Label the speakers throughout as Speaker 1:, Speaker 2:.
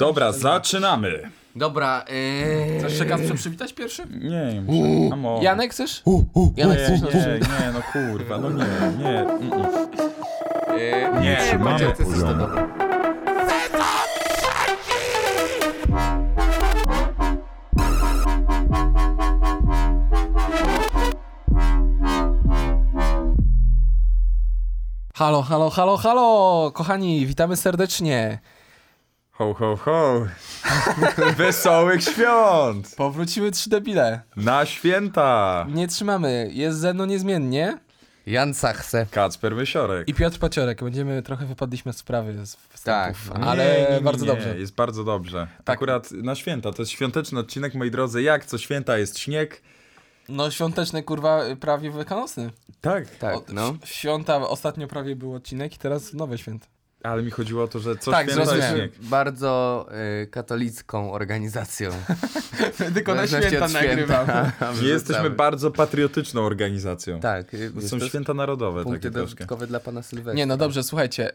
Speaker 1: Dobra, zaczynamy.
Speaker 2: Dobra, yy...
Speaker 3: Chcesz się Kasprze przywitać pierwszy?
Speaker 1: Nie, muszę. Amo.
Speaker 3: eee. Janek chcesz?
Speaker 2: Janek,
Speaker 1: Nie,
Speaker 2: chcesz nas-
Speaker 1: nie, nie, no kurwa, no nie, nie. mm, mm.
Speaker 2: Yy,
Speaker 1: Nie,
Speaker 2: Maciek,
Speaker 1: mamy
Speaker 2: ty jesteś to
Speaker 1: poziomy.
Speaker 2: dobra.
Speaker 3: Halo, halo, halo, halo! Kochani, witamy serdecznie.
Speaker 1: Ho, ho, ho. Wesołych świąt!
Speaker 3: Powróciły trzy debile.
Speaker 1: Na święta!
Speaker 3: Nie trzymamy. Jest ze mną niezmiennie.
Speaker 2: Jan Sachse.
Speaker 1: Kacper Wysiorek.
Speaker 3: I Piotr Paciorek. Będziemy trochę wypadliśmy z sprawy. Z wstępów,
Speaker 2: Tak,
Speaker 3: ale
Speaker 1: Nie, nie, nie,
Speaker 3: bardzo
Speaker 1: nie,
Speaker 3: dobrze.
Speaker 1: Jest bardzo dobrze.
Speaker 3: Tak.
Speaker 1: Akurat na święta, to jest świąteczny odcinek, moi drodzy. Jak co święta jest śnieg?
Speaker 3: No świąteczny, kurwa, prawie wykanocny.
Speaker 1: Tak,
Speaker 2: Tak,
Speaker 3: Od-
Speaker 2: no.
Speaker 3: w- Święta, ostatnio prawie był odcinek i teraz nowe święta.
Speaker 1: ale mi chodziło o to, że co
Speaker 3: Tak,
Speaker 1: święta jest
Speaker 3: zrozumiałem.
Speaker 1: śnieg.
Speaker 2: Bardzo y, katolicką organizacją.
Speaker 3: Tylko
Speaker 2: W zależności od
Speaker 1: I Jesteśmy bardzo patriotyczną organizacją.
Speaker 2: Tak, y,
Speaker 1: To
Speaker 2: jest
Speaker 1: są
Speaker 2: to
Speaker 1: święta narodowe
Speaker 2: punkty
Speaker 1: takie troszkę.
Speaker 2: dodatkowe dla pana Sylwestra.
Speaker 3: Nie, no dobrze, słuchajcie.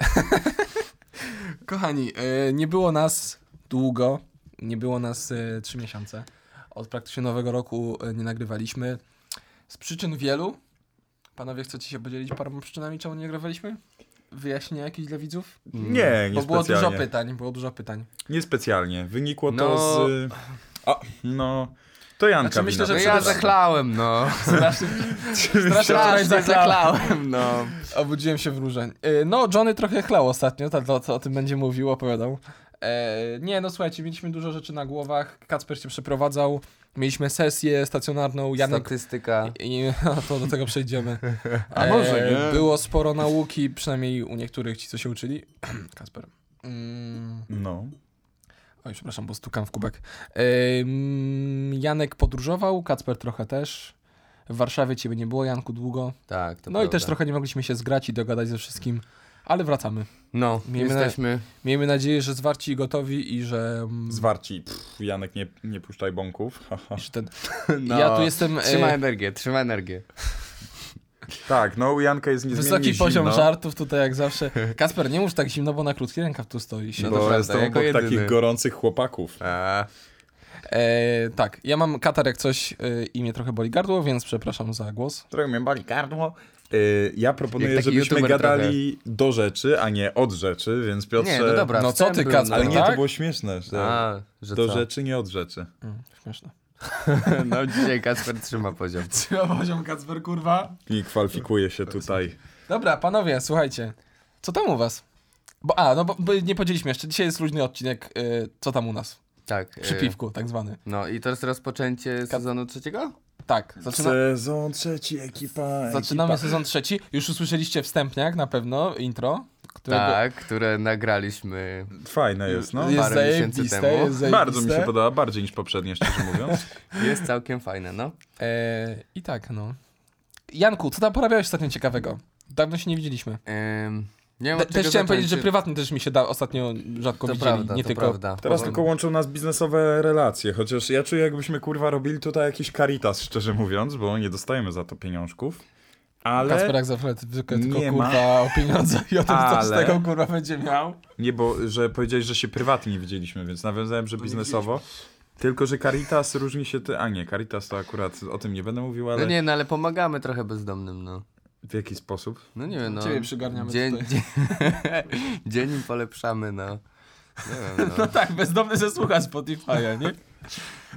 Speaker 3: Kochani, e, nie było nas długo, nie było nas e, trzy miesiące. Od praktycznie nowego roku e, nie nagrywaliśmy. Z przyczyn wielu. Panowie, chcecie się podzielić paroma przyczynami, czemu nie nagrywaliśmy? Wyjaśnienia jakieś dla widzów?
Speaker 1: Nie,
Speaker 2: Mm.
Speaker 1: nie
Speaker 3: Bo było dużo
Speaker 1: specjalnie.
Speaker 3: pytań, było dużo pytań.
Speaker 1: Niespecjalnie. Wynikło
Speaker 2: No.
Speaker 1: to z. A, no. To Janka
Speaker 3: Znaczy, myślę,
Speaker 1: wina.
Speaker 2: No
Speaker 3: że
Speaker 2: ja
Speaker 3: przede-
Speaker 2: zachlałem, no.
Speaker 3: Strasznie
Speaker 2: Strasznie
Speaker 3: zakla-
Speaker 2: zachlałem, no.
Speaker 3: Obudziłem się w różeń. E, No, Johnny trochę chlał ostatnio, to, to, to o tym będzie mówił, opowiadał. E, Nie, no słuchajcie, mieliśmy dużo rzeczy na głowach, Kacper się przeprowadzał, mieliśmy sesję stacjonarną, Janek...
Speaker 2: Statystyka.
Speaker 3: I, to do tego przejdziemy. E,
Speaker 1: A może nie?
Speaker 3: Było sporo nauki, przynajmniej u niektórych ci, co się uczyli. Kasper. Mm,
Speaker 1: No.
Speaker 3: oj, przepraszam, bo stukam w kubek. Ym, Janek podróżował, Kacper trochę też. W Warszawie ciebie nie było, Janku, długo.
Speaker 2: Tak, to
Speaker 3: No i
Speaker 2: prawda.
Speaker 3: też trochę nie mogliśmy się zgrać i dogadać ze wszystkim, ale wracamy.
Speaker 2: No,
Speaker 3: Miejmy na-
Speaker 2: jesteśmy...
Speaker 3: Miejmy nadzieję, że zwarci i gotowi i że, mm,
Speaker 1: Zwarci. Pff, Janek, nie, nie puszczaj bąków. Ha, ha.
Speaker 3: i że ten...
Speaker 2: No.
Speaker 3: Ja tu jestem
Speaker 2: Trzyma
Speaker 3: e,
Speaker 2: energię, trzyma energię.
Speaker 1: tak, no u Janka jest niezmiennie
Speaker 3: wysoki
Speaker 1: zimno,
Speaker 3: poziom
Speaker 2: no.
Speaker 3: żartów tutaj jak zawsze. Kasper, nie mów tak zimno, bo na krótki rękaw tu stoi.
Speaker 2: No
Speaker 1: Bo
Speaker 2: to prawda,
Speaker 1: jestem
Speaker 2: jako
Speaker 1: obok
Speaker 2: jedyny.
Speaker 1: takich gorących chłopaków.
Speaker 2: A,
Speaker 3: E, tak, ja mam katar jak coś e, i mnie trochę boli gardło, więc przepraszam za głos.
Speaker 1: Trochę mnie bali gardło. Y, Ja
Speaker 2: Jak
Speaker 1: proponuję,
Speaker 2: taki
Speaker 1: żebyśmy
Speaker 2: youtuber
Speaker 1: gadali do rzeczy, a nie od rzeczy, więc Piotrze...
Speaker 2: Nie, no dobra,
Speaker 3: No co
Speaker 2: wstęp
Speaker 3: ty,
Speaker 2: był,
Speaker 3: Kacper,
Speaker 1: Ale
Speaker 2: no.
Speaker 1: nie,
Speaker 3: tak?
Speaker 1: to było śmieszne, że
Speaker 2: A, że
Speaker 1: do
Speaker 2: co?
Speaker 1: rzeczy, nie od rzeczy.
Speaker 3: Mm, śmieszne.
Speaker 2: No dzisiaj Kasper trzyma poziom.
Speaker 3: Trzyma poziom Kacper, kurwa.
Speaker 1: I kwalifikuje się
Speaker 2: Tak,
Speaker 1: tutaj.
Speaker 3: Dobra, panowie, słuchajcie. Co tam u was? Bo, a, no bo, bo nie podzieliśmy jeszcze. Dzisiaj jest luźny odcinek, e, co tam u nas?
Speaker 2: Tak.
Speaker 3: Przy
Speaker 2: e,
Speaker 3: piwku, tak zwany.
Speaker 2: No i to jest rozpoczęcie sezonu trzeciego?
Speaker 3: Tak, zaczyna,
Speaker 1: Sezon trzeci, ekipa,
Speaker 3: zaczynamy
Speaker 1: ekipa.
Speaker 3: sezon trzeci. Już usłyszeliście wstępniak na pewno, intro. Którego
Speaker 2: Tak, które nagraliśmy.
Speaker 1: Fajne jest, no.
Speaker 3: jest
Speaker 2: parę miesięcy
Speaker 3: zajebiste,
Speaker 2: temu.
Speaker 3: jest zajebiste.
Speaker 1: Bardzo mi się podoba, bardziej niż poprzednie, szczerze mówiąc.
Speaker 2: Jest całkiem fajne, no.
Speaker 3: E, I tak, no. Janku, co tam porabiałeś ostatnio ciekawego? Dawno się nie widzieliśmy.
Speaker 2: No, Ym, nie wiem,
Speaker 3: Te,
Speaker 2: od czego
Speaker 3: też chciałem
Speaker 2: zacząć.
Speaker 3: powiedzieć, że prywatnie też mi się da ostatnio rzadko
Speaker 2: To
Speaker 3: widzieli,
Speaker 2: prawda,
Speaker 3: nie
Speaker 2: to
Speaker 3: tylko
Speaker 2: prawda.
Speaker 1: Teraz
Speaker 2: Bo-
Speaker 1: tylko łączą nas biznesowe relacje, chociaż ja czuję, jakbyśmy kurwa robili tutaj jakiś caritas, szczerze mówiąc, bo nie dostajemy za to pieniążków. Ale.
Speaker 3: Kacper jak zawsze zwykle tylko
Speaker 1: Nie ma.
Speaker 3: kurwa o pieniądzach i o tym, co z
Speaker 1: Ale-
Speaker 3: tego kurwa będzie miał.
Speaker 1: Nie, bo że powiedziałeś, że się prywatnie widzieliśmy, więc nawiązałem, że biznesowo. Tylko, że Caritas różni się. Ty... A nie, Caritas to akurat o tym nie będę mówił, ale
Speaker 2: No nie, no ale pomagamy trochę bezdomnym, no.
Speaker 1: w jaki sposób?
Speaker 2: No nie wiem, no.
Speaker 3: Ciebie przygarniamy
Speaker 2: dzień,
Speaker 3: tutaj.
Speaker 2: dzień, dzień im polepszamy, no. Nie wiem, no.
Speaker 3: No tak, bezdomny ze słucha Spotify'a, nie?
Speaker 1: Nie,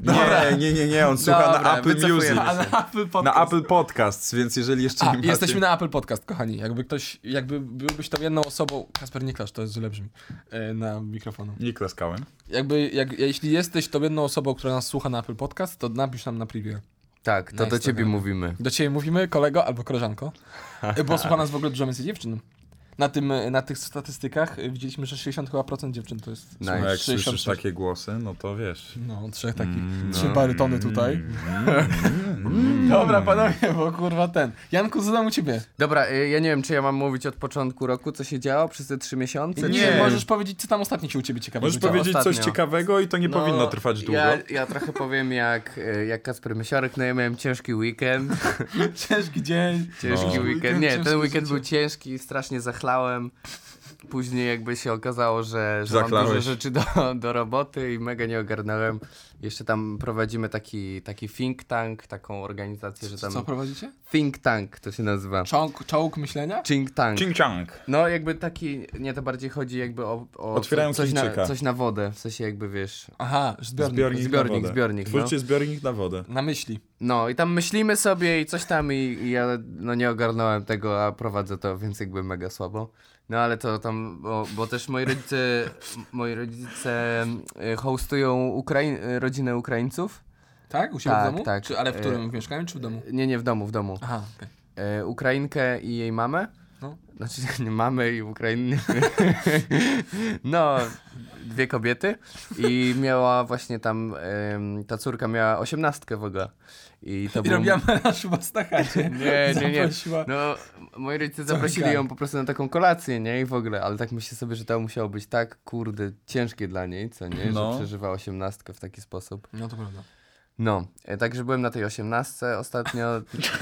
Speaker 1: No, nie, nie, nie, on słucha
Speaker 2: Dobra,
Speaker 1: na Apple
Speaker 2: wycofujemy
Speaker 1: Music.
Speaker 2: się.
Speaker 3: Ale Apple Podcast.
Speaker 1: Na Apple Podcasts, więc jeżeli jeszcze
Speaker 3: A,
Speaker 1: nie macie...
Speaker 3: jesteśmy na Apple Podcast, kochani. Jakby ktoś, jakby byłbyś tam jedną osobą... Kasper, nie klasz, to jest źle brzmi. E, na mikrofonu.
Speaker 1: Nie klaskałem.
Speaker 3: Jakby, jak, jeśli jesteś to jedną osobą, która nas słucha na Apple Podcast, to napisz nam na privie.
Speaker 2: Tak, to
Speaker 3: Na
Speaker 2: do ciebie
Speaker 3: Instagramie.
Speaker 2: mówimy.
Speaker 3: Do ciebie mówimy, kolego albo koleżanko, E, bo słucha nas w ogóle dużo więcej dziewczyn. Na, tym, e, na tych statystykach y, widzieliśmy, że 60 chyba procent dziewczyn to jest.
Speaker 2: Nice.
Speaker 1: No, jak słyszysz
Speaker 3: 66.
Speaker 1: takie głosy, no to wiesz.
Speaker 3: No, trzech takich,
Speaker 1: Mm,
Speaker 3: trzy
Speaker 1: no.
Speaker 3: barytony tutaj.
Speaker 1: Mm.
Speaker 3: Dobra, panowie, bo kurwa ten. Janku, zadam u ciebie.
Speaker 2: Dobra, y, ja nie wiem, czy ja mam mówić od początku roku, co się działo przez te trzy
Speaker 1: Nie.
Speaker 2: miesiące? czy-
Speaker 3: Nie, możesz powiedzieć, co tam ostatnio się u ciebie ciekawego
Speaker 1: Możesz
Speaker 3: działo.
Speaker 1: powiedzieć coś
Speaker 2: ostatnio.
Speaker 1: ciekawego i to nie
Speaker 2: No,
Speaker 1: powinno trwać długo.
Speaker 2: Ja, ja trochę powiem jak, e, jak Kasper Mysiorek, no ja miałem ciężki weekend.
Speaker 3: Ciężki dzień.
Speaker 2: Ciężki
Speaker 1: No.
Speaker 2: weekend. Nie,
Speaker 3: Ciężkie
Speaker 2: ten weekend
Speaker 3: życie.
Speaker 2: był ciężki, strasznie zachlałem. Później jakby się okazało, że, że mam
Speaker 1: Zaklałeś.
Speaker 2: dużo rzeczy do, do roboty i mega nie ogarnąłem. Jeszcze tam prowadzimy taki, taki think tank, taką organizację, że tam...
Speaker 3: Co prowadzicie?
Speaker 2: Think tank to się nazywa.
Speaker 3: Czołg, czołg myślenia?
Speaker 2: Think tank.
Speaker 1: Ching chang.
Speaker 2: No jakby taki, nie to bardziej chodzi jakby o, o
Speaker 1: Otwierają
Speaker 2: coś, na,
Speaker 1: chińczyka.
Speaker 2: coś na wodę, w sensie jakby wiesz,
Speaker 3: Aha, zbiornik.
Speaker 1: Zbiornik,
Speaker 2: Zbiornik,
Speaker 1: na wodę.
Speaker 2: zbiornik,
Speaker 1: Twórzcie zbiornik no. na wodę.
Speaker 3: Na myśli.
Speaker 2: no i tam myślimy sobie i coś tam i, i ja no nie ogarnąłem tego, a prowadzę to, więc jakby mega słabo. No ale to tam, bo, bo też moi rodzice, moi rodzice y, hostują Ukraiń, y, rodzinę Ukraińców.
Speaker 3: Tak? U siebie
Speaker 2: Tak,
Speaker 3: w domu?
Speaker 2: tak.
Speaker 3: Czy, ale w którym?
Speaker 2: E,
Speaker 3: W mieszkaniu czy w domu?
Speaker 2: Nie, nie, w domu, w domu.
Speaker 3: Aha, okej.
Speaker 2: E, Ukrainkę i jej mamę.
Speaker 3: No.
Speaker 2: Znaczy nie mamy i Ukrainy. no, dwie kobiety. I miała właśnie tam, em, ta córka miała osiemnastkę w ogóle. I to
Speaker 3: I
Speaker 2: był...
Speaker 3: robiła melanż u was na chacie.
Speaker 2: Nie, nie, nie.
Speaker 3: Zaprosiła.
Speaker 2: No, moi rodzice zaprosili ją po prostu na taką kolację, nie? I w ogóle, ale tak myślę sobie, że to musiało być tak, kurde, ciężkie dla niej, co nie? Że
Speaker 1: No.
Speaker 2: przeżywa osiemnastkę w taki sposób.
Speaker 3: No to prawda.
Speaker 2: No, e, także byłem na tej osiemnastce ostatnio.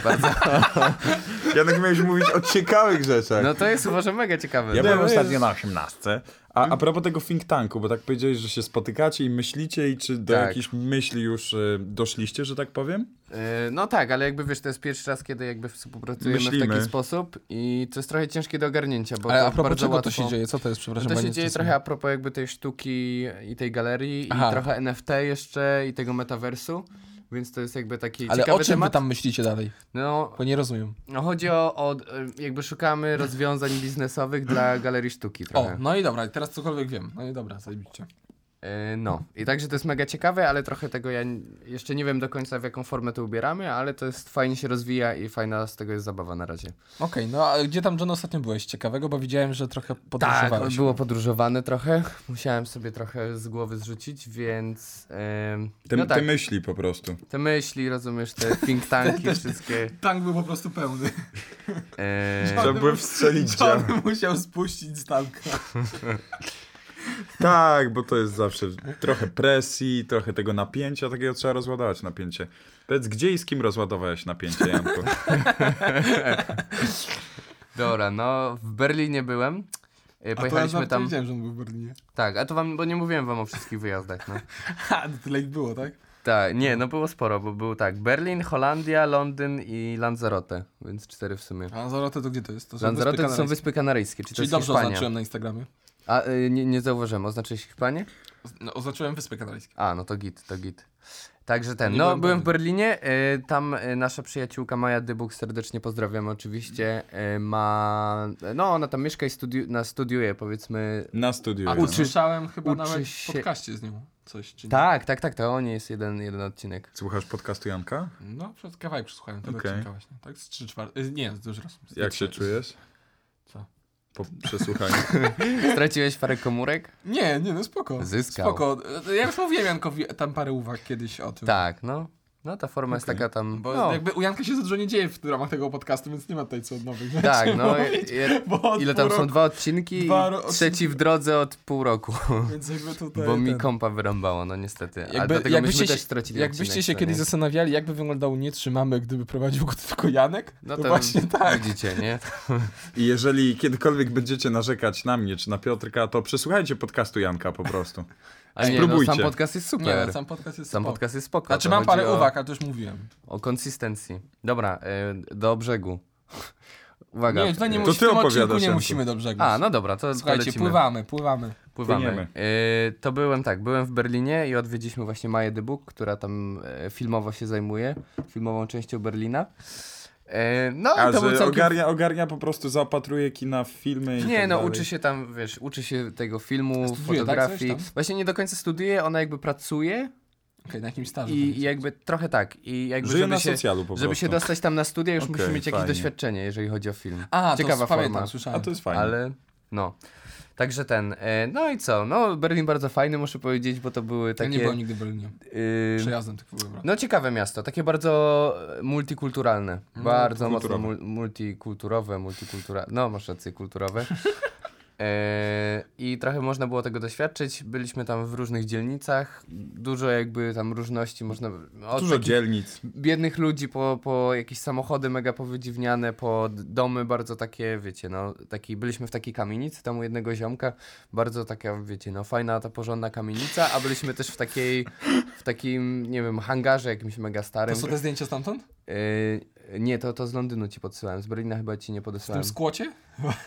Speaker 2: bardzo...
Speaker 3: Tak.
Speaker 1: Janek miałeś mówić o ciekawych rzeczach.
Speaker 2: No to jest uważam mega ciekawe.
Speaker 1: Ja byłem
Speaker 3: no
Speaker 1: ostatnio
Speaker 3: jest-
Speaker 1: na 18. A, a propos tego think tanku, bo tak powiedziałeś, że się spotykacie i myślicie, i czy do
Speaker 2: Tak.
Speaker 1: jakichś myśli już y, doszliście, że tak powiem?
Speaker 2: E, No tak, ale jakby wiesz, to jest pierwszy raz, kiedy jakby współpracujemy w
Speaker 1: Myślimy.
Speaker 2: taki sposób i to jest trochę ciężkie do ogarnięcia, bo
Speaker 3: Ale
Speaker 2: to
Speaker 3: a propos
Speaker 2: bardzo
Speaker 3: czego
Speaker 2: łatwo...
Speaker 3: to się dzieje? Co to jest, przepraszam? bo
Speaker 2: No to
Speaker 3: ja
Speaker 2: się
Speaker 3: nie
Speaker 2: dzieje
Speaker 3: jestem-
Speaker 2: trochę a propos jakby tej sztuki i tej galerii
Speaker 3: Aha.
Speaker 2: i trochę NFT jeszcze i tego metaversu, więc to jest jakby taki
Speaker 3: Ale
Speaker 2: ciekawy
Speaker 3: o czym wy
Speaker 2: temat.
Speaker 3: tam myślicie dalej?
Speaker 2: No,
Speaker 3: Bo nie rozumiem.
Speaker 2: no chodzi o, o e, jakby szukamy rozwiązań biznesowych dla galerii sztuki
Speaker 3: O,
Speaker 2: trochę.
Speaker 3: no i dobra, teraz cokolwiek wiem. No i dobra, zajebiście.
Speaker 2: E, No i także to jest mega ciekawe, ale trochę tego ja n- jeszcze nie wiem do końca w jaką formę to ubieramy, ale to jest fajnie się rozwija i fajna z tego jest zabawa na razie.
Speaker 3: Okej, no a gdzie tam John ostatnio byłeś ciekawego, bo widziałem, że trochę
Speaker 2: Tak,
Speaker 3: podróżowałeś.
Speaker 2: było podróżowane trochę. Musiałem sobie trochę z głowy zrzucić, więc. em,
Speaker 1: Te,
Speaker 2: no tak,
Speaker 1: te myśli po prostu.
Speaker 2: te myśli, rozumiesz, te think tanki wszystkie. E,
Speaker 3: Tank był po prostu pełny.
Speaker 2: em,
Speaker 1: Trzeba byłem wstrzelić dział.
Speaker 3: John musiał spuścić z tanka.
Speaker 1: Tak, bo to jest zawsze trochę presji, trochę tego napięcia, takiego trzeba rozładować napięcie. Powiedz, gdzie i z kim rozładowałeś napięcie, Janku?
Speaker 2: dobra, no w Berlinie byłem. E, Pojechaliśmy tam.
Speaker 3: Wiedziałem, że on był w Berlinie.
Speaker 2: Tak, a to wam, bo nie mówiłem wam o wszystkich wyjazdach, no.
Speaker 3: Ha, to tyle ich było, tak?
Speaker 2: Tak, nie, no było sporo, bo był tak. Berlin, Holandia, Londyn i Lanzarote, więc cztery w sumie.
Speaker 3: Lanzarote to gdzie to jest? To są Wyspy
Speaker 2: Lanzarote to są
Speaker 3: Kanaryjskie.
Speaker 2: Wyspy Kanaryjskie, czyli,
Speaker 3: Czyli
Speaker 2: to
Speaker 3: dobrze
Speaker 2: jest Hiszpania.
Speaker 3: oznaczyłem na Instagramie.
Speaker 2: A y, nie, nie zauważyłem, oznaczyłeś Hiszpanię?
Speaker 3: No, oznaczyłem Wyspy Kanaryjskie.
Speaker 2: A, no to git, to git. Także ten,
Speaker 3: Nie
Speaker 2: no
Speaker 3: byłem
Speaker 2: byłem w Berlinie, y, tam y, nasza przyjaciółka Maja Dybuk, serdecznie pozdrawiam oczywiście, y, ma, no ona tam mieszka i studiu, na studiuje powiedzmy.
Speaker 1: Na studiu.
Speaker 3: A
Speaker 1: no.
Speaker 3: usłyszałem chyba
Speaker 2: Uczy
Speaker 3: nawet w
Speaker 2: się-
Speaker 3: podcaście z nią coś, czy nie?
Speaker 2: Tak, tak, tak, to o niej jest jeden, jeden odcinek.
Speaker 1: Słuchasz podcastu Janka?
Speaker 3: No, przez kawałek przesłuchałem tego
Speaker 1: Okej.
Speaker 3: odcinka właśnie, tak? Z 3 czwarte... y, Nie, dużo raz. Z
Speaker 1: Jak
Speaker 3: trzy-
Speaker 2: Znaczy-
Speaker 1: się czujesz?
Speaker 3: Co?
Speaker 1: Po przesłuchaniu.
Speaker 2: Straciłeś parę komórek?
Speaker 3: Nie, nie, no spoko.
Speaker 2: Zyskał.
Speaker 3: Spoko. Y, Ja już mówiłem Jankowi tam parę uwag kiedyś o tym.
Speaker 2: Tak, no. No ta forma jest
Speaker 1: Okej.
Speaker 2: taka tam,
Speaker 3: Bo
Speaker 2: no,
Speaker 3: jakby u Janka się za dużo nie dzieje w ramach tego podcastu, więc nie ma tutaj co od nowych rzeczy
Speaker 2: tak, no,
Speaker 3: mówić,
Speaker 2: je,
Speaker 3: bo od
Speaker 2: ile
Speaker 3: pół
Speaker 2: tam są
Speaker 3: roku,
Speaker 2: dwa odcinki
Speaker 3: dwa
Speaker 2: i
Speaker 3: ro-
Speaker 2: trzeci w drodze od pół roku,
Speaker 3: Więc jakby tutaj
Speaker 2: bo mi
Speaker 3: ten-
Speaker 2: kompa wyrąbało, no niestety, a
Speaker 3: Jakby,
Speaker 2: dlatego
Speaker 3: jakbyście,
Speaker 2: myśmy też
Speaker 3: się-
Speaker 2: stracili
Speaker 3: jakbyście
Speaker 2: odcinek,
Speaker 3: się
Speaker 2: co
Speaker 3: kiedyś
Speaker 2: nie?
Speaker 3: zastanawiali, jakby wyglądał Nie Trzymamy, gdyby prowadził go tylko Janek,
Speaker 2: No
Speaker 3: to,
Speaker 2: to-
Speaker 3: właśnie tak.
Speaker 2: Widzicie, nie?
Speaker 1: I jeżeli kiedykolwiek będziecie narzekać na mnie czy na Piotrka, to przesłuchajcie podcastu Janka po prostu.
Speaker 2: A nie, no,
Speaker 1: Spróbujcie.
Speaker 2: sam podcast jest
Speaker 3: Nie,
Speaker 2: super.
Speaker 3: no, sam podcast jest
Speaker 2: Sam
Speaker 3: spoko.
Speaker 2: podcast jest spoko.
Speaker 3: Znaczy
Speaker 2: to
Speaker 3: mam
Speaker 2: chodzi
Speaker 3: parę
Speaker 2: o, Tak,
Speaker 3: uwag, ale to już mówiłem.
Speaker 2: O konsystencji. Dobra, y, do brzegu. Uwaga. Y,
Speaker 3: Nie, tutaj nie
Speaker 1: To
Speaker 3: musi, w
Speaker 1: ty
Speaker 3: tym
Speaker 1: opowiadasz,
Speaker 3: odcinku nie
Speaker 1: Janku.
Speaker 3: musimy do brzegu.
Speaker 2: A, no dobra, to to
Speaker 3: Słuchajcie,
Speaker 2: lecimy.
Speaker 3: pływamy, pływamy.
Speaker 2: Pływamy.
Speaker 1: Płyniemy.
Speaker 2: Y, to byłem tak, byłem w Berlinie i odwiedziliśmy właśnie Maję Dybuk, która tam y, filmowo się zajmuje, filmową częścią Berlina. Y, no
Speaker 1: A
Speaker 2: i to był
Speaker 1: że
Speaker 2: całkiem...
Speaker 1: ogarnia, ogarnia po prostu, zaopatruje kina w filmy i
Speaker 2: Nie,
Speaker 1: tak
Speaker 2: no
Speaker 1: dalej.
Speaker 2: uczy się tam, wiesz, uczy się tego filmu,
Speaker 3: Studiuje, tak,
Speaker 2: fotografii.
Speaker 3: coś tam?
Speaker 2: Właśnie nie do końca studiuje, ona jakby pracuje
Speaker 3: Okej, na jakim stażu?
Speaker 2: i, i jakby trochę tak. I jakby
Speaker 1: Żyje
Speaker 2: żeby
Speaker 1: na
Speaker 2: się...
Speaker 1: socjalu po prostu.
Speaker 2: Żeby się dostać tam na studia, już
Speaker 1: Okej,
Speaker 2: musi mieć jakieś
Speaker 1: fajnie.
Speaker 2: doświadczenie, jeżeli chodzi o film.
Speaker 3: A,
Speaker 2: Ciekawa
Speaker 3: to pamiętam,
Speaker 2: forma.
Speaker 1: A
Speaker 3: słyszałem.
Speaker 1: to jest fajne.
Speaker 2: Ale no. Także ten. e, No i co? No, Berlin bardzo fajny, muszę powiedzieć, bo to były
Speaker 3: Ja
Speaker 2: takie.
Speaker 3: nie byłem nigdy w Berlinie.
Speaker 2: y,
Speaker 3: Przejazdem tylko byłem.
Speaker 2: no ciekawe miasto, takie bardzo e, multikulturalne.
Speaker 3: No,
Speaker 2: Bardzo mocno
Speaker 1: kulturowe.
Speaker 2: mul- multikulturowe, multikulturalne. No, masz rację, kulturowe. E, I trochę można było tego doświadczyć. Byliśmy tam w różnych dzielnicach, dużo jakby tam różności można. Od
Speaker 1: Dużo
Speaker 2: takich
Speaker 1: dzielnic.
Speaker 2: biednych ludzi po, po jakieś samochody mega powydziwniane, po d- domy bardzo takie, wiecie, no, taki, byliśmy w takiej kamienicy, tam u jednego ziomka, bardzo taka, wiecie, no, fajna ta porządna kamienica, a byliśmy też w takiej, w takim, nie wiem, hangarze jakimś mega starym.
Speaker 3: To są te zdjęcia stamtąd?
Speaker 2: Yy, nie, to, to z Londynu ci podsyłałem, z Berlina chyba ci nie
Speaker 3: W tym
Speaker 2: podesłałem.
Speaker 3: skłocie?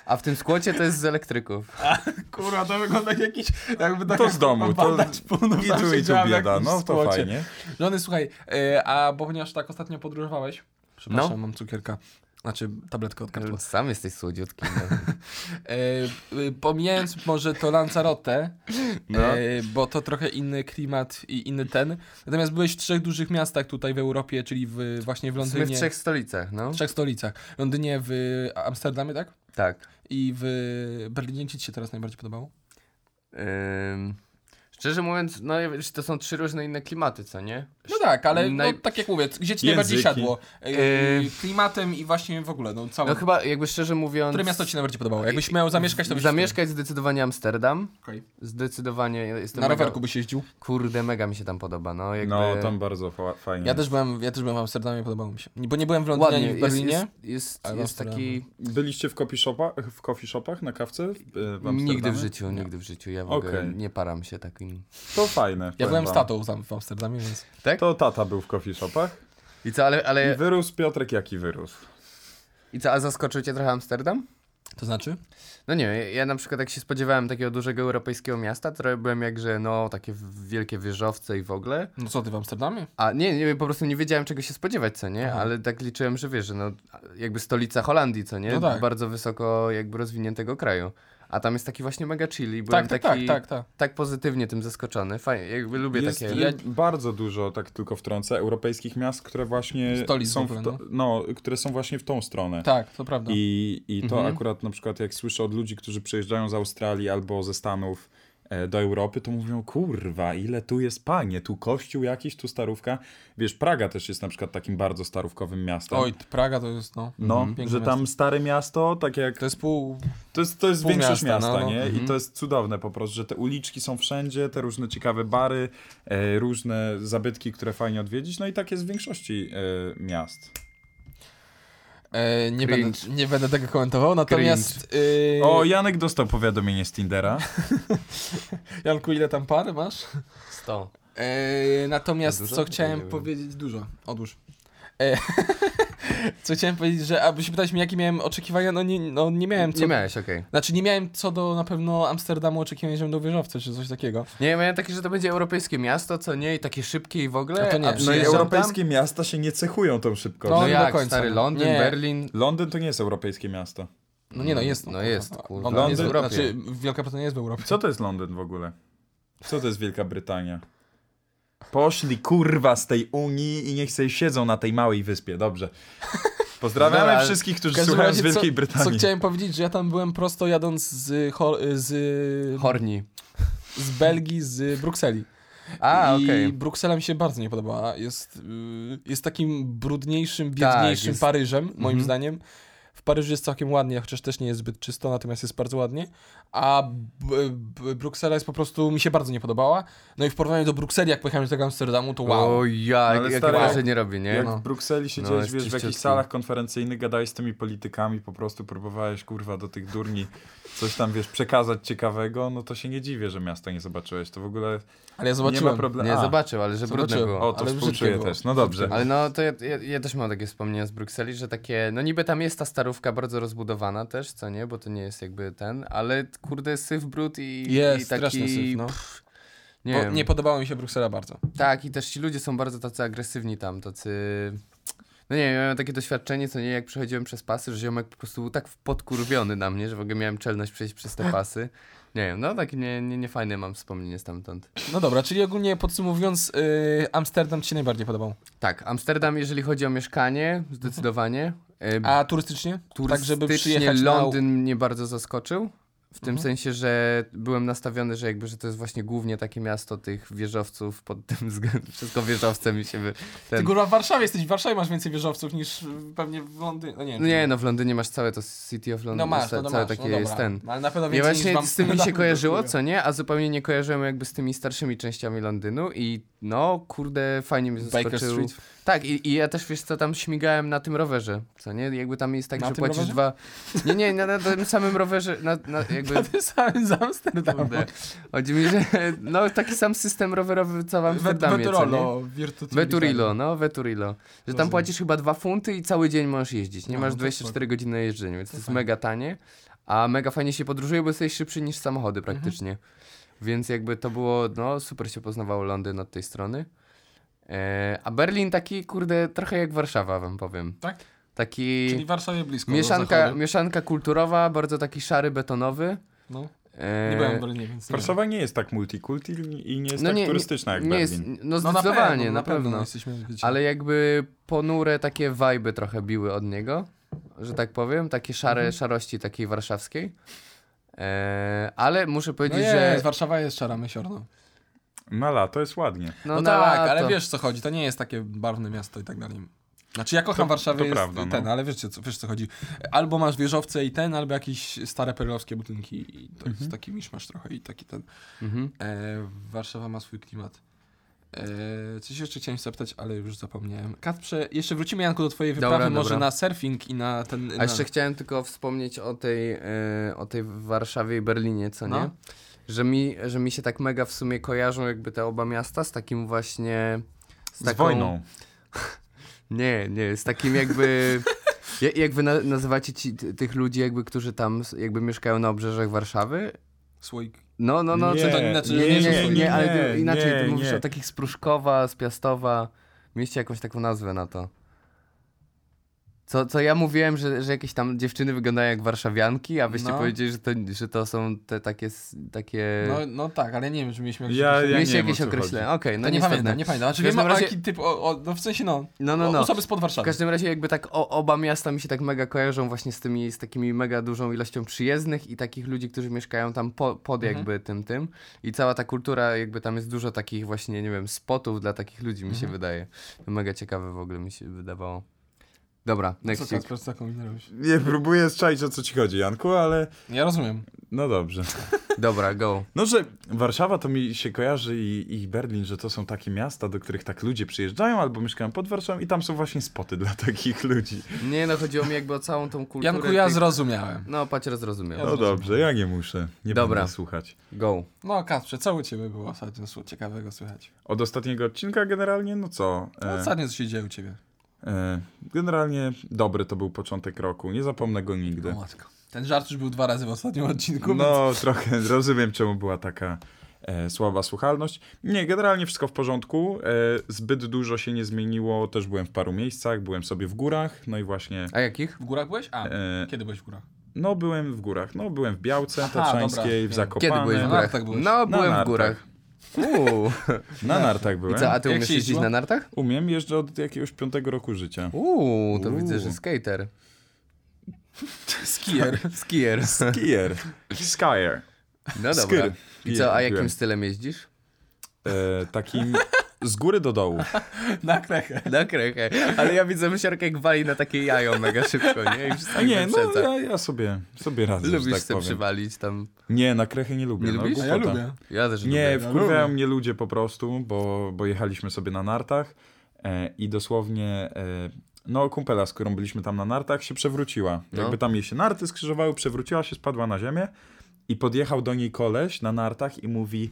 Speaker 2: A w tym skłocie to jest z elektryków.
Speaker 3: Kurwa, to wygląda jak jakiś, jakby taka
Speaker 1: To z domu, to
Speaker 3: banda
Speaker 2: No
Speaker 3: szpunów
Speaker 1: i
Speaker 3: tam
Speaker 1: tu i tu
Speaker 3: siedziała w
Speaker 1: bieda,
Speaker 3: jakimś
Speaker 1: no to
Speaker 3: skłocie.
Speaker 1: fajnie.
Speaker 3: Żony, słuchaj, e, a bo ponieważ tak ostatnio podróżowałeś, przepraszam,
Speaker 2: No.
Speaker 3: mam cukierka, znaczy tabletkę od kartła.
Speaker 2: Sam jesteś słodziutki. No.
Speaker 3: E, e, pomijając może to Lanzarote, e, bo to trochę inny klimat i inny ten, natomiast byłeś w trzech dużych miastach tutaj w Europie, czyli w, właśnie w
Speaker 2: W sumie
Speaker 3: Londynie,
Speaker 2: w trzech stolicach, no.
Speaker 3: w trzech stolicach, w Londynie, w Amsterdamie, tak?
Speaker 2: Tak.
Speaker 3: I w Berlinie, gdzie ci się teraz najbardziej podobało?
Speaker 2: Ym, szczerze mówiąc, no ja wiesz, to są trzy różne inne klimaty, co nie?
Speaker 3: No tak, ale no,
Speaker 2: Naj-
Speaker 3: tak jak mówię, gdzie ci
Speaker 1: Języki.
Speaker 3: najbardziej siadło? E,
Speaker 2: E,
Speaker 3: Klimatem i właśnie w ogóle, no całą...
Speaker 2: No chyba jakby szczerze mówiąc...
Speaker 3: Które miasto ci najbardziej podobało? Jakbyś miał zamieszkać, to byś...
Speaker 2: Zamieszkać zdecydowanie Amsterdam.
Speaker 3: Okej.
Speaker 2: Zdecydowanie jestem
Speaker 3: Na
Speaker 2: mega-
Speaker 3: rowerku byś jeździł?
Speaker 2: Kurde, mega mi się tam podoba, no jakby...
Speaker 1: No, tam bardzo fa- fajnie.
Speaker 3: Ja też, byłem, ja też byłem w Amsterdamie, podobało mi się. Bo nie byłem w Londynie
Speaker 2: Ładnie,
Speaker 3: ani w Berlinie.
Speaker 2: jest, jest,
Speaker 3: ale
Speaker 2: jest,
Speaker 3: w
Speaker 2: jest taki...
Speaker 1: Byliście w coffee shopach, w coffee shopach na kawce w, w Amsterdamie?
Speaker 2: Nigdy w życiu, nigdy w życiu. Ja w ogóle
Speaker 1: Okej.
Speaker 2: nie param się takim.
Speaker 1: To fajne.
Speaker 3: Ja
Speaker 1: powiem
Speaker 3: byłem z
Speaker 1: wam.
Speaker 3: tatą tam w Amsterdamie, więc...
Speaker 1: To tata był w coffee shopach.
Speaker 2: I co, ale,
Speaker 3: E,
Speaker 1: I
Speaker 2: ale
Speaker 1: wyrósł Piotrek jaki wyrósł.
Speaker 2: i co, a zaskoczył cię trochę Amsterdam?
Speaker 3: To znaczy?
Speaker 2: No nie, ja- ja na przykład jak się spodziewałem takiego dużego europejskiego miasta, to byłem jak, że no takie wielkie wieżowce i w ogóle.
Speaker 3: No co ty w Amsterdamie?
Speaker 2: A nie, nie, po prostu nie wiedziałem czego się spodziewać, co nie?
Speaker 3: Aha.
Speaker 2: Ale tak liczyłem, że wiesz, że no jakby stolica Holandii, co nie?
Speaker 3: No tak.
Speaker 2: Bardzo wysoko jakby rozwiniętego kraju. A tam jest taki właśnie mega chilly. Byłem
Speaker 3: Tak, tak, tak,
Speaker 2: taki,
Speaker 3: tak, tak.
Speaker 2: tak pozytywnie tym zaskoczony. Fajnie, jakby lubię
Speaker 1: Jest
Speaker 2: takie...
Speaker 1: y, bardzo dużo, tak tylko wtrącę, europejskich miast, które właśnie
Speaker 3: Stolic
Speaker 1: są
Speaker 3: w ogóle,
Speaker 1: w to, no, które są właśnie w tą stronę.
Speaker 3: Tak, to prawda.
Speaker 1: I, I to
Speaker 2: Mhm.
Speaker 1: akurat na przykład jak słyszę od ludzi, którzy przyjeżdżają z Australii albo ze Stanów e, do Europy, to mówią, kurwa, ile tu jest panie, tu kościół jakiś, tu starówka. Wiesz, Praga też jest na przykład takim bardzo starówkowym miastem.
Speaker 3: Oj, Praga to jest, no...
Speaker 1: no,
Speaker 3: piękne
Speaker 1: że tam stare miasto, tak jak
Speaker 3: To jest pół...
Speaker 1: to jest, to jest
Speaker 3: Pół
Speaker 1: większość
Speaker 3: miasta,
Speaker 1: miasta,
Speaker 3: no, no.
Speaker 1: nie? I to jest cudowne po prostu, że te uliczki są wszędzie, te różne ciekawe bary, e, różne zabytki, które fajnie odwiedzić. No i tak jest w większości e, miast.
Speaker 3: E, nie,
Speaker 2: Cringe.
Speaker 3: będę, nie będę tego komentował, natomiast... Y,
Speaker 1: O, Janek dostał powiadomienie z Tindera.
Speaker 3: Janku, ile tam pary masz?
Speaker 2: 100.
Speaker 3: E, natomiast
Speaker 2: Dużo?
Speaker 3: co
Speaker 2: Nie
Speaker 3: chciałem
Speaker 2: wiem.
Speaker 3: powiedzieć dużo. Odłóż. E, co chciałem powiedzieć, że aby się pytać mnie, jakie miałem oczekiwania, no nie, no nie miałem co.
Speaker 2: Nie miałeś, okej.
Speaker 3: Znaczy nie miałem co do na pewno Amsterdamu oczekiwań, że będą wieżowce czy coś takiego.
Speaker 2: Nie, miałem takie, że to będzie europejskie miasto, co nie? I takie szybkie i w ogóle.
Speaker 3: A to nie. No i
Speaker 1: No i
Speaker 2: przyjeżdżam
Speaker 1: europejskie miasta się nie cechują tą
Speaker 2: Tam...
Speaker 1: szybkością.
Speaker 2: No,
Speaker 3: No nie do
Speaker 2: jak,
Speaker 3: końca,
Speaker 2: stary
Speaker 3: no.
Speaker 2: Londyn,
Speaker 3: Nie.
Speaker 2: Berlin.
Speaker 1: Londyn to nie jest europejskie miasto.
Speaker 3: No nie no, jest.
Speaker 2: No jest, kurwa.
Speaker 3: Londyn jest w
Speaker 1: Londyn-
Speaker 3: Europie. Znaczy Wielka Brytania jest w Europie.
Speaker 1: Co to jest Londyn w ogóle? Co to jest Wielka Brytania? Poszli kurwa z tej Unii i niech sobie siedzą na tej małej wyspie, dobrze. Pozdrawiamy
Speaker 2: Dobra, ale
Speaker 1: wszystkich,
Speaker 3: No, W
Speaker 1: którzy
Speaker 3: każdym
Speaker 1: słuchają z
Speaker 3: razie,
Speaker 1: Wielkiej
Speaker 3: co,
Speaker 1: Brytanii.
Speaker 3: Co chciałem powiedzieć, że ja tam byłem prosto jadąc z, Hol- z,
Speaker 2: Horni.
Speaker 3: z Belgii, z Brukseli.
Speaker 2: A,
Speaker 3: I
Speaker 2: okej.
Speaker 3: Bruksela mi się bardzo nie podobała. Jest, y, jest takim brudniejszym, biedniejszym
Speaker 2: Tak, jest.
Speaker 3: Paryżem, moim
Speaker 2: Mhm.
Speaker 3: zdaniem. W Paryżu jest całkiem ładnie, chociaż też nie jest zbyt czysto, natomiast jest bardzo ładnie. A b, b, Bruksela jest po prostu, mi się bardzo nie podobała. No i w porównaniu do Brukseli, jak pojechałem do tego Amsterdamu, to wow.
Speaker 2: O ja,
Speaker 1: No ale
Speaker 2: jakie
Speaker 1: stary,
Speaker 2: wrażenie robi, nie?
Speaker 1: Jak
Speaker 3: no.
Speaker 1: w Brukseli
Speaker 2: No,
Speaker 1: siedziałeś,
Speaker 2: jest
Speaker 1: wiesz, w jakichś
Speaker 2: czyściutki.
Speaker 1: salach konferencyjnych, gadałeś z tymi politykami, po prostu próbowałeś, kurwa, do tych durni coś tam, wiesz, przekazać ciekawego, no to się nie dziwię, że miasta nie zobaczyłeś. To w ogóle
Speaker 3: Ale ja
Speaker 1: nie ma
Speaker 3: zobaczyłem.
Speaker 1: problemu.
Speaker 2: Nie
Speaker 1: A,
Speaker 2: zobaczył, ale że brudne
Speaker 3: Zobaczyłem.
Speaker 2: było.
Speaker 1: O, to
Speaker 3: ale
Speaker 1: współczuję
Speaker 3: brzydkie było.
Speaker 1: też. No dobrze.
Speaker 2: Ale no, to ja, ja, ja też mam takie wspomnienia z Brukseli, że takie, no niby tam jest ta starówka bardzo rozbudowana też, co nie, bo to nie jest jakby ten, ale kurde syf brud i,
Speaker 3: Jest,
Speaker 2: i taki,
Speaker 3: straszny syf, no.
Speaker 2: nie,
Speaker 3: Bo
Speaker 2: wiem.
Speaker 3: nie podobała mi się Bruksela bardzo.
Speaker 2: Tak, i też ci ludzie są bardzo tacy agresywni tam, tacy... No nie wiem, ja miałem takie doświadczenie, co nie, jak przechodziłem przez pasy, że ziomek po prostu był tak podkurwiony na mnie, że w ogóle miałem czelność przejść przez te pasy. Nie wiem, no takie nie, nie, niefajne mam wspomnienie stamtąd.
Speaker 3: No dobra, czyli ogólnie podsumowując, y, Amsterdam ci się najbardziej podobał.
Speaker 2: Tak, Amsterdam, jeżeli chodzi o mieszkanie, zdecydowanie. E,
Speaker 3: A turystycznie?
Speaker 2: turystycznie
Speaker 3: tak, żeby Tak, przyjechać na- Mhm.
Speaker 2: Londyn mnie bardzo zaskoczył. W tym sensie, że byłem nastawiony, że jakby, że to jest właśnie głównie takie miasto tych wieżowców pod tym względem. Wszystko wieżowce mi się wy...
Speaker 3: Ty
Speaker 2: ten-
Speaker 3: kurwa w Warszawie jesteś, w Warszawie masz więcej wieżowców niż y, pewnie w Londynie. No nie,
Speaker 2: No nie, no w Londynie masz całe to City of London,
Speaker 3: no masz,
Speaker 2: ca-
Speaker 3: no, no
Speaker 2: całe
Speaker 3: masz,
Speaker 2: takie
Speaker 3: no dobra.
Speaker 2: jest ten.
Speaker 3: No, ale na pewno
Speaker 2: Ja
Speaker 3: więcej niż
Speaker 2: właśnie
Speaker 3: wam
Speaker 2: z tym mi się
Speaker 3: sprzedano,
Speaker 2: kojarzyło,
Speaker 3: kurwa.
Speaker 2: co nie? A zupełnie nie kojarzyłem jakby z tymi starszymi częściami Londynu i no, kurde, fajnie mnie zaskoczył.
Speaker 3: Baker Street.
Speaker 2: Tak, i, i ja też wiesz co, tam śmigałem na tym rowerze, co nie? Jakby tam jest tak,
Speaker 3: Na
Speaker 2: że
Speaker 3: tym
Speaker 2: płacisz
Speaker 3: rowerze?
Speaker 2: dwa... Nie, nie, na, na tym samym rowerze, na, na jakby...
Speaker 3: Na tym samym z Amsterdamu.
Speaker 2: Kurde. Chodzi mi, że no taki sam system rowerowy co w Amsterdamie, co nie?
Speaker 3: Veturolo, Virtu
Speaker 2: Veturilo, no Veturilo. Że tam
Speaker 3: Rozumiem.
Speaker 2: płacisz chyba dwa funty i cały dzień możesz jeździć. Nie
Speaker 3: No,
Speaker 2: masz
Speaker 3: no to
Speaker 2: 24 godziny na jeżdżeniu, więc to jest
Speaker 3: fajnie.
Speaker 2: mega tanie. A mega fajnie się podróżuje, bo jesteś szybszy niż samochody
Speaker 3: Mhm.
Speaker 2: praktycznie. Więc jakby to było, no super się poznawało Londyn od tej strony. E, a Berlin taki, kurde, trochę jak Warszawa wam powiem.
Speaker 3: Tak?
Speaker 2: Taki
Speaker 3: Czyli w Warszawie blisko. do
Speaker 2: no mieszanka,
Speaker 3: zachodu.
Speaker 2: mieszanka kulturowa, bardzo taki szary, betonowy.
Speaker 3: No,
Speaker 2: E,
Speaker 3: nie byłem w Berlinie, więc nie wiem.
Speaker 1: Warszawa nie jest tak multikulti i nie jest tak turystyczna jak
Speaker 2: No nie
Speaker 1: Berlin.
Speaker 2: jest, No
Speaker 3: No na pewno,
Speaker 2: zdecydowanie, na, pewno.
Speaker 3: no, jesteśmy wiecie,
Speaker 2: Ale jakby ponure takie wajby trochę biły od niego, że tak powiem, takie szare
Speaker 3: Mhm.
Speaker 2: szarości takiej warszawskiej. E, ale muszę
Speaker 3: no
Speaker 2: powiedzieć,
Speaker 3: jest,
Speaker 2: że...
Speaker 3: Warszawa jest szara myśorną.
Speaker 1: Na lato jest ładnie.
Speaker 3: No,
Speaker 2: na
Speaker 3: tak, ale
Speaker 2: lato.
Speaker 3: wiesz co chodzi, to nie jest takie barwne miasto i tak dalej. Znaczy ja kocham
Speaker 1: To-
Speaker 3: Warszawę,
Speaker 1: to
Speaker 3: jest
Speaker 1: prawda, no.
Speaker 3: ten, ale wiesz co, wiesz co chodzi. Albo masz wieżowce i ten, albo jakieś stare perelowskie budynki i to
Speaker 1: Mhm.
Speaker 3: jest taki miszmasz trochę i taki ten.
Speaker 2: Mhm.
Speaker 3: E, Warszawa ma swój klimat. E, coś jeszcze chciałem zapytać, ale już zapomniałem. Katprze, jeszcze wrócimy Janku do twojej
Speaker 2: Dobra,
Speaker 3: wyprawy może
Speaker 2: dobra.
Speaker 3: na surfing i na ten...
Speaker 2: A
Speaker 3: na...
Speaker 2: jeszcze chciałem tylko wspomnieć o tej, e, o tej Warszawie i Berlinie, co
Speaker 3: No.
Speaker 2: nie? Że mi, że mi się tak mega w sumie kojarzą jakby te oba miasta z takim właśnie...
Speaker 1: Z wojną.
Speaker 2: Nie, nie, z takim jakby. Ja- Jak wy na, nazywacie ci, ty, tych ludzi, jakby, którzy tam s- jakby mieszkają na obrzeżach Warszawy?
Speaker 3: Słoik.
Speaker 2: No, no, no.
Speaker 1: Nie,
Speaker 2: czy to,
Speaker 3: nie,
Speaker 2: znaczy,
Speaker 3: nie,
Speaker 2: nie, nie, nie,
Speaker 3: nie,
Speaker 2: ale
Speaker 1: nie,
Speaker 2: inaczej, ty
Speaker 1: nie,
Speaker 2: mówisz
Speaker 1: nie.
Speaker 2: o tak- takich z Pruszkowa, z Piastowa. Mieliście jakąś taką nazwę na to. Co, co ja mówiłem, że, że jakieś tam dziewczyny wyglądają jak warszawianki, a wyście
Speaker 3: No.
Speaker 2: powiedzieli, że to, że to są te takie... s- takie...
Speaker 3: No, no tak, ale nie wiem, czy mieliśmy jakieś...
Speaker 1: Ja- ja-
Speaker 2: mieliście
Speaker 1: nie wiem,
Speaker 2: jakieś
Speaker 1: o co
Speaker 2: określenia. Okej, no
Speaker 3: to nie
Speaker 2: niestety.
Speaker 3: pamiętam, nie pamiętam. Znaczy
Speaker 2: W
Speaker 3: wiem,
Speaker 2: każdym
Speaker 3: razie...
Speaker 2: razie-
Speaker 3: jaki typ, o, o, no w sensie no,
Speaker 2: No, no,
Speaker 3: o-
Speaker 2: no.
Speaker 3: osoby spod
Speaker 2: W
Speaker 3: Warszawy.
Speaker 2: każdym razie jakby tak o, oba miasta mi się tak mega kojarzą właśnie z tymi, z takimi mega dużą ilością przyjezdnych i takich ludzi, którzy mieszkają tam po, pod
Speaker 3: Mhm.
Speaker 2: jakby tym, tym i cała ta kultura jakby tam jest dużo takich właśnie, nie wiem, spotów dla takich ludzi mi
Speaker 3: Mhm.
Speaker 2: się wydaje. To mega ciekawe w ogóle mi się wydawało. Dobra,
Speaker 3: No Co
Speaker 2: next week.
Speaker 3: Kacper, co kombinujesz?
Speaker 1: Nie próbuję strzelić o co ci chodzi, Janku, ale
Speaker 3: Ja rozumiem.
Speaker 1: no dobrze.
Speaker 2: Dobra, go.
Speaker 1: No, że Warszawa to mi się kojarzy i, i Berlin, że to są takie miasta, do których tak ludzie przyjeżdżają albo mieszkają pod Warszawą i tam są właśnie spoty dla takich ludzi.
Speaker 2: Nie no, chodziło mi jakby o całą tą kulturę.
Speaker 3: Janku, ja
Speaker 2: tych-
Speaker 3: zrozumiałem.
Speaker 2: No, patrz, zrozumiał.
Speaker 1: No dobrze, ja nie muszę. Nie
Speaker 2: Dobra.
Speaker 1: będę słuchać.
Speaker 2: Go.
Speaker 3: No Kacprze, co u ciebie było ostatnio sło- ciekawego słychać?
Speaker 1: Od ostatniego odcinka generalnie, no co?
Speaker 3: No,
Speaker 1: E,
Speaker 3: Ostatnio co się dzieje u ciebie?
Speaker 1: e, generalnie dobry to był początek roku, nie zapomnę go nigdy.
Speaker 3: O matko. Ten żart już był dwa razy w ostatnim odcinku. więc-
Speaker 1: No, trochę rozumiem, czemu była taka e, słaba słuchalność. Nie, generalnie wszystko w porządku. E, zbyt dużo się nie zmieniło. Też byłem w paru miejscach, byłem sobie w górach, no i właśnie.
Speaker 2: A jakich?
Speaker 3: W górach byłeś? A,
Speaker 1: E,
Speaker 3: kiedy byłeś w górach?
Speaker 1: no, byłem w górach. No, byłem w Białce
Speaker 3: Aha,
Speaker 1: Tatrzańskiej,
Speaker 3: dobra.
Speaker 1: w
Speaker 2: Kiedy
Speaker 1: Zakopane.
Speaker 2: byłeś w
Speaker 3: Na
Speaker 2: górach?
Speaker 3: nartach byłeś.
Speaker 2: No,
Speaker 1: Na
Speaker 2: byłem w
Speaker 1: nartach.
Speaker 2: górach. Uuu.
Speaker 1: Na nartach byłem.
Speaker 2: I co, a ty
Speaker 3: Jak
Speaker 2: umiesz
Speaker 3: się
Speaker 2: jeździć
Speaker 3: jeździło?
Speaker 2: na nartach?
Speaker 1: Umiem, jeżdżę od jakiegoś piątego roku życia.
Speaker 2: Uuu, to widzę, że
Speaker 1: Uuu.
Speaker 2: skater.
Speaker 3: Skier.
Speaker 2: Skier.
Speaker 1: Skier. Skyer.
Speaker 2: No dobra.
Speaker 1: Skier.
Speaker 2: I co, a jakim
Speaker 1: Piłem.
Speaker 2: stylem jeździsz?
Speaker 1: E, takim z góry do dołu.
Speaker 3: Na krechę.
Speaker 2: Na krechę. Ale ja widzę myślarkę jak wali na takie jajo mega szybko, nie? I
Speaker 1: A
Speaker 2: wszystko
Speaker 1: nie, no
Speaker 2: wyprzedza.
Speaker 1: ja, ja sobie, sobie radzę,
Speaker 2: tak Lubisz
Speaker 1: że tak
Speaker 2: sobie
Speaker 1: powiem.
Speaker 2: przywalić tam.
Speaker 1: Nie, na krechę nie lubię.
Speaker 2: Nie
Speaker 1: no,
Speaker 2: lubisz?
Speaker 3: A
Speaker 1: głupota.
Speaker 3: ja lubię.
Speaker 2: Ja też
Speaker 1: Nie,
Speaker 2: lubię.
Speaker 1: wkurwiają mnie ludzie po prostu, bo, bo jechaliśmy sobie na nartach e, i dosłownie, e, no kumpela, z którą byliśmy tam na nartach, się przewróciła.
Speaker 2: No.
Speaker 1: Jakby tam jej się narty skrzyżowały, przewróciła się, spadła na ziemię i podjechał do niej koleś na nartach i mówi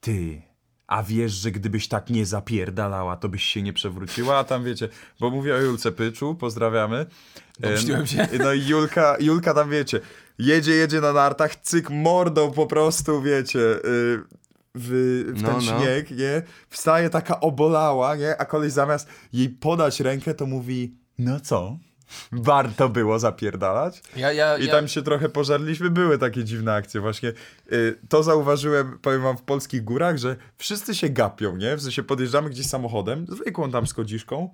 Speaker 1: ty... A wiesz, że gdybyś tak nie zapierdalała, to byś się nie przewróciła, a tam wiecie, bo mówię o Julce Pyczu, pozdrawiamy.
Speaker 3: Domyśliłem się.
Speaker 1: I No i Julka, Julka tam wiecie, jedzie, jedzie na nartach, cyk mordą po prostu, wiecie, y, w, w ten
Speaker 2: No, no.
Speaker 1: śnieg, nie? Wstaje taka obolała, nie? A koleś zamiast jej podać rękę, to mówi, no co? Warto było zapierdalać.
Speaker 3: Ja, ja,
Speaker 1: I
Speaker 3: ja...
Speaker 1: tam się trochę pożarliśmy, były takie dziwne akcje właśnie. Y, To zauważyłem, powiem wam, w polskich górach, że wszyscy się gapią, nie? W sensie podjeżdżamy gdzieś samochodem, zwykłą tam z kodziszką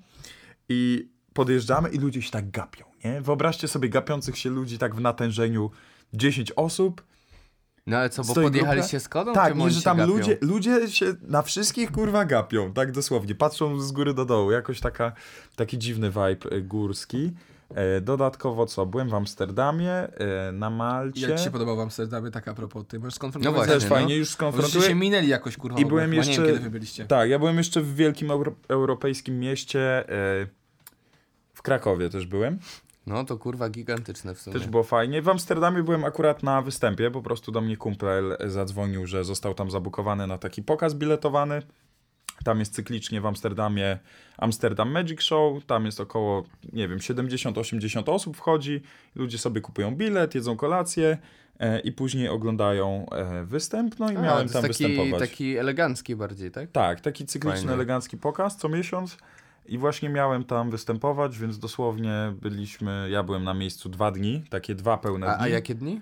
Speaker 1: i podjeżdżamy i ludzie się tak gapią, nie? Wyobraźcie sobie gapiących się ludzi tak w natężeniu 10 osób.
Speaker 2: No ale co, bo
Speaker 1: Stoi
Speaker 2: podjechali
Speaker 1: grupka?
Speaker 2: się Skodą?
Speaker 1: tak,
Speaker 2: czym
Speaker 1: nie,
Speaker 2: oni
Speaker 1: że
Speaker 2: się
Speaker 1: tam
Speaker 2: gapią?
Speaker 1: ludzie, ludzie się na wszystkich kurwa gapią, tak dosłownie. Patrzą z góry do dołu, jakoś taka, taki dziwny vibe y, górski. E, Dodatkowo co, byłem w Amsterdamie, e, na
Speaker 3: I
Speaker 1: Malcie.
Speaker 3: Jak ci się podobał Amsterdamie, tak a propos, ty możesz skonfrontować.
Speaker 2: No właśnie,
Speaker 1: Też
Speaker 2: no.
Speaker 1: fajnie, już
Speaker 3: Żeście
Speaker 1: skonfrontuję.
Speaker 3: się minęli jakoś, kurwa.
Speaker 1: I
Speaker 3: obok,
Speaker 1: byłem
Speaker 3: bo Nie
Speaker 1: jeszcze-
Speaker 3: wiem, kiedy wy byliście.
Speaker 1: Tak, ja byłem jeszcze w wielkim euro- europejskim mieście. e, W Krakowie też byłem.
Speaker 2: No to kurwa gigantyczne w sumie.
Speaker 1: Też było fajnie. W Amsterdamie byłem akurat na występie. Po prostu do mnie kumpel zadzwonił, że został tam zabukowany na taki pokaz biletowany. Tam jest cyklicznie w Amsterdamie Amsterdam Magic Show. Tam jest około, nie wiem, 70-80 osób wchodzi. Ludzie sobie kupują bilet, jedzą kolację e, i później oglądają e, występ. No i
Speaker 2: A, to
Speaker 1: miałem
Speaker 2: jest
Speaker 1: tam
Speaker 2: taki,
Speaker 1: występować.
Speaker 2: taki elegancki bardziej, tak?
Speaker 1: Tak, taki cykliczny,
Speaker 2: Fajne.
Speaker 1: elegancki pokaz co miesiąc. I właśnie miałem tam występować, więc dosłownie byliśmy, ja byłem na miejscu dwa dni, takie dwa pełne
Speaker 2: A,
Speaker 1: dni.
Speaker 2: a jakie dni?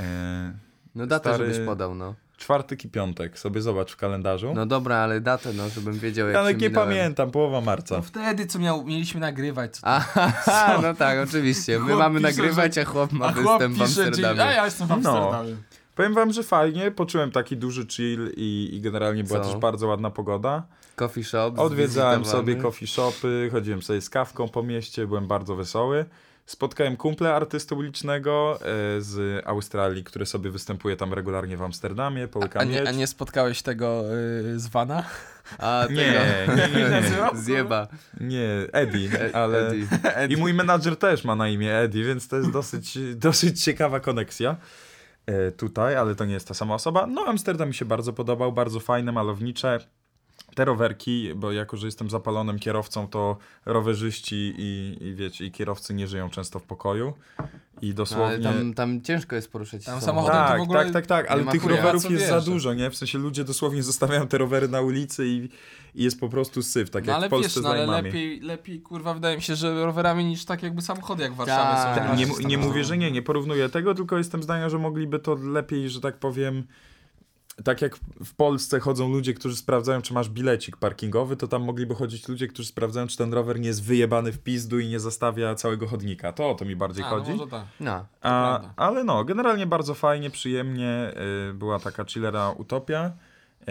Speaker 1: E,
Speaker 2: No datę,
Speaker 1: Stary-
Speaker 2: żebyś podał, no.
Speaker 1: czwartek i piątek, sobie zobacz w kalendarzu.
Speaker 2: No dobra, ale datę, no, żebym wiedział, jak
Speaker 1: ja
Speaker 2: się
Speaker 1: nie
Speaker 2: minąłem.
Speaker 1: pamiętam, połowa marca.
Speaker 3: No wtedy, co miał, mieliśmy nagrywać. Co...
Speaker 2: Aha, no tak, oczywiście. My
Speaker 3: Chłop
Speaker 2: mamy
Speaker 3: pisze,
Speaker 2: nagrywać, a chłop ma
Speaker 3: A chłop
Speaker 2: występ w
Speaker 3: pisze, dzień...
Speaker 2: Amsterdamie.
Speaker 3: a ja jestem w
Speaker 1: No.
Speaker 3: Amsterdamie.
Speaker 1: Powiem wam, że fajnie, poczułem taki duży chill i, i generalnie była
Speaker 2: Co?
Speaker 1: też bardzo ładna pogoda.
Speaker 2: Coffee shop.
Speaker 1: Odwiedzałem
Speaker 2: zwizytowany.
Speaker 1: sobie coffee shopy, chodziłem sobie z kawką po mieście, byłem bardzo wesoły. Spotkałem kumple artysty ulicznego e, z Australii, który sobie występuje tam regularnie w Amsterdamie,
Speaker 3: A,
Speaker 1: połykam
Speaker 3: nie, a nie spotkałeś tego y, z Vana?
Speaker 2: A,
Speaker 1: Nie,
Speaker 2: tego-
Speaker 1: nie, nie,
Speaker 3: nie.
Speaker 2: Zjeba.
Speaker 1: Nie, Eddie,
Speaker 2: E-
Speaker 1: ale...
Speaker 2: Eddie.
Speaker 1: I mój menadżer też ma na imię Eddie, więc to jest dosyć, dosyć ciekawa koneksja e, tutaj, ale to nie jest ta sama osoba. No, Amsterdam mi się bardzo podobał, bardzo fajne, malownicze. Te rowerki, bo jako, że jestem zapalonym kierowcą, to rowerzyści i, i wiecie, i kierowcy nie żyją często w pokoju. I
Speaker 2: Ale
Speaker 3: No,
Speaker 1: dosłownie...
Speaker 2: tam, tam ciężko jest poruszyć
Speaker 3: Tam
Speaker 2: się
Speaker 3: samochodem to
Speaker 2: samochodem.
Speaker 1: Tak,
Speaker 3: w ogóle
Speaker 1: tak, tak, tak, ale
Speaker 2: ma
Speaker 1: tych
Speaker 2: chuja.
Speaker 1: rowerów
Speaker 3: Co
Speaker 1: jest za
Speaker 3: wierzę.
Speaker 1: dużo, nie? W sensie ludzie dosłownie zostawiają te rowery na ulicy i, i jest po prostu syf, tak
Speaker 3: no
Speaker 1: jak
Speaker 3: ale
Speaker 1: w Polsce
Speaker 3: wiesz,
Speaker 1: z
Speaker 3: no, ale
Speaker 1: najmami.
Speaker 3: lepiej, lepiej, kurwa, wydaje mi się, że rowerami niż tak jakby samochody jak w Warszawie
Speaker 2: Tak.
Speaker 3: są.
Speaker 2: Tak,
Speaker 1: Nie,
Speaker 3: Raczej
Speaker 1: nie
Speaker 3: tam-
Speaker 1: mówię, że nie, nie porównuję tego, tylko jestem zdania, że mogliby to lepiej, że tak powiem. Tak jak w Polsce chodzą ludzie, którzy sprawdzają, czy masz bilecik parkingowy, to tam mogliby chodzić ludzie, którzy sprawdzają, czy ten rower nie jest wyjebany w pizdu i nie zostawia całego chodnika. To o to mi bardziej
Speaker 3: A, no
Speaker 1: chodzi.
Speaker 3: może tak.
Speaker 2: No.
Speaker 1: A,
Speaker 3: prawda.
Speaker 1: ale no, generalnie bardzo fajnie, przyjemnie y, była taka chillera utopia.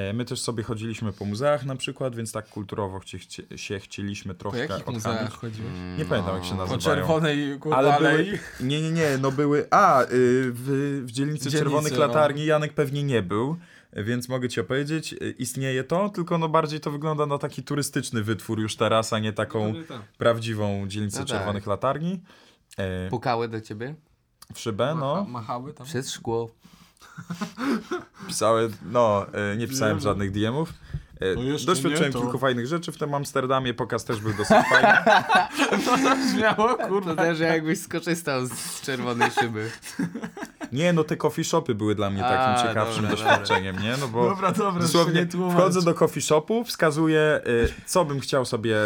Speaker 1: Y, my też sobie chodziliśmy po muzeach na przykład, więc tak kulturowo chci- chci- się chcieliśmy
Speaker 3: Po
Speaker 1: troszkę
Speaker 3: jakich muzeach
Speaker 1: odchamić.
Speaker 3: chodziłeś?
Speaker 1: Nie pamiętam, jak się
Speaker 3: Po
Speaker 1: nazywają.
Speaker 3: czerwonej, kurwa,
Speaker 1: Ale
Speaker 3: alei?
Speaker 1: były, nie, nie, nie, no były, a y, w, w dzielnicy
Speaker 3: Dzielnicy,
Speaker 1: Czerwonych
Speaker 3: no.
Speaker 1: Latarni Janek pewnie nie był, więc mogę ci opowiedzieć, y, istnieje to, tylko no bardziej to wygląda na taki turystyczny wytwór już teraz, a nie taką
Speaker 3: Pewnie tak.
Speaker 1: prawdziwą dzielnicę
Speaker 2: No tak.
Speaker 1: Czerwonych Latarni. E,
Speaker 2: Pukały do ciebie?
Speaker 1: w szybę,
Speaker 3: Macha-
Speaker 1: no,
Speaker 3: Machały tam.
Speaker 2: Przez szkło.
Speaker 1: pisałem, no, e, nie pisałem żadnych DM-ów. E,
Speaker 3: No jeszcze
Speaker 1: Doświadczyłem
Speaker 3: nie, to-
Speaker 1: kilku fajnych rzeczy w tym Amsterdamie, pokaz też był dosyć fajny.
Speaker 3: Śmiało,
Speaker 2: To
Speaker 1: Tak,
Speaker 3: kurwa.
Speaker 2: też jakbyś skorzystał z- z czerwonej szyby.
Speaker 1: Nie, no te coffee shopy były dla mnie takim
Speaker 2: A,
Speaker 1: ciekawszym
Speaker 2: dobra,
Speaker 1: doświadczeniem, nie, no bo...
Speaker 3: Dobra, dobra, jeszcze
Speaker 1: Dosłownie
Speaker 3: nie tłumacz.
Speaker 1: wchodzę do coffee shopu, wskazuję, y, co bym chciał sobie,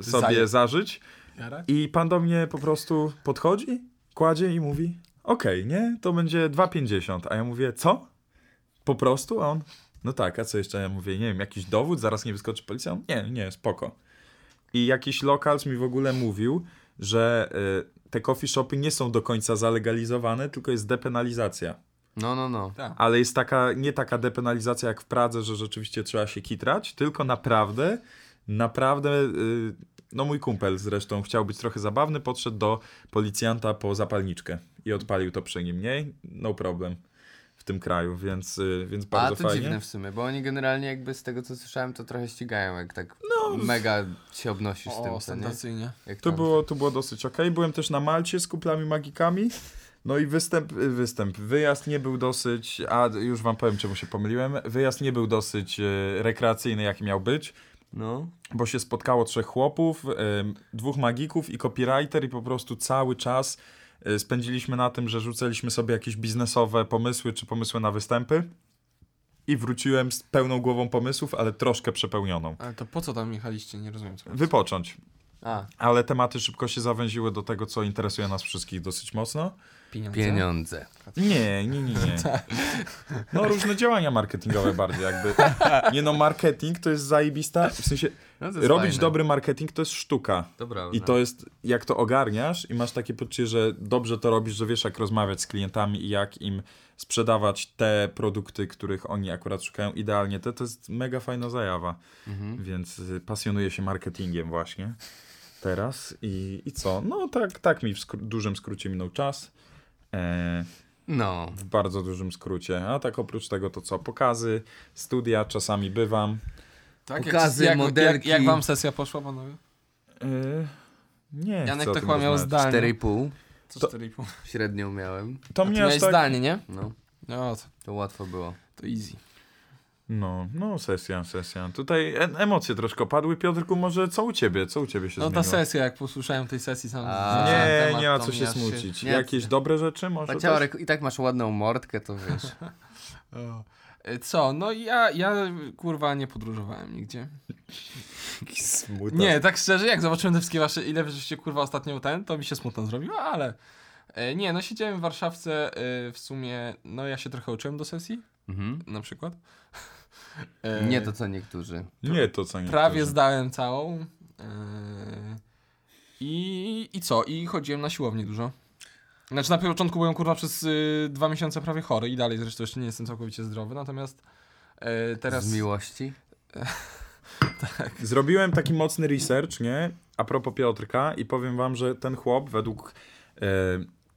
Speaker 1: y, sobie
Speaker 3: Zaje-
Speaker 1: zażyć
Speaker 3: Jarek?
Speaker 1: i pan do mnie po prostu podchodzi, kładzie i mówi, okej, nie, to będzie 2,50, a ja mówię, co? Po prostu? A on, no tak, a co jeszcze? Ja mówię, nie wiem, jakiś dowód, zaraz nie wyskoczy policja? On, nie, nie, spoko. I jakiś lokal mi w ogóle mówił, że y, te coffee shopy nie są do końca zalegalizowane, tylko jest depenalizacja.
Speaker 2: No, no, no.
Speaker 3: Tak.
Speaker 1: Ale jest taka, nie taka depenalizacja jak w Pradze, że rzeczywiście trzeba się kitrać, tylko naprawdę, naprawdę, y, no mój kumpel zresztą chciał być trochę zabawny, podszedł do policjanta po zapalniczkę i odpalił to przy nim, nie? No problem w tym kraju, więc, y, więc
Speaker 2: A
Speaker 1: bardzo
Speaker 2: to
Speaker 1: fajnie.
Speaker 2: dziwne w sumie, bo oni generalnie jakby z tego co słyszałem, to trochę ścigają, jak tak mega się obnosisz
Speaker 3: O,
Speaker 2: z tym, co nie?
Speaker 3: ostentacyjnie.
Speaker 2: Jak
Speaker 1: No. To
Speaker 2: tam-
Speaker 1: było, to było dosyć okej. Byłem też na Malcie z kuplami magikami. No i występ, y, występ, wyjazd nie był dosyć, a już wam powiem czemu się pomyliłem, wyjazd nie był dosyć y, rekreacyjny jaki miał być.
Speaker 2: No.
Speaker 1: bo się spotkało trzech chłopów, em, dwóch magików i copywriter i po prostu cały czas e, spędziliśmy na tym, że rzucaliśmy sobie jakieś biznesowe pomysły czy pomysły na występy i wróciłem z pełną głową pomysłów, ale troszkę przepełnioną.
Speaker 3: Ale to po co tam jechaliście? Nie rozumiem. Co
Speaker 1: Wypocząć.
Speaker 2: A,
Speaker 1: Ale tematy szybko się zawęziły do tego, co interesuje nas wszystkich dosyć mocno.
Speaker 3: Pieniądze.
Speaker 2: Pieniądze.
Speaker 1: Nie, nie, nie, nie.
Speaker 2: Tak.
Speaker 1: No różne działania marketingowe bardziej jakby. Nie no, marketing to jest zajebista, w sensie
Speaker 2: No, to jest
Speaker 1: robić
Speaker 2: fajne. Mhm.
Speaker 1: dobry marketing to jest sztuka.
Speaker 2: To prawda.
Speaker 1: I to jest, jak to ogarniasz i masz takie poczucie, że dobrze to robisz, że wiesz jak rozmawiać z klientami i jak im sprzedawać te produkty, których oni akurat szukają idealnie, to, to jest mega fajna zajawa.
Speaker 2: Mhm.
Speaker 1: Więc y, pasjonuję się marketingiem właśnie teraz i, i co? No tak, tak mi w skró- dużym skrócie minął czas. E,
Speaker 2: No.
Speaker 1: w bardzo dużym skrócie. A tak oprócz tego to co? Pokazy, studia, czasami bywam.
Speaker 3: Tak,
Speaker 2: Pokazy,
Speaker 3: jak, jak, jak,
Speaker 2: modelki.
Speaker 3: jak wam sesja poszła, panowie?
Speaker 1: Yy, nie chcę
Speaker 3: Janek
Speaker 1: o
Speaker 3: to
Speaker 1: tym
Speaker 3: chyba miał
Speaker 1: rozmawiać.
Speaker 3: zdanie.
Speaker 2: 4,5
Speaker 3: Co
Speaker 1: To-
Speaker 3: 4,5?
Speaker 2: średnią miałem.
Speaker 1: To
Speaker 3: A ty
Speaker 1: mnie
Speaker 3: miałeś
Speaker 1: aż tak...
Speaker 3: zdanie, nie?
Speaker 2: No,
Speaker 3: No, to,
Speaker 2: to łatwo było.
Speaker 3: to easy.
Speaker 1: No, no sesja, sesja. Tutaj e- emocje troszkę padły. Piotrku, może co u ciebie? Co u ciebie się
Speaker 3: No ta
Speaker 1: zmieniło?
Speaker 3: sesja, jak posłyszałem tej sesji sam
Speaker 2: A,
Speaker 3: sam
Speaker 1: Nie,
Speaker 3: temat,
Speaker 1: nie ma
Speaker 3: to
Speaker 1: co
Speaker 3: mi
Speaker 1: się
Speaker 3: aż
Speaker 1: smucić.
Speaker 2: nie-
Speaker 1: Jakieś dobre rzeczy może też?
Speaker 2: Paciorek, i tak masz ładną mordkę, to wiesz.
Speaker 3: O. E, Co? No ja, ja kurwa nie podróżowałem nigdzie.
Speaker 1: Jakiś smutek.
Speaker 3: Nie, tak szczerze, jak zobaczyłem te wszystkie wasze, ile żeście kurwa ostatnio ten, to mi się smutno zrobiło, ale... e, Nie, no siedziałem w Warszawce e, w sumie, no ja się trochę uczyłem do sesji,
Speaker 2: Mhm.
Speaker 3: na przykład. E,
Speaker 2: Nie to co niektórzy.
Speaker 1: Nie to co nie.
Speaker 3: Prawie zdałem całą. e, I, I co? I chodziłem na siłownię dużo. Znaczy na początku byłem kurwa przez y, dwa miesiące prawie chory i dalej zresztą jeszcze nie jestem całkowicie zdrowy, natomiast e, teraz...
Speaker 2: Z miłości.
Speaker 1: Zrobiłem taki mocny research, nie? A propos Piotrka i powiem wam, że ten chłop według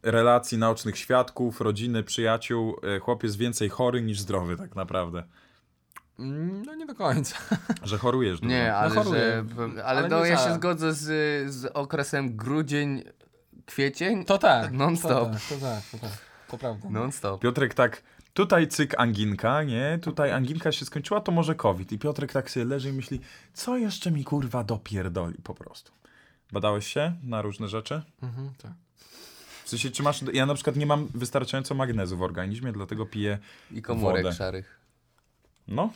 Speaker 1: e, relacji naocznych świadków, rodziny, przyjaciół, e, chłop jest więcej chory niż zdrowy tak naprawdę.
Speaker 3: Mm, No nie do końca.
Speaker 1: Że chorujesz dużo.
Speaker 2: Nie, ale
Speaker 3: choruję.
Speaker 2: że, ale,
Speaker 3: Ale
Speaker 2: no,
Speaker 3: nie
Speaker 2: ja się
Speaker 3: cała.
Speaker 2: zgodzę z, z okresem grudzień, kwiecień.
Speaker 3: To tak.
Speaker 2: Non stop. No.
Speaker 3: To tak, to tak, to, tak. to prawda.
Speaker 2: Non stop.
Speaker 1: Piotrek tak, tutaj cyk anginka, nie? Tutaj anginka się skończyła, to może COVID. I Piotrek tak sobie leży i myśli, co jeszcze mi kurwa dopierdoli po prostu. Badałeś się na różne rzeczy?
Speaker 3: Mhm, tak.
Speaker 1: W sensie, czy masz... Ja na przykład nie mam wystarczająco magnezu w organizmie, dlatego piję...
Speaker 2: I komórek
Speaker 1: Wodę.
Speaker 2: szarych.
Speaker 1: No,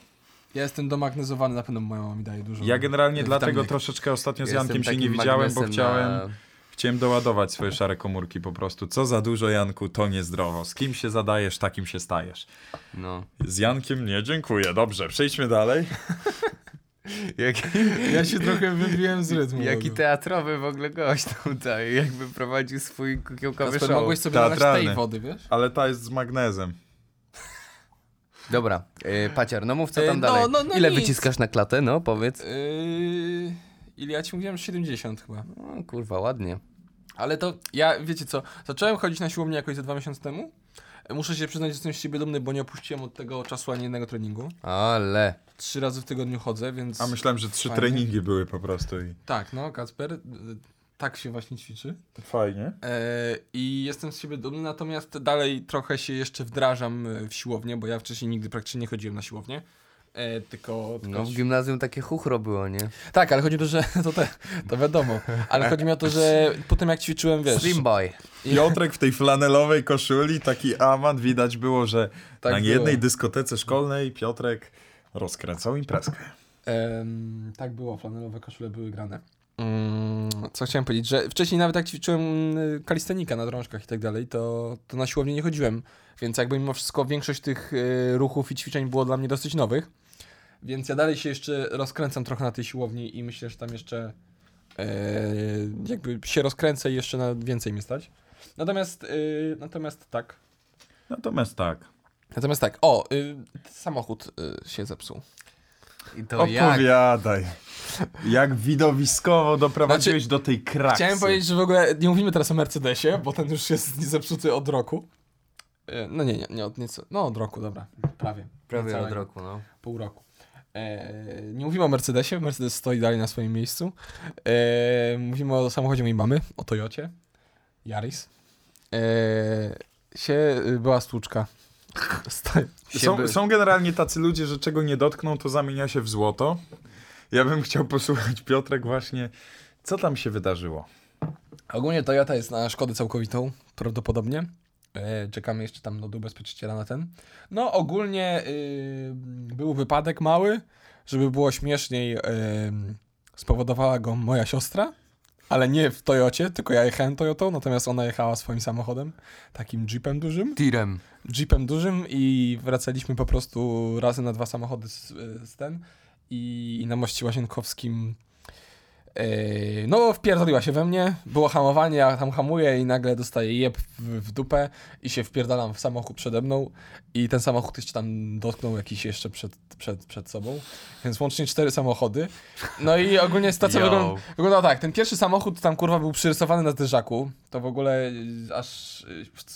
Speaker 3: Ja jestem domagnezowany, na pewno moja mama mi daje dużo.
Speaker 1: ja generalnie
Speaker 3: Witaminek.
Speaker 1: dlatego troszeczkę ostatnio z
Speaker 2: Jestem
Speaker 1: Jankiem się
Speaker 2: takim
Speaker 1: nie widziałem, bo
Speaker 2: magnesem
Speaker 1: chciałem...
Speaker 2: na-
Speaker 1: Chciałem doładować swoje szare komórki po prostu. Co za dużo, Janku, to niezdrowo. Z kim się zadajesz, takim się stajesz.
Speaker 2: No.
Speaker 1: Z Jankiem nie, dziękuję. Dobrze, przejdźmy dalej.
Speaker 3: Ja się trochę wybiłem z rytmu.
Speaker 2: Jaki teatrowy w ogóle gość tutaj, jakby prowadził swój kukiełkowy
Speaker 3: Kasper,
Speaker 2: show.
Speaker 3: mogłeś sobie nalać tej
Speaker 1: Teatralny.
Speaker 3: wody, wiesz?
Speaker 1: Ale ta jest z magnezem.
Speaker 2: Dobra, yy, Paciar, no mów co
Speaker 3: E,
Speaker 2: tam
Speaker 3: no,
Speaker 2: dalej.
Speaker 3: no, no
Speaker 2: Ile
Speaker 3: nic.
Speaker 2: wyciskasz na klatę, no powiedz.
Speaker 3: Yy, ile ja ci mówiłem? 70 chyba.
Speaker 2: No, kurwa, ładnie.
Speaker 3: Ale to ja, wiecie co, zacząłem chodzić na siłownię jakoś ze dwa miesiące temu. Muszę się przyznać, że jestem z siebie dumny, bo nie opuściłem od tego czasu ani jednego treningu.
Speaker 2: Ale.
Speaker 3: Trzy razy w tygodniu chodzę, więc...
Speaker 1: A myślałem, że trzy
Speaker 3: Fajnie.
Speaker 1: treningi były po prostu i...
Speaker 3: Tak, no, Kacper, y, tak się właśnie ćwiczy.
Speaker 1: Fajnie.
Speaker 3: E, I jestem z siebie dumny, natomiast dalej trochę się jeszcze wdrażam y, w siłownię, bo ja wcześniej nigdy praktycznie nie chodziłem na siłownię. E, tylko, tylko
Speaker 2: No w gimnazjum takie chuchro było, nie?
Speaker 3: Tak, ale chodzi o to, że to, te, to wiadomo, ale chodzi mi o to, że po tym jak ćwiczyłem, wiesz...
Speaker 2: Slim boy.
Speaker 1: Piotrek w tej flanelowej koszuli, taki amat, widać było, że
Speaker 3: Tak
Speaker 1: na
Speaker 3: było.
Speaker 1: jednej dyskotece szkolnej Piotrek rozkręcał imprezkę.
Speaker 3: Em, tak było, flanelowe koszule były grane. Mm, co chciałem powiedzieć, że wcześniej nawet jak ćwiczyłem y, kalistenika na drążkach i tak dalej, to, to na siłownię nie chodziłem, więc jakby mimo wszystko większość tych y, ruchów i ćwiczeń było dla mnie dosyć nowych, więc ja dalej się jeszcze rozkręcam trochę na tej siłowni i myślę, że tam jeszcze e, jakby się rozkręcę i jeszcze na więcej mi stać. Natomiast, y, natomiast tak.
Speaker 1: Natomiast tak,
Speaker 3: Natomiast tak, o, y, samochód y, się zepsuł.
Speaker 2: I to jak?
Speaker 1: opowiadaj, jak widowiskowo doprowadziłeś do tej
Speaker 2: Tak,
Speaker 1: kraksy.
Speaker 3: Znaczy, Chciałem powiedzieć, że w ogóle nie mówimy teraz o Mercedesie, bo ten już jest zepsuty od roku. E, No nie, nie, nie od nieco. No od roku, dobra. Prawie.
Speaker 2: Prawie
Speaker 3: Niecałego,
Speaker 2: od roku, no.
Speaker 3: Pół roku. E, nie mówimy o Mercedesie, Mercedes stoi dalej na swoim miejscu. E, mówimy o samochodzie mojej mamy, o Toyocie. Yaris. E, się y, była stłuczka. Stoi.
Speaker 1: Są, są generalnie tacy ludzie, że czego nie dotkną, to zamienia się w złoto. Ja bym chciał posłuchać Piotrek właśnie, co tam się wydarzyło.
Speaker 3: Ogólnie Toyota jest na szkodę całkowitą, prawdopodobnie. E, Czekamy jeszcze tam no, do ubezpieczyciela na ten. No ogólnie y, był wypadek mały, żeby było śmieszniej y, spowodowała go moja siostra. ale nie w Toyocie, tylko ja jechałem Toyotą, natomiast ona jechała swoim samochodem, takim jeepem dużym.
Speaker 2: Tirem.
Speaker 3: Jeepem dużym i wracaliśmy po prostu razem na dwa samochody z, y, z ten i, i na moście Łazienkowskim Yy, no, wpierdoliła się we mnie, było hamowanie, ja tam hamuję i nagle dostaję jeb w, w dupę i się wpierdalam w samochód przede mną i ten samochód jeszcze tam dotknął jakiś jeszcze przed, przed, przed sobą, więc łącznie cztery samochody. No i ogólnie stacja
Speaker 2: Yo.
Speaker 3: wygląda, wyglądała tak, ten pierwszy samochód tam kurwa był przyrysowany na zderzaku, to w ogóle yy, aż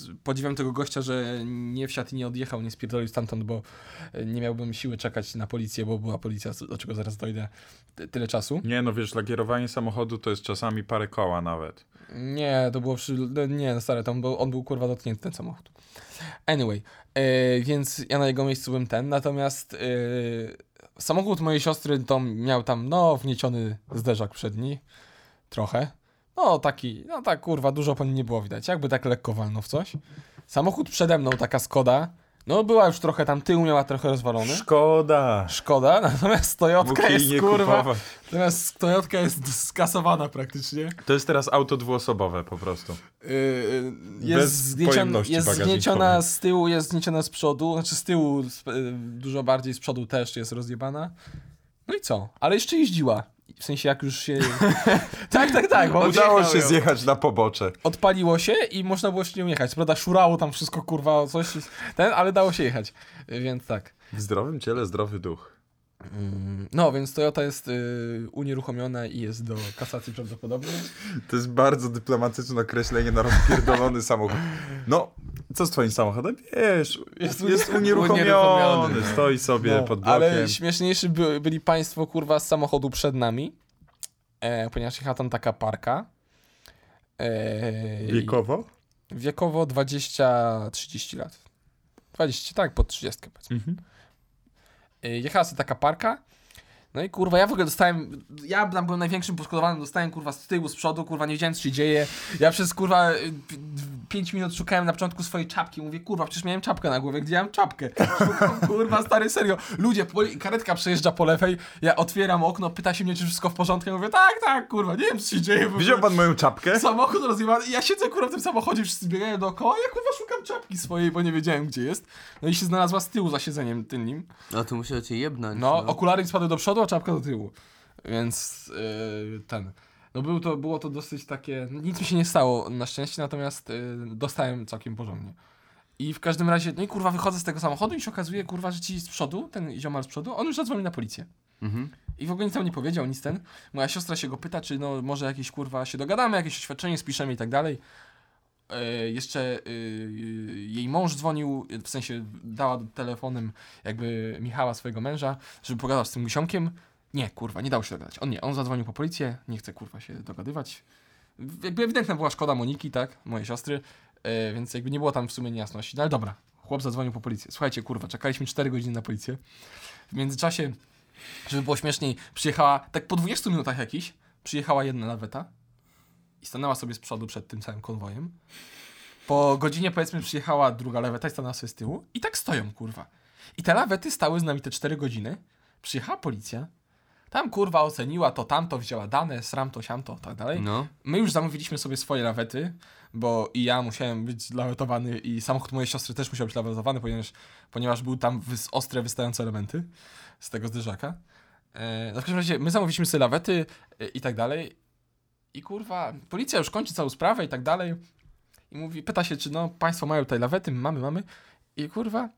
Speaker 3: yy, podziwiam tego gościa, że nie wsiadł i nie odjechał, nie spierdolił stamtąd, bo yy, nie miałbym siły czekać na policję, bo była policja, do czego zaraz dojdę, ty- tyle czasu.
Speaker 1: Nie, no wiesz, lakierowanie samochodu to jest czasami parę koła nawet.
Speaker 3: Nie, to było przy... no Nie, no stary, tam był, on był kurwa dotknięty ten samochód. Anyway, e, więc ja na jego miejscu bym ten, natomiast e, samochód mojej siostry to miał tam, no, wnieciony zderzak przedni, trochę. No, taki, no tak kurwa, dużo po nim nie było widać, jakby tak lekko walnął w coś. Samochód przede mną, taka Skoda, no była już trochę tam, tył miała trochę rozwalony.
Speaker 1: Szkoda!
Speaker 3: Szkoda, natomiast Toyotka
Speaker 1: Mógł jej
Speaker 3: jest
Speaker 1: nie
Speaker 3: kurwa,
Speaker 1: kupować.
Speaker 3: natomiast Toyotka jest skasowana praktycznie.
Speaker 1: To jest teraz auto dwuosobowe po prostu.
Speaker 3: Yy,
Speaker 1: Bez
Speaker 3: jest zgnieciona,
Speaker 1: pojemności
Speaker 3: jest
Speaker 1: bagażnikowej.
Speaker 3: zgnieciona z tyłu, jest zgnieciona z przodu, znaczy z tyłu z, y, dużo bardziej, z przodu też jest rozjebana. No i co? Ale jeszcze jeździła. W sensie jak już się... tak, tak, tak, bo
Speaker 2: Odjechał
Speaker 1: Udało się
Speaker 2: ją.
Speaker 1: zjechać na pobocze.
Speaker 3: odpaliło się i można było się nią jechać. Prawda, szurało tam wszystko, kurwa, coś, ten, ale dało się jechać. Yy, Więc tak.
Speaker 1: W zdrowym ciele zdrowy duch.
Speaker 3: Mm, No, więc Toyota jest y, unieruchomiona i jest do kasacji prawdopodobnie.
Speaker 1: To jest bardzo dyplomatyczne określenie na rozpierdolony samochód. No, co z twoim samochodem? Wiesz,
Speaker 3: Jest
Speaker 1: jest
Speaker 2: unieruchomiony,
Speaker 1: unieruchomiony,
Speaker 2: no.
Speaker 1: stoi sobie
Speaker 3: No,
Speaker 1: pod blokiem.
Speaker 3: ale śmieszniejsi by, byli państwo, kurwa, z samochodu przed nami, e, ponieważ jechała tam taka parka. E,
Speaker 1: Wiekowo?
Speaker 3: i- Wiekowo 20-30 lat. 20, tak, pod 30 powiedzmy.
Speaker 1: Mhm.
Speaker 3: E, jechała sobie taka parka, no i kurwa, ja w ogóle dostałem, ja tam byłem największym poszkodowanym, dostałem kurwa z tyłu, z przodu, kurwa, nie wiedziałem co się dzieje. Ja przez kurwa 5 minut szukałem na początku swojej czapki, mówię kurwa, przecież miałem czapkę na głowie, gdzie miałem czapkę? Szukam, kurwa, stary, serio. Ludzie, poli- karetka przejeżdża po lewej, ja otwieram okno, pyta się mnie, czy wszystko w porządku, ja mówię tak, tak, kurwa, nie wiem co się dzieje. bo-
Speaker 1: Widział pan moją czapkę?
Speaker 3: Samochód rozjebany. Ja siedzę kurwa w tym samochodzie, wszyscy biegają dookoła, ja kurwa szukam czapki swojej, bo nie wiedziałem gdzie jest. No i się znalazła z tyłu za siedzeniem tylnym.
Speaker 2: No to musiał cię jebnąć.
Speaker 3: No, okulary mi spadły do przodu, a czapka do tyłu. Więc yy, ten. No był to, było to dosyć takie. no Nic mi się nie stało na szczęście, natomiast yy, dostałem całkiem porządnie. I w każdym razie, no i kurwa, wychodzę z tego samochodu i się okazuje, kurwa, że ci z przodu, ten ziomal z przodu, on już zadzwonił na policję.
Speaker 2: Mhm.
Speaker 3: I w ogóle nic tam nie powiedział, nic ten. Moja siostra się go pyta, czy no może jakieś kurwa się dogadamy, jakieś oświadczenie spiszemy i tak dalej. E, jeszcze y, y, jej mąż dzwonił, w sensie dała telefonem jakby Michała swojego męża, żeby pogadał z tym gusiomkiem. Nie, kurwa, nie dało się dogadać. On nie, on zadzwonił po policję, nie chce kurwa się dogadywać. W- Jakby ewidentna była szkoda Moniki, tak, mojej siostry, e, więc jakby nie było tam w sumie niejasności. No ale dobra, chłop zadzwonił po policję. Słuchajcie, kurwa, czekaliśmy 4 godziny na policję. W międzyczasie żeby było śmieszniej, przyjechała, tak po 20 minutach jakiś, przyjechała jedna laweta i stanęła sobie z przodu przed tym całym konwojem. Po godzinie powiedzmy przyjechała druga laweta i stanęła sobie z tyłu i tak stoją, kurwa. I te lawety stały z nami te 4 godziny. Przyjechała policja, tam kurwa oceniła to, tamto, wzięła dane, sram to, siam to, tak dalej.
Speaker 2: No.
Speaker 3: My już zamówiliśmy sobie swoje lawety, bo i ja musiałem być lawetowany i samochód mojej siostry też musiał być lawetowany, ponieważ, ponieważ były tam wys- ostre, wystające elementy z tego zderzaka. E, no w każdym razie my zamówiliśmy sobie lawety e, i tak dalej. I kurwa, policja już kończy całą sprawę i tak dalej. I mówi, pyta się, czy no państwo mają tutaj lawety, My mamy, mamy. I kurwa,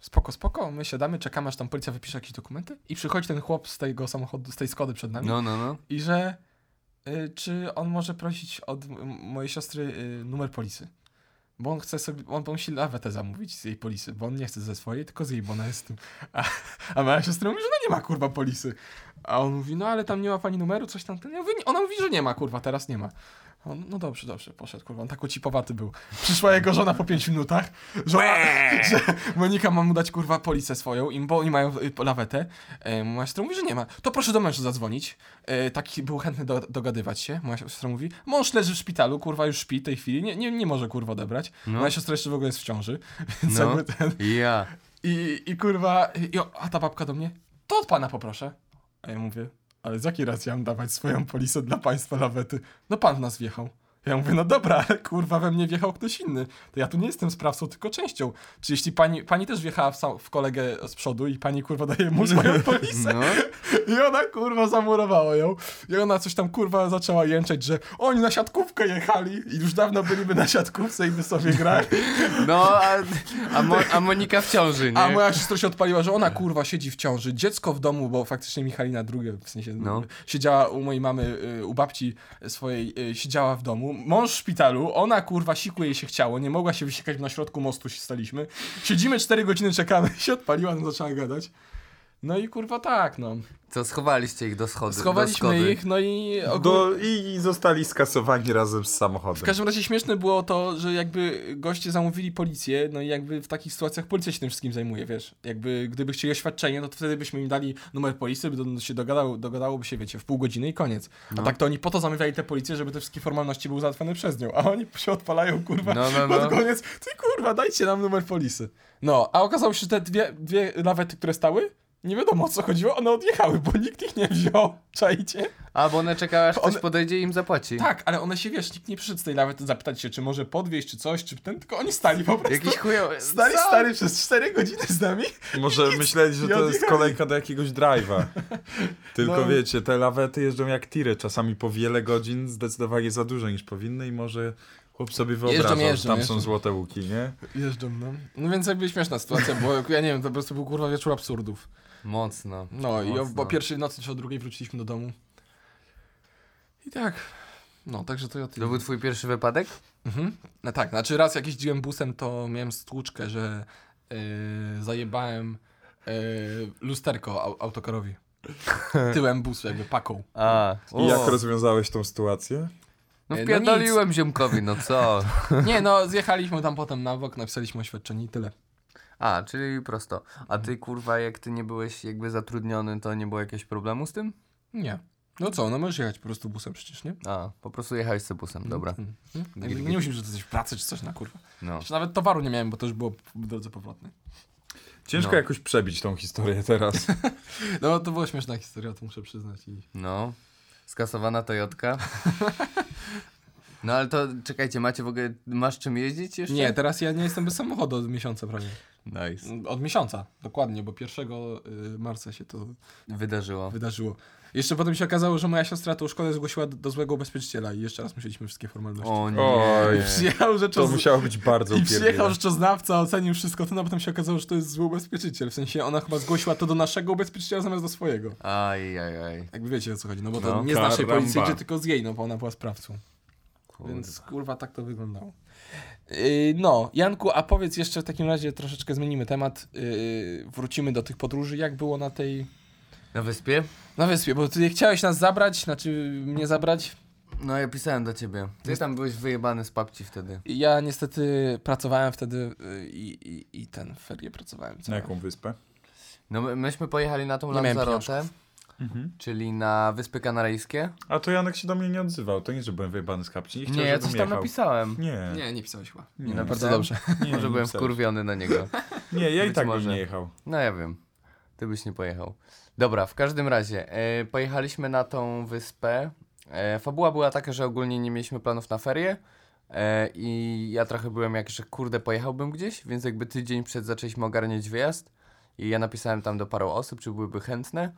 Speaker 3: spoko, spoko, my siadamy, czekamy aż tam policja wypisze jakieś dokumenty. I przychodzi ten chłop z tego samochodu, z tej Skody przed nami
Speaker 2: No, no, no.
Speaker 3: i że y, czy on może prosić od m- mojej siostry y, numer polisy. Bo on chce sobie, on, on musi lawetę zamówić z jej polisy, bo on nie chce ze swojej, tylko z jej, bo ona jest tym. A, a moja siostra mówi, że no nie ma kurwa polisy. A on mówi, no ale tam nie ma pani numeru, coś tam. ten. Ja mówię, nie- ona mówi, że nie ma kurwa, teraz nie ma. A On, no dobrze, dobrze, poszedł kurwa, on tak ocipowaty był. Przyszła jego żona po 5 minutach, żona, że Monika ma mu dać kurwa policję swoją, im, bo oni mają y, lawetę. E, moja siostra mówi, że nie ma. To proszę do męża zadzwonić. E, taki był chętny do, dogadywać się. Moja siostra mówi, mąż leży w szpitalu, kurwa już śpi w tej chwili, nie, nie, nie może kurwa odebrać.
Speaker 2: No.
Speaker 3: Moja siostra jeszcze w ogóle jest w ciąży, więc
Speaker 2: No.
Speaker 3: jakby ten...
Speaker 2: Ja.
Speaker 3: I, i kurwa, i, i- a ta babka do mnie, to od pana poproszę. A ja mówię, Ale z jakiej racji ja mam dawać swoją polisę dla państwa lawety? No pan w nas wjechał. Ja mówię, no dobra, ale kurwa we mnie wjechał ktoś inny. To ja tu nie jestem sprawcą, tylko częścią. Czy jeśli pani, pani też wjechała w, sam, w kolegę z przodu i pani kurwa daje mu swoją polisę?
Speaker 2: No.
Speaker 3: I ona kurwa zamurowała ją. I ona coś tam kurwa zaczęła jęczeć, że oni na siatkówkę jechali i już dawno byliby na siatkówce i by sobie grali.
Speaker 2: No, a, a, Mo, a Monika w ciąży, nie?
Speaker 3: A moja siostra się odpaliła, że ona kurwa siedzi w ciąży, dziecko w domu, bo faktycznie Michalina drugie, w sensie
Speaker 2: No.
Speaker 3: siedziała u mojej mamy, y, u babci swojej, y, siedziała w domu, mąż w szpitalu, ona kurwa siku jej się chciało, nie mogła się wysikać, na środku mostu się staliśmy, siedzimy 4 godziny, czekamy, się odpaliła, no zaczęła gadać. No i kurwa tak, no.
Speaker 2: Co, schowaliście ich do schody? do
Speaker 3: Schowaliśmy
Speaker 2: schody.
Speaker 3: ich, no i ogólnie...
Speaker 1: Do, i, I zostali skasowani razem z samochodem.
Speaker 3: W każdym razie śmieszne było to, że jakby goście zamówili policję, no i jakby w takich sytuacjach policja się tym wszystkim zajmuje, wiesz. Jakby gdyby chcieli oświadczenie, no to wtedy byśmy im dali numer policji, by do- się dogadało, dogadałoby się, wiecie, w pół godziny i koniec.
Speaker 2: No.
Speaker 3: A tak to oni po to zamawiali tę policję, żeby te wszystkie formalności były załatwione przez nią, a oni się odpalają, kurwa,
Speaker 2: No, no,
Speaker 3: pod
Speaker 2: no.
Speaker 3: koniec, ty kurwa, dajcie nam numer policji. No, a okazało się, że te dwie, dwie lawety, które stały, nie wiadomo o co chodziło, one odjechały, bo nikt ich nie wziął, czajcie?
Speaker 2: Albo one czekały, aż ktoś
Speaker 3: One-
Speaker 2: podejdzie i im zapłaci.
Speaker 3: Tak, ale one się, wiesz, nikt nie przyszedł z tej lawety zapytać się, czy może podwieźć, czy coś, czy ten, tylko oni stali po prostu.
Speaker 2: Jakiś chujowy...
Speaker 3: Stali
Speaker 2: Co?
Speaker 3: stary przez 4 godziny z nami.
Speaker 1: Może myśleli, że
Speaker 3: I
Speaker 1: to jest
Speaker 3: odjechali.
Speaker 1: kolejka do jakiegoś drive'a. Tylko
Speaker 3: No.
Speaker 1: wiecie, te lawety jeżdżą jak tiry, czasami po wiele godzin, zdecydowanie za dużo niż powinny i może chłop sobie wyobrażał,
Speaker 3: jeżdżą,
Speaker 1: że tam
Speaker 3: jeżdżą.
Speaker 1: są złote łuki, nie?
Speaker 3: Jeżdżą, no. No więc jakby śmieszna sytuacja, bo ja nie wiem, to po prostu był kurwa wieczór absurdów.
Speaker 2: Mocno.
Speaker 3: No i o,
Speaker 2: Mocno.
Speaker 3: po pierwszej nocy czy o drugiej wróciliśmy do domu. I tak. No, także to ja
Speaker 2: To
Speaker 3: tyle.
Speaker 2: był twój pierwszy wypadek?
Speaker 3: Mhm. No tak, znaczy raz jak jeździłem busem, to miałem stłuczkę, że yy, zajebałem yy, lusterko au- autokarowi. Tyłem busu, jakby paką.
Speaker 2: A,
Speaker 1: I jak rozwiązałeś tą sytuację?
Speaker 2: No
Speaker 3: No
Speaker 2: wpierdoliłem ziomkowi, no co?
Speaker 3: Nie, no zjechaliśmy tam potem na bok, napisaliśmy oświadczenie i tyle.
Speaker 2: A, czyli prosto. A ty kurwa, jak ty nie byłeś jakby zatrudniony, to nie było jakiegoś problemu z tym?
Speaker 3: Nie. No co, no możesz jechać po prostu busem przecież, nie?
Speaker 2: A, po prostu jechałeś sobie busem, dobra.
Speaker 3: Mm, mm. Jakby Nie musisz, że jesteś w pracy czy coś na kurwa.
Speaker 2: No.
Speaker 3: Przecież nawet towaru nie miałem, bo to już było w drodze powrotnej.
Speaker 1: Ciężko
Speaker 2: No.
Speaker 1: jakoś przebić tą historię teraz.
Speaker 3: No to była śmieszna historia, to muszę przyznać. I...
Speaker 2: No. Skasowana Toyotka. No ale to czekajcie, macie w ogóle, masz czym jeździć jeszcze?
Speaker 3: Nie, teraz ja nie jestem bez samochodu od miesiąca prawie.
Speaker 2: Nice.
Speaker 3: Od miesiąca, dokładnie, bo 1 y, marca się to
Speaker 2: Wydarzyło.
Speaker 3: wydarzyło. Jeszcze potem się okazało, że moja siostra tą szkołę zgłosiła do, do złego ubezpieczyciela i jeszcze raz musieliśmy wszystkie formalności.
Speaker 2: O nie.
Speaker 1: Oj,
Speaker 3: Przyjechał
Speaker 1: to
Speaker 3: rzeczoznawca.
Speaker 1: musiało być bardzo
Speaker 3: I przyjechał
Speaker 1: upierdliwe.
Speaker 3: rzeczoznawca, ocenił wszystko, to no potem się okazało, że to jest zły ubezpieczyciel. W sensie ona chyba zgłosiła to do naszego ubezpieczyciela zamiast do swojego.
Speaker 2: Aj, aj, aj.
Speaker 3: Jakby wiecie o co chodzi, no bo to
Speaker 2: No.
Speaker 3: nie z naszej
Speaker 1: Karamba.
Speaker 3: policji, gdzie tylko z jej, no bo ona była sprawcą.
Speaker 2: Kurwa.
Speaker 3: Więc kurwa tak to wyglądało. Yy, no, Janku, a powiedz jeszcze w takim razie troszeczkę zmienimy temat. Yy, wrócimy do tych podróży. Jak było na tej.
Speaker 2: Na wyspie?
Speaker 3: Na wyspie, bo ty chciałeś nas zabrać, znaczy mnie zabrać.
Speaker 2: No ja pisałem do ciebie. Ty tam byłeś wyjebany z papci wtedy.
Speaker 3: I Ja niestety pracowałem wtedy yy, i, i, i ten w ferie pracowałem.
Speaker 1: Na
Speaker 3: całe.
Speaker 1: jaką wyspę?
Speaker 2: No my, myśmy pojechali na tą
Speaker 3: Nie miałem
Speaker 2: Lanzarotę, czyli na Wyspy Kanaryjskie.
Speaker 1: A to Janek się do mnie nie odzywał. To nie, że byłem wyjebany z kapci. Nie,
Speaker 2: Nie,
Speaker 1: chciał,
Speaker 2: ja
Speaker 1: żebym
Speaker 2: coś tam
Speaker 1: jechał.
Speaker 2: napisałem.
Speaker 1: Nie,
Speaker 3: Nie, nie pisałeś chyba.
Speaker 1: nie,
Speaker 2: napisałem.
Speaker 3: Bardzo dobrze.
Speaker 1: nie,
Speaker 2: Może
Speaker 1: nie
Speaker 2: byłem
Speaker 1: napisałem.
Speaker 2: wkurwiony na niego.
Speaker 1: Nie, ja i
Speaker 2: Być
Speaker 1: tak
Speaker 2: może.
Speaker 1: bym nie jechał.
Speaker 2: No ja wiem. Ty byś nie pojechał. Dobra, w każdym razie e, pojechaliśmy na tą wyspę. E, fabuła była taka, że ogólnie nie mieliśmy planów na ferie. E, I ja trochę byłem jak, że kurde, pojechałbym gdzieś, więc jakby tydzień przed zaczęliśmy ogarniać wyjazd. I ja napisałem tam do paru osób, czy byłyby chętne.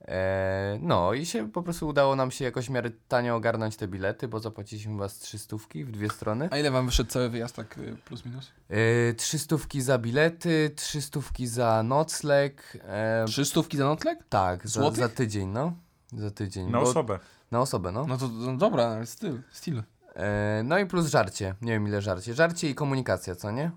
Speaker 2: E, no i się po prostu udało nam się jakoś w miarę tanio ogarnąć te bilety, bo zapłaciliśmy was trzy stówki w dwie strony.
Speaker 3: A ile wam wyszedł cały wyjazd, tak y, plus minus?
Speaker 2: E, trzy stówki za bilety, trzy stówki za nocleg. E,
Speaker 3: Trzy stówki za nocleg?
Speaker 2: Tak, za,
Speaker 3: Złotych?
Speaker 2: za tydzień, no. Za tydzień.
Speaker 1: Na
Speaker 2: bo-
Speaker 1: osobę.
Speaker 2: Na osobę, no.
Speaker 3: No to no dobra, ale styl, styl.
Speaker 2: E, no i plus żarcie. Nie wiem ile żarcie. Żarcie i komunikacja, co nie?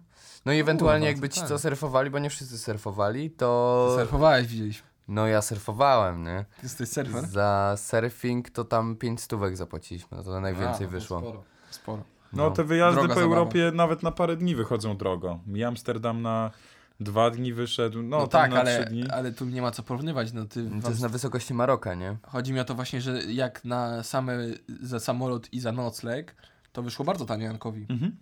Speaker 2: No i ewentualnie
Speaker 3: no to
Speaker 2: jakby ci,
Speaker 3: tak.
Speaker 2: co surfowali, bo nie wszyscy surfowali, to...
Speaker 3: Surfowałeś, widzieliśmy.
Speaker 2: No ja surfowałem, nie?
Speaker 3: Ty jesteś surfer?
Speaker 2: Za surfing to tam 5 stówek zapłaciliśmy, no to
Speaker 1: Tak
Speaker 2: najwięcej
Speaker 3: A, no
Speaker 2: wyszło.
Speaker 3: Sporo, sporo.
Speaker 1: No,
Speaker 2: No.
Speaker 1: te wyjazdy
Speaker 3: Droga
Speaker 1: po
Speaker 3: zabawa.
Speaker 1: Europie nawet na parę dni wychodzą drogo. Mi Amsterdam na dwa dni wyszedł, no,
Speaker 3: No,
Speaker 1: tam
Speaker 3: tak,
Speaker 1: na trzy
Speaker 3: ale,
Speaker 1: dni.
Speaker 3: ale tu nie ma co porównywać. No, ty
Speaker 2: To jest na wysokości Maroka, nie?
Speaker 3: Chodzi mi o to właśnie, że jak na same, za samolot i za nocleg, to wyszło bardzo tanio Jankowi.
Speaker 1: Mhm.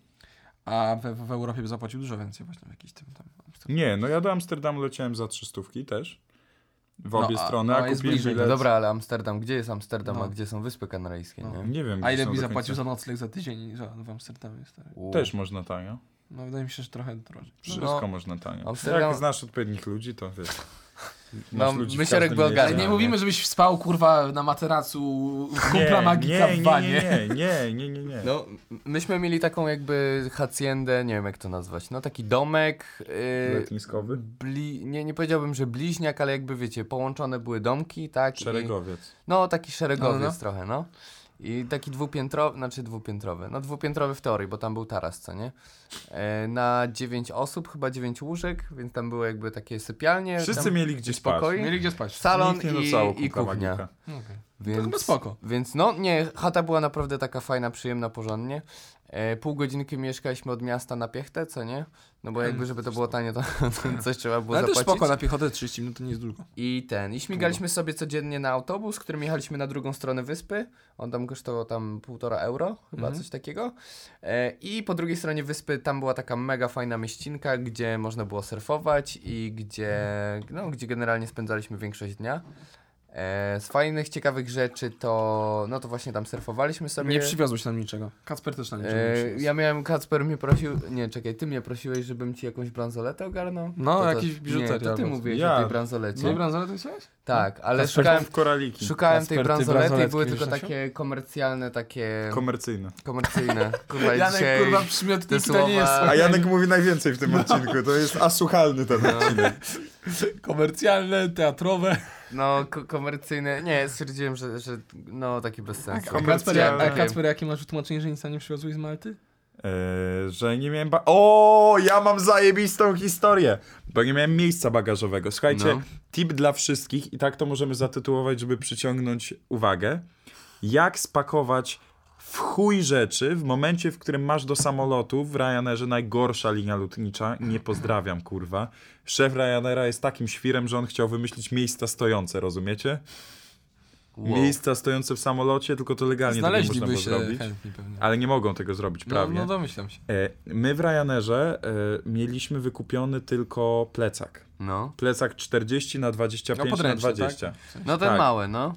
Speaker 3: A w, w Europie by zapłacił dużo więcej właśnie w jakiś tym tam.
Speaker 1: Nie, no ja do Amsterdamu leciałem za trzystówki też. w obie
Speaker 3: No, a-
Speaker 1: strony,
Speaker 3: no,
Speaker 1: a,
Speaker 3: jest
Speaker 1: kupiłem
Speaker 3: bliżej.
Speaker 1: bilet.
Speaker 2: Dobra, ale Amsterdam, gdzie jest Amsterdam,
Speaker 3: No.
Speaker 2: a gdzie są Wyspy Kanaryjskie,
Speaker 3: No.
Speaker 2: nie?
Speaker 1: Nie wiem,
Speaker 3: A
Speaker 1: gdzie
Speaker 3: ile
Speaker 1: są
Speaker 3: byś
Speaker 1: do
Speaker 3: zapłacił
Speaker 1: końca.
Speaker 3: za nocleg za tydzień za, no, w Amsterdamie? Stary?
Speaker 2: U.
Speaker 1: Też można tanio.
Speaker 3: No wydaje mi się, że trochę drożej.
Speaker 1: Wszystko
Speaker 2: No.
Speaker 1: można tanio.
Speaker 2: Amsterdam-
Speaker 1: Jak znasz odpowiednich ludzi, to wiesz.
Speaker 2: No,
Speaker 1: masz ludzi w
Speaker 2: myślę,
Speaker 1: każdym
Speaker 2: jakby
Speaker 1: mieście.
Speaker 2: ogarnął.
Speaker 3: Ale nie
Speaker 2: nie.
Speaker 3: mówimy, żebyś spał kurwa na materacu u
Speaker 1: Nie,
Speaker 3: kumpla magika
Speaker 1: nie,
Speaker 3: w wanie.
Speaker 1: nie, nie, nie, nie, nie, nie.
Speaker 2: No, m- myśmy mieli taką jakby haciendę, nie wiem jak to nazwać, no taki domek, yy,
Speaker 1: Letniskowy?
Speaker 2: bli, nie, nie powiedziałbym, że bliźniak, ale jakby wiecie, połączone były domki, tak? i-
Speaker 1: Szeregowiec.
Speaker 2: No, taki szeregowiec
Speaker 3: No, no.
Speaker 2: trochę, no. I taki dwupiętrowy, znaczy dwupiętrowy, no dwupiętrowy w teorii, bo tam był taras, co nie? E, na dziewięć osób, chyba dziewięć łóżek, więc tam były jakby takie sypialnie.
Speaker 1: Wszyscy
Speaker 2: tam
Speaker 1: mieli gdzie spać.
Speaker 2: spokoi.
Speaker 3: Mieli gdzie spać.
Speaker 2: Salon
Speaker 1: Nikt nie
Speaker 2: i,
Speaker 1: docało
Speaker 2: i
Speaker 1: kumpla
Speaker 2: kuchnia.
Speaker 1: magika.
Speaker 3: No, okej.
Speaker 2: Więc,
Speaker 3: chyba spoko.
Speaker 2: Więc no nie, chata była naprawdę taka fajna, przyjemna, porządnie. E, pół godzinki mieszkaliśmy od miasta na piechtę, co nie? No bo
Speaker 3: Mm,
Speaker 2: jakby, żeby to było tanie, to, to coś trzeba było
Speaker 3: Ale też
Speaker 2: zapłacić.
Speaker 3: spoko na piechotę 30 minut, to nie jest długo.
Speaker 2: I ten, i śmigaliśmy sobie codziennie na autobus, którym jechaliśmy na drugą stronę wyspy. On tam kosztował tam półtora euro, chyba
Speaker 3: Mhm.
Speaker 2: coś takiego. E, I po drugiej stronie wyspy tam była taka mega fajna mieścinka, gdzie można było surfować i gdzie, no, gdzie generalnie spędzaliśmy większość dnia. E, z fajnych, ciekawych rzeczy to, no to właśnie tam surfowaliśmy sobie.
Speaker 3: Nie przywiozłeś nam niczego. Kacper też nam niczego nie
Speaker 2: E,
Speaker 3: przywiózł.
Speaker 2: ja miałem, Kacper mnie prosił, nie czekaj, ty mnie prosiłeś, żebym ci jakąś bransoletę ogarnął?
Speaker 3: No,
Speaker 2: to,
Speaker 3: jakiś biżuteria
Speaker 2: Nie, to ty
Speaker 3: albo-
Speaker 2: mówiłeś
Speaker 1: Ja.
Speaker 2: o tej bransolecie.
Speaker 3: Nie bransolę to chciałeś?
Speaker 2: Tak, ale
Speaker 1: Kasper
Speaker 2: szukałem,
Speaker 1: w koraliki.
Speaker 2: Szukałem
Speaker 3: Kasper,
Speaker 2: tej
Speaker 3: ty
Speaker 2: bransolety i
Speaker 3: bransoletki
Speaker 2: były
Speaker 3: wiesz,
Speaker 2: tylko
Speaker 3: Asiu?
Speaker 2: takie komercjalne, takie
Speaker 1: Komercyjne.
Speaker 2: komercyjne. Kurwa, ja
Speaker 3: Janek,
Speaker 2: dzisiaj...
Speaker 3: kurwa, przymiotnik
Speaker 2: te
Speaker 3: to nie jest
Speaker 2: słowa-
Speaker 1: A Janek mówi najwięcej w tym odcinku, to jest asłuchalny ten odcinek.
Speaker 3: komercjalne, teatrowe.
Speaker 2: No, ko- komercyjne... Nie, stwierdziłem, że, że no, taki bez sensu.
Speaker 1: Komercyjne.
Speaker 3: Kacper, ja- a
Speaker 1: Komercjalne.
Speaker 3: Kacper, jakie masz wytłumaczenie, że nic nam nie przywiozłeś z Malty?
Speaker 1: Eee, że nie miałem. Ba- o, ja mam zajebistą historię, bo nie miałem miejsca bagażowego. Słuchajcie,
Speaker 2: No.
Speaker 1: tip dla wszystkich, i tak to możemy zatytułować, żeby przyciągnąć uwagę. Jak spakować w chuj rzeczy w momencie, w którym masz do samolotu w Ryanerze najgorsza linia lotnicza. Nie pozdrawiam, kurwa. Szef Ryanera jest takim świrem, że on chciał wymyślić miejsca stojące, rozumiecie?
Speaker 2: Wow.
Speaker 1: Miejsca stojące w samolocie, tylko to legalnie tego nie można było
Speaker 3: Znaleźliby się
Speaker 1: zrobić.
Speaker 3: chętni pewnie.
Speaker 1: Ale nie mogą tego zrobić
Speaker 3: No,
Speaker 1: prawnie.
Speaker 3: no domyślam się.
Speaker 1: E, My w Ryanerze e, mieliśmy wykupiony tylko plecak.
Speaker 2: No.
Speaker 1: Plecak 40 na 25
Speaker 3: No,
Speaker 1: na
Speaker 3: podręczny,
Speaker 1: 20.
Speaker 2: No ten
Speaker 1: Tak.
Speaker 2: mały, no.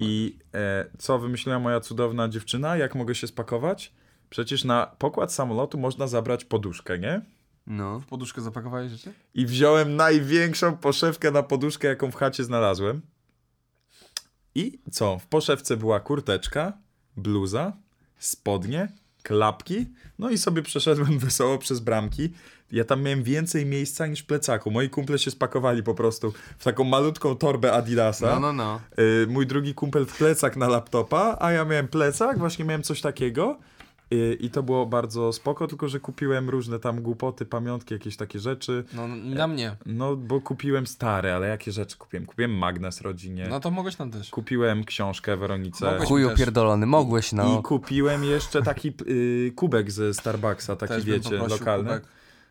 Speaker 1: I e, co wymyśliła moja cudowna dziewczyna? Jak mogę się spakować? Przecież na pokład samolotu można zabrać poduszkę, nie?
Speaker 2: No.
Speaker 3: W poduszkę zapakowałeś rzeczy?
Speaker 1: I wziąłem największą poszewkę na poduszkę, jaką w chacie znalazłem. I co? W poszewce była kurteczka, bluza, spodnie, klapki. No i sobie przeszedłem wesoło przez bramki. Ja tam miałem więcej miejsca niż w plecaku. Moi kumple się spakowali po prostu w taką malutką torbę Adidasa.
Speaker 2: No, no, no.
Speaker 1: Y, mój drugi kumpel w plecak na laptopa, a ja miałem plecak, właśnie miałem coś takiego. Y, I to było bardzo spoko, tylko że kupiłem różne tam głupoty, pamiątki, jakieś takie rzeczy.
Speaker 3: No, na mnie.
Speaker 1: No, bo kupiłem stare, ale jakie rzeczy kupiłem? Kupiłem magnes rodzinie,
Speaker 3: No to mogłeś nam też.
Speaker 1: kupiłem książkę Weronice
Speaker 3: Mogłeś-
Speaker 2: Chuju
Speaker 3: też.
Speaker 2: pierdolony, mogłeś, no.
Speaker 1: i kupiłem jeszcze taki y, kubek ze Starbucksa, taki
Speaker 3: Też bym
Speaker 1: wiecie,
Speaker 3: poprosił
Speaker 1: lokalny.
Speaker 3: kubek.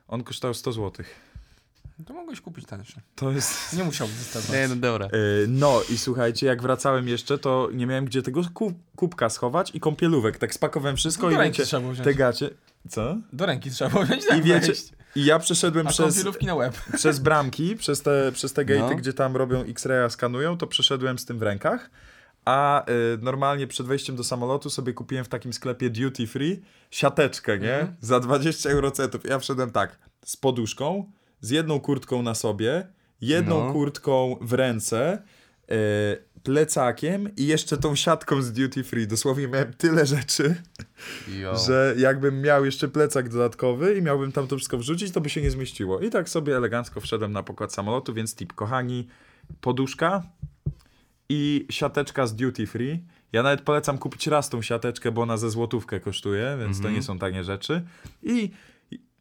Speaker 1: On kosztował 100 zł.
Speaker 3: To mogłeś kupić tańsze.
Speaker 1: To jest...
Speaker 3: Nie musiał zostawać.
Speaker 2: Nie, no dobra.
Speaker 1: Y, No i słuchajcie, jak wracałem jeszcze, to nie miałem gdzie tego ku- kubka schować i kąpielówek. Tak spakowałem wszystko
Speaker 3: Do
Speaker 1: i
Speaker 3: ręki
Speaker 1: wiecie,
Speaker 3: trzeba było wziąć.
Speaker 1: te gacie... Co?
Speaker 3: Do ręki trzeba było wziąć tak
Speaker 1: I wiecie,
Speaker 3: wejść.
Speaker 1: i ja przeszedłem
Speaker 3: A
Speaker 1: przez,
Speaker 3: kąpielówki na łeb.
Speaker 1: przez bramki, przez te, przez te gatey,
Speaker 2: No.
Speaker 1: gdzie tam robią X-raya, skanują, to przeszedłem z tym w rękach. A y, normalnie przed wejściem do samolotu sobie kupiłem w takim sklepie duty free siateczkę, nie?
Speaker 2: Mhm.
Speaker 1: Za 20 eurocentów. Ja wszedłem tak, z poduszką, z jedną kurtką na sobie, jedną
Speaker 2: No.
Speaker 1: kurtką w ręce, y, plecakiem i jeszcze tą siatką z duty free. Dosłownie miałem tyle rzeczy,
Speaker 2: Jo.
Speaker 1: że jakbym miał jeszcze plecak dodatkowy i miałbym tam to wszystko wrzucić, to by się nie zmieściło. I tak sobie elegancko wszedłem na pokład samolotu, więc tip, kochani, poduszka i siateczka z duty free. Ja nawet polecam kupić raz tą siateczkę, bo ona ze złotówkę kosztuje, więc
Speaker 2: Mhm.
Speaker 1: to nie są tanie rzeczy. I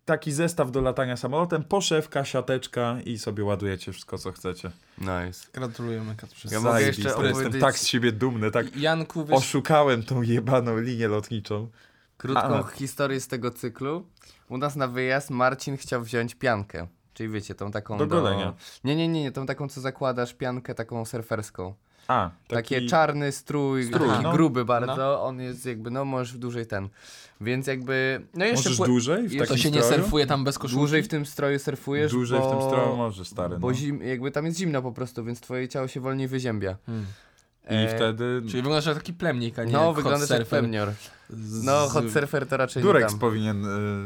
Speaker 1: taki zestaw do latania samolotem, poszewka, siateczka i sobie ładujecie wszystko, co chcecie.
Speaker 2: Nice.
Speaker 3: Gratulujemy Kacprze.
Speaker 2: Ja mogę jeszcze
Speaker 1: Zajebiste, Jestem
Speaker 2: opowiedzieć-
Speaker 1: tak z siebie dumny, tak
Speaker 3: Janku, wiesz,
Speaker 1: oszukałem tą jebaną linię lotniczą.
Speaker 2: Krótką
Speaker 1: Ale-
Speaker 2: historię z tego cyklu. U nas na wyjazd Marcin chciał wziąć piankę. Czyli wiecie, tą taką
Speaker 1: Do golenia.
Speaker 2: Nie, nie, nie, nie, tą taką, co zakładasz piankę taką surferską.
Speaker 1: A, taki...
Speaker 2: Takie czarny strój,
Speaker 1: Strój,
Speaker 2: taki
Speaker 1: no.
Speaker 2: gruby bardzo, on jest jakby, no możesz dłużej ten, więc jakby, no jeszcze
Speaker 1: Możesz
Speaker 2: pły-
Speaker 1: dłużej w
Speaker 2: jeszcze-
Speaker 1: takim
Speaker 3: To się nie
Speaker 1: stroju?
Speaker 3: surfuje tam bez koszulki?
Speaker 2: dłużej w tym stroju surfujesz,
Speaker 1: Dłużej
Speaker 2: bo,
Speaker 1: w tym stroju możesz, stary.
Speaker 2: bo
Speaker 1: no.
Speaker 2: zim, jakby tam jest zimno po prostu, więc twoje ciało się wolniej wyziębia. E,
Speaker 3: Hmm.
Speaker 1: I wtedy
Speaker 3: Czyli wyglądasz jak taki plemnik, a nie
Speaker 2: No,
Speaker 3: hot
Speaker 2: wyglądasz jak
Speaker 3: surfer.
Speaker 2: pewnior.
Speaker 3: Z-
Speaker 2: No, hot surfer to raczej nie
Speaker 1: Durex
Speaker 2: tam.
Speaker 1: powinien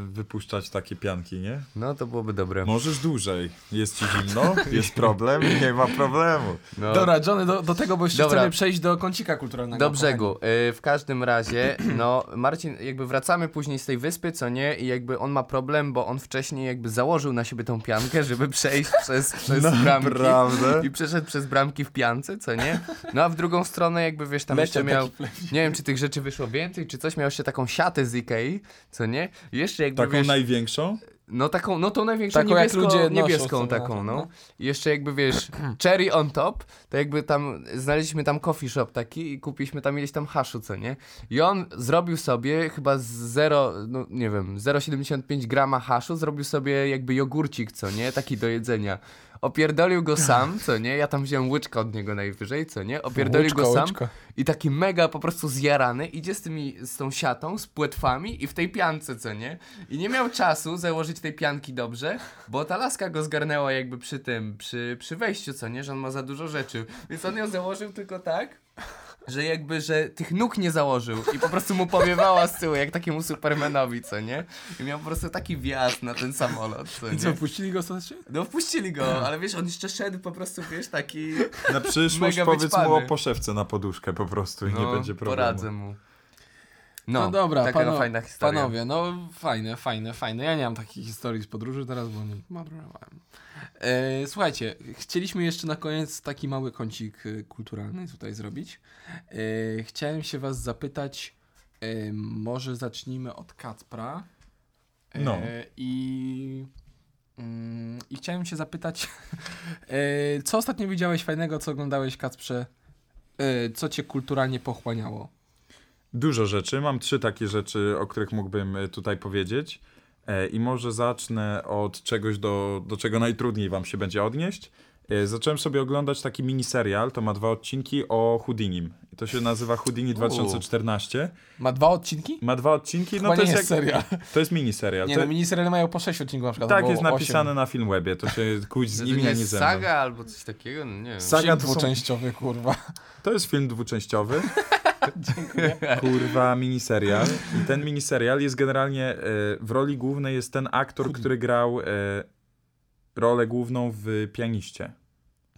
Speaker 1: y, wypuszczać takie pianki, nie?
Speaker 2: No, to byłoby dobre.
Speaker 1: Możesz dłużej. Jest ci zimno, jest problem, nie ma problemu.
Speaker 2: No.
Speaker 3: Dobra, Johnny, do, do tego, bo jeszcze
Speaker 2: Dobra.
Speaker 3: chcemy przejść do kącika kulturalnego.
Speaker 2: Do brzegu. Y, W każdym razie, no, Marcin, jakby wracamy później z tej wyspy, co nie? I jakby on ma problem, bo on wcześniej jakby założył na siebie tą piankę, żeby przejść przez, przez
Speaker 1: No,
Speaker 2: bramki.
Speaker 1: Naprawdę?
Speaker 2: I przeszedł przez bramki w piance, co nie? No a w drugą stronę jakby, wiesz, tam
Speaker 3: Leciał
Speaker 2: jeszcze
Speaker 3: taki
Speaker 2: miał... Nie wiem, czy tych rzeczy wyszło więcej, czy coś. Miał jeszcze taką siatę z Ikei, co nie? I jeszcze jakby,
Speaker 1: Taką
Speaker 2: wiesz...
Speaker 1: największą?
Speaker 2: No taką, no tą największą
Speaker 3: Taką, jak
Speaker 2: niebiesko,
Speaker 3: ludzie noszą, co
Speaker 2: niebieską
Speaker 3: nie?
Speaker 2: taką,
Speaker 3: No.
Speaker 2: no. I jeszcze jakby wiesz, cherry on top, to jakby tam znaleźliśmy tam coffee shop taki i kupiliśmy tam ileś tam haszu, co nie? I on zrobił sobie chyba z 0, no nie wiem, 0,75 grama haszu, zrobił sobie jakby jogurcik, co nie? Taki do jedzenia. Opierdolił go sam, co nie? Ja tam wziąłem łyczkę od niego najwyżej, co nie? Opierdolił go sam. I taki mega po prostu zjarany idzie z tymi, z tą siatą, z płetwami i w tej piance, co nie? I nie miał czasu założyć tej pianki dobrze, bo ta laska go zgarnęła jakby przy tym, przy, przy wejściu, co nie? Że on ma za dużo rzeczy. Więc on ją założył tylko tak, że jakby, że tych nóg nie założył i po prostu mu powiewała z tyłu, jak takiemu Supermanowi, co nie? I miał po prostu taki wjazd na ten samolot, co
Speaker 3: I co,
Speaker 2: nie?
Speaker 3: puścili go ostatecznie?
Speaker 2: No wpuścili go, ale wiesz, on jeszcze szedł po prostu, wiesz, taki...
Speaker 1: Na przyszłość
Speaker 2: Mega
Speaker 1: powiedz mu o
Speaker 2: wyćpany.
Speaker 1: poszewce na poduszkę po prostu i nie będzie problemu.
Speaker 2: No, Poradzę mu.
Speaker 3: No, dobra,
Speaker 2: taka
Speaker 3: pano-
Speaker 2: fajna historia.
Speaker 3: panowie, no fajne, fajne, fajne. Ja nie mam takich historii z podróży teraz, bo nie marnowałem. E, słuchajcie, chcieliśmy jeszcze na koniec taki mały kącik e, kulturalny tutaj zrobić. E, chciałem się was zapytać, e, może zacznijmy od Kacpra. E,
Speaker 1: No.
Speaker 3: I... mm, I chciałem się zapytać, e, co ostatnio widziałeś fajnego, co oglądałeś, Kacprze? E, Co cię kulturalnie pochłaniało?
Speaker 1: Dużo rzeczy. Mam trzy takie rzeczy, o których mógłbym y, tutaj powiedzieć. E, I może zacznę od czegoś, do, do czego najtrudniej wam się będzie odnieść. E, Zacząłem sobie oglądać taki miniserial, to ma dwa odcinki o Houdinim. I To się nazywa Houdini 2014.
Speaker 3: Ma dwa odcinki?
Speaker 1: Ma dwa odcinki,
Speaker 3: Chyba
Speaker 1: no to
Speaker 3: nie
Speaker 1: jest,
Speaker 3: jest
Speaker 1: jak...
Speaker 3: serial.
Speaker 1: To jest miniserial.
Speaker 3: Nie,
Speaker 1: to...
Speaker 3: no miniseriale mają po 6 odcinków na przykład.
Speaker 1: Tak,
Speaker 3: albo
Speaker 1: jest
Speaker 3: osiem.
Speaker 1: napisane na Filmwebie, to się kuć z
Speaker 2: To
Speaker 1: nimi,
Speaker 2: nie
Speaker 1: a nie
Speaker 2: jest
Speaker 1: ze mną.
Speaker 2: saga albo coś takiego? No nie wiem.
Speaker 1: Sa- Saga
Speaker 3: Film
Speaker 1: to są-
Speaker 3: dwuczęściowy, kurwa.
Speaker 1: To jest film dwuczęściowy. Kurwa, miniserial. I ten miniserial jest generalnie, e, w roli głównej jest ten aktor, który grał e, rolę główną w Pianiście.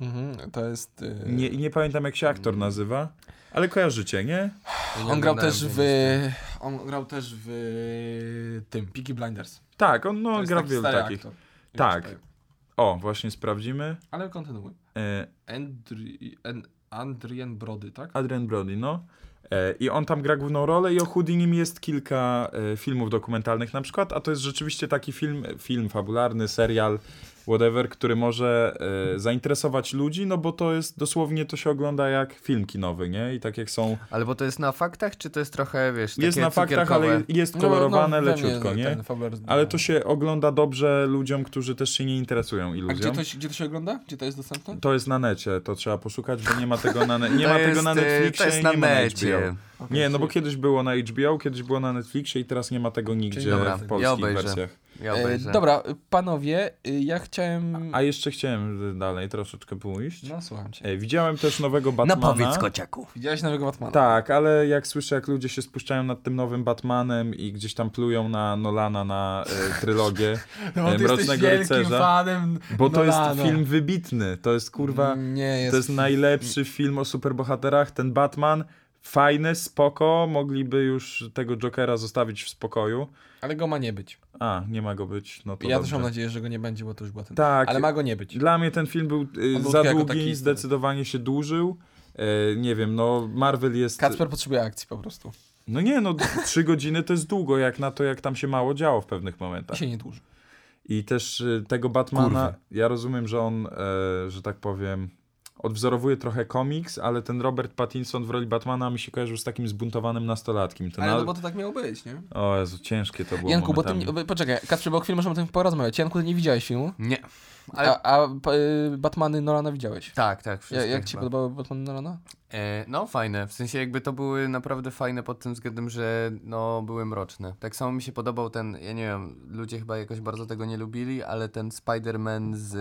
Speaker 3: Mhm, to jest... y,
Speaker 1: Nie, nie pamiętam jak się
Speaker 3: Mm.
Speaker 1: aktor nazywa, ale kojarzycie, nie?
Speaker 2: Ja nie
Speaker 3: On grał
Speaker 2: oglądałem
Speaker 3: też
Speaker 2: tej
Speaker 3: w... On grał też w e, tym, Peaky Blinders.
Speaker 1: Tak, on no,
Speaker 3: To jest
Speaker 1: gra w
Speaker 3: taki
Speaker 1: wielu
Speaker 3: stary
Speaker 1: takich.
Speaker 3: aktor. Nie
Speaker 1: Tak.
Speaker 3: wiem, czy
Speaker 1: O, właśnie sprawdzimy.
Speaker 3: Ale kontynuuj.
Speaker 1: E,
Speaker 3: Andri... An... Andrian Brody, tak?
Speaker 1: Adrian Brody, no. E, I on tam gra główną rolę i o Houdinim jest kilka e, filmów dokumentalnych na przykład, a to jest rzeczywiście taki film, film fabularny, serial, whatever, który może e, zainteresować ludzi, no bo to jest dosłownie, to się ogląda jak film kinowy, nie? I tak jak są,
Speaker 2: Ale bo to jest na faktach, czy to jest trochę, wiesz, takie
Speaker 1: jest na faktach,
Speaker 2: cukierkowe? No,
Speaker 1: ale jest kolorowane
Speaker 3: we mnie
Speaker 1: leciutko, nie?
Speaker 3: ten Fowler-
Speaker 1: Ale to się ogląda dobrze ludziom, którzy też się nie interesują
Speaker 3: A gdzie
Speaker 1: iluzją.
Speaker 3: to, się- gdzie to się ogląda? Gdzie to jest dostępne?
Speaker 1: To jest na necie, to trzeba poszukać, bo nie ma tego na, ne- nie
Speaker 2: To
Speaker 1: ma tego
Speaker 2: jest,
Speaker 1: na
Speaker 2: y,
Speaker 1: Netflixie
Speaker 2: To jest
Speaker 1: i
Speaker 2: na
Speaker 1: nie ma na HBO.
Speaker 2: mecie.
Speaker 1: Nie, no bo kiedyś było na HBO, kiedyś było na Netflixie i teraz nie ma tego nigdzie
Speaker 2: Dobra,
Speaker 1: w
Speaker 2: ja
Speaker 1: polskich
Speaker 2: obejrzę.
Speaker 1: wersjach.
Speaker 2: Ja
Speaker 3: E,
Speaker 2: obejrzę.
Speaker 3: dobra, panowie, y, ja chciałem...
Speaker 1: A jeszcze chciałem dalej troszeczkę pójść.
Speaker 3: No, słucham cię.
Speaker 1: E, Widziałem też nowego Batmana.
Speaker 2: kociaku.
Speaker 3: Widziałeś nowego Batmana?
Speaker 1: Tak, ale jak słyszę, jak ludzie się spuszczają nad tym nowym Batmanem i gdzieś tam plują na Nolana, na e, trylogię
Speaker 3: No,
Speaker 1: e,
Speaker 3: ty jesteś
Speaker 1: Mrocznego
Speaker 3: wielkim
Speaker 1: Rycerza,
Speaker 3: fanem
Speaker 1: bo to jest
Speaker 3: Nolana.
Speaker 1: film wybitny, to jest kurwa,
Speaker 3: Nie jest.
Speaker 1: to jest najlepszy film o superbohaterach, ten Batman, fajny, spoko, mogliby już tego Jokera zostawić w spokoju.
Speaker 3: Ale go ma nie być.
Speaker 1: A, nie ma go być, no to
Speaker 3: ja też
Speaker 1: dobrze.
Speaker 3: mam nadzieję, że go nie będzie, bo to już była ten.
Speaker 1: Tak,
Speaker 3: Ale ma go nie być.
Speaker 1: dla mnie ten film był y,
Speaker 3: On był
Speaker 1: za
Speaker 3: jako
Speaker 1: długi,
Speaker 3: taki-
Speaker 1: zdecydowanie się dłużył. E, nie wiem, no Marvel jest...
Speaker 3: Kacper potrzebuje akcji po prostu.
Speaker 1: No nie, no trzy godziny to jest długo, jak na to, jak tam się mało działo w pewnych momentach.
Speaker 3: I się nie dłuży.
Speaker 1: I też y, tego Batmana,
Speaker 3: Kurwy.
Speaker 1: ja rozumiem, że on, e, że tak powiem, odwzorowuje trochę komiks, ale ten Robert Pattinson w roli Batmana mi się kojarzył z takim zbuntowanym nastolatkiem. Ten
Speaker 3: Ale
Speaker 1: al-
Speaker 3: no bo to tak miało być, nie?
Speaker 1: O Jezu, ciężkie to było
Speaker 3: Janku, bo ty...
Speaker 1: momentami.
Speaker 3: nie- bo- Poczekaj, Kasprze, bo chwilę możemy o tym porozmawiać. Janku, ty nie widziałeś filmu,
Speaker 2: Nie. Ale
Speaker 3: a, a pa- y, Batmany Nolana widziałeś.
Speaker 2: tak, tak,
Speaker 3: Ja,
Speaker 2: wszystko
Speaker 3: jak ci
Speaker 2: chyba.
Speaker 3: podobały Batmany Nolana?
Speaker 2: E, no fajne, w sensie jakby to były naprawdę fajne pod tym względem, że no były mroczne. Tak samo mi się podobał ten, ja nie wiem, ludzie chyba jakoś bardzo tego nie lubili, ale ten Spider-Man z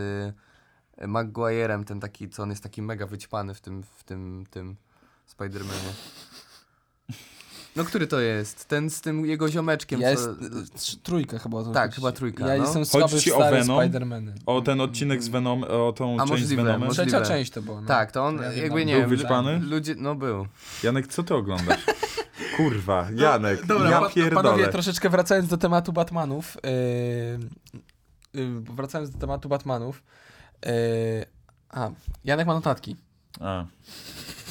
Speaker 2: e, Maguire'em, ten taki, co on jest taki mega wyćpany w tym, w tym, tym Spider-Manie. No który to jest? Ten z tym jego ziomeczkiem,
Speaker 3: Ja
Speaker 2: co...
Speaker 3: jest, y, trz- trójka chyba. To
Speaker 2: Tak,
Speaker 3: chodzi.
Speaker 2: chyba trójka,
Speaker 3: Ja
Speaker 2: no.
Speaker 3: jestem
Speaker 1: Chodzi
Speaker 3: słaby w
Speaker 1: ci o
Speaker 3: stare
Speaker 1: Venom?
Speaker 3: Spidermany.
Speaker 1: O ten odcinek z Venom, o tą
Speaker 2: A
Speaker 1: część
Speaker 2: możliwe,
Speaker 1: z Venomem.
Speaker 2: możliwe.
Speaker 3: Trzecia część to była. No.
Speaker 2: Tak, to on
Speaker 3: Ja wiem,
Speaker 2: jakby
Speaker 3: tam
Speaker 2: nie
Speaker 3: był
Speaker 2: wiem.
Speaker 1: wyćpany?
Speaker 2: Ludzie, no był.
Speaker 1: Janek, co ty oglądasz? Kurwa, Janek,
Speaker 3: No, Dobra,
Speaker 1: ja
Speaker 3: pa-
Speaker 1: pierdolę.
Speaker 3: panowie, troszeczkę wracając do tematu Batmanów, yy, yy, wracając do tematu Batmanów, yy, a, Janek ma notatki.
Speaker 1: A.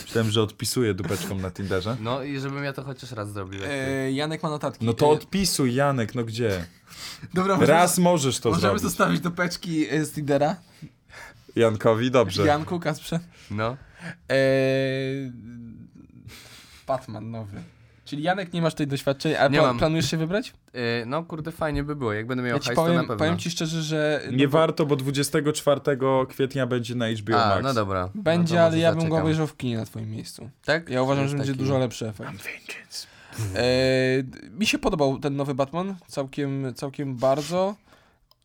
Speaker 1: Myślałem, że odpisuję dupeczką na Tinderze.
Speaker 2: No i żebym ja to chociaż raz zrobił. jak ty.
Speaker 3: Yy, Janek ma notatki.
Speaker 1: Tak, No to
Speaker 3: Yy,
Speaker 1: odpisuj, Janek, no gdzie?
Speaker 3: dobra, możemy-
Speaker 1: Raz możesz to
Speaker 3: możemy
Speaker 1: zrobić.
Speaker 3: zostawić do peczki yy, z Tidera.
Speaker 1: Jankowi, dobrze.
Speaker 3: Janku, Kasprze.
Speaker 2: No.
Speaker 3: Yy, Batman nowy. Czyli Janek, nie masz tej doświadczenia, a
Speaker 2: Nie
Speaker 3: pla-
Speaker 2: mam.
Speaker 3: planujesz się wybrać?
Speaker 2: E, no kurde, fajnie by było, jak będę miał
Speaker 3: Ja
Speaker 2: ja
Speaker 3: ci
Speaker 2: hajs, to na
Speaker 3: powiem,
Speaker 2: pewno.
Speaker 3: powiem ci szczerze, że no
Speaker 1: Nie
Speaker 3: bo-
Speaker 1: warto, bo 24 kwietnia będzie na HBO
Speaker 2: A,
Speaker 1: Max.
Speaker 2: no dobra. No
Speaker 3: będzie,
Speaker 2: to
Speaker 3: ale
Speaker 2: może
Speaker 3: ja bym go
Speaker 2: zaczekam.
Speaker 3: obejrzał w kinie na twoim miejscu.
Speaker 2: Tak?
Speaker 3: Ja uważam,
Speaker 2: Jest
Speaker 3: że będzie
Speaker 2: taki-
Speaker 3: dużo lepszy efekt.
Speaker 1: Vengeance.
Speaker 3: E, d- mi się podobał ten nowy Batman, całkiem, całkiem bardzo.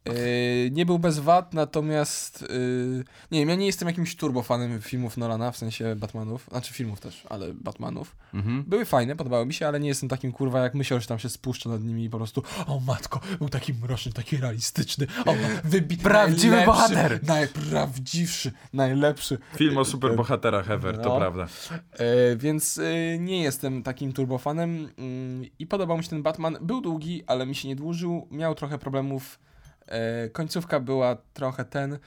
Speaker 3: E, nie był bez wad, natomiast e, nie wiem, ja nie jestem jakimś turbofanem filmów Nolana, w sensie Batmanów, znaczy filmów też, ale Batmanów.
Speaker 2: Mhm.
Speaker 3: Były fajne, podobały mi się, ale nie jestem takim kurwa jak myślał, że tam się spuszcza nad nimi i po prostu o matko, był taki mroczny, taki realistyczny, o wybitny,
Speaker 2: Prawdziwy
Speaker 3: najlepszy,
Speaker 2: bohater!
Speaker 3: Najprawdziwszy, najlepszy.
Speaker 1: Film o superbohaterach ever, to
Speaker 3: No.
Speaker 1: prawda.
Speaker 3: E, więc e, nie jestem takim turbofanem mm, i podobał mi się ten Batman. Był długi, ale mi się nie dłużył. Miał trochę problemów. E, końcówka była trochę ten,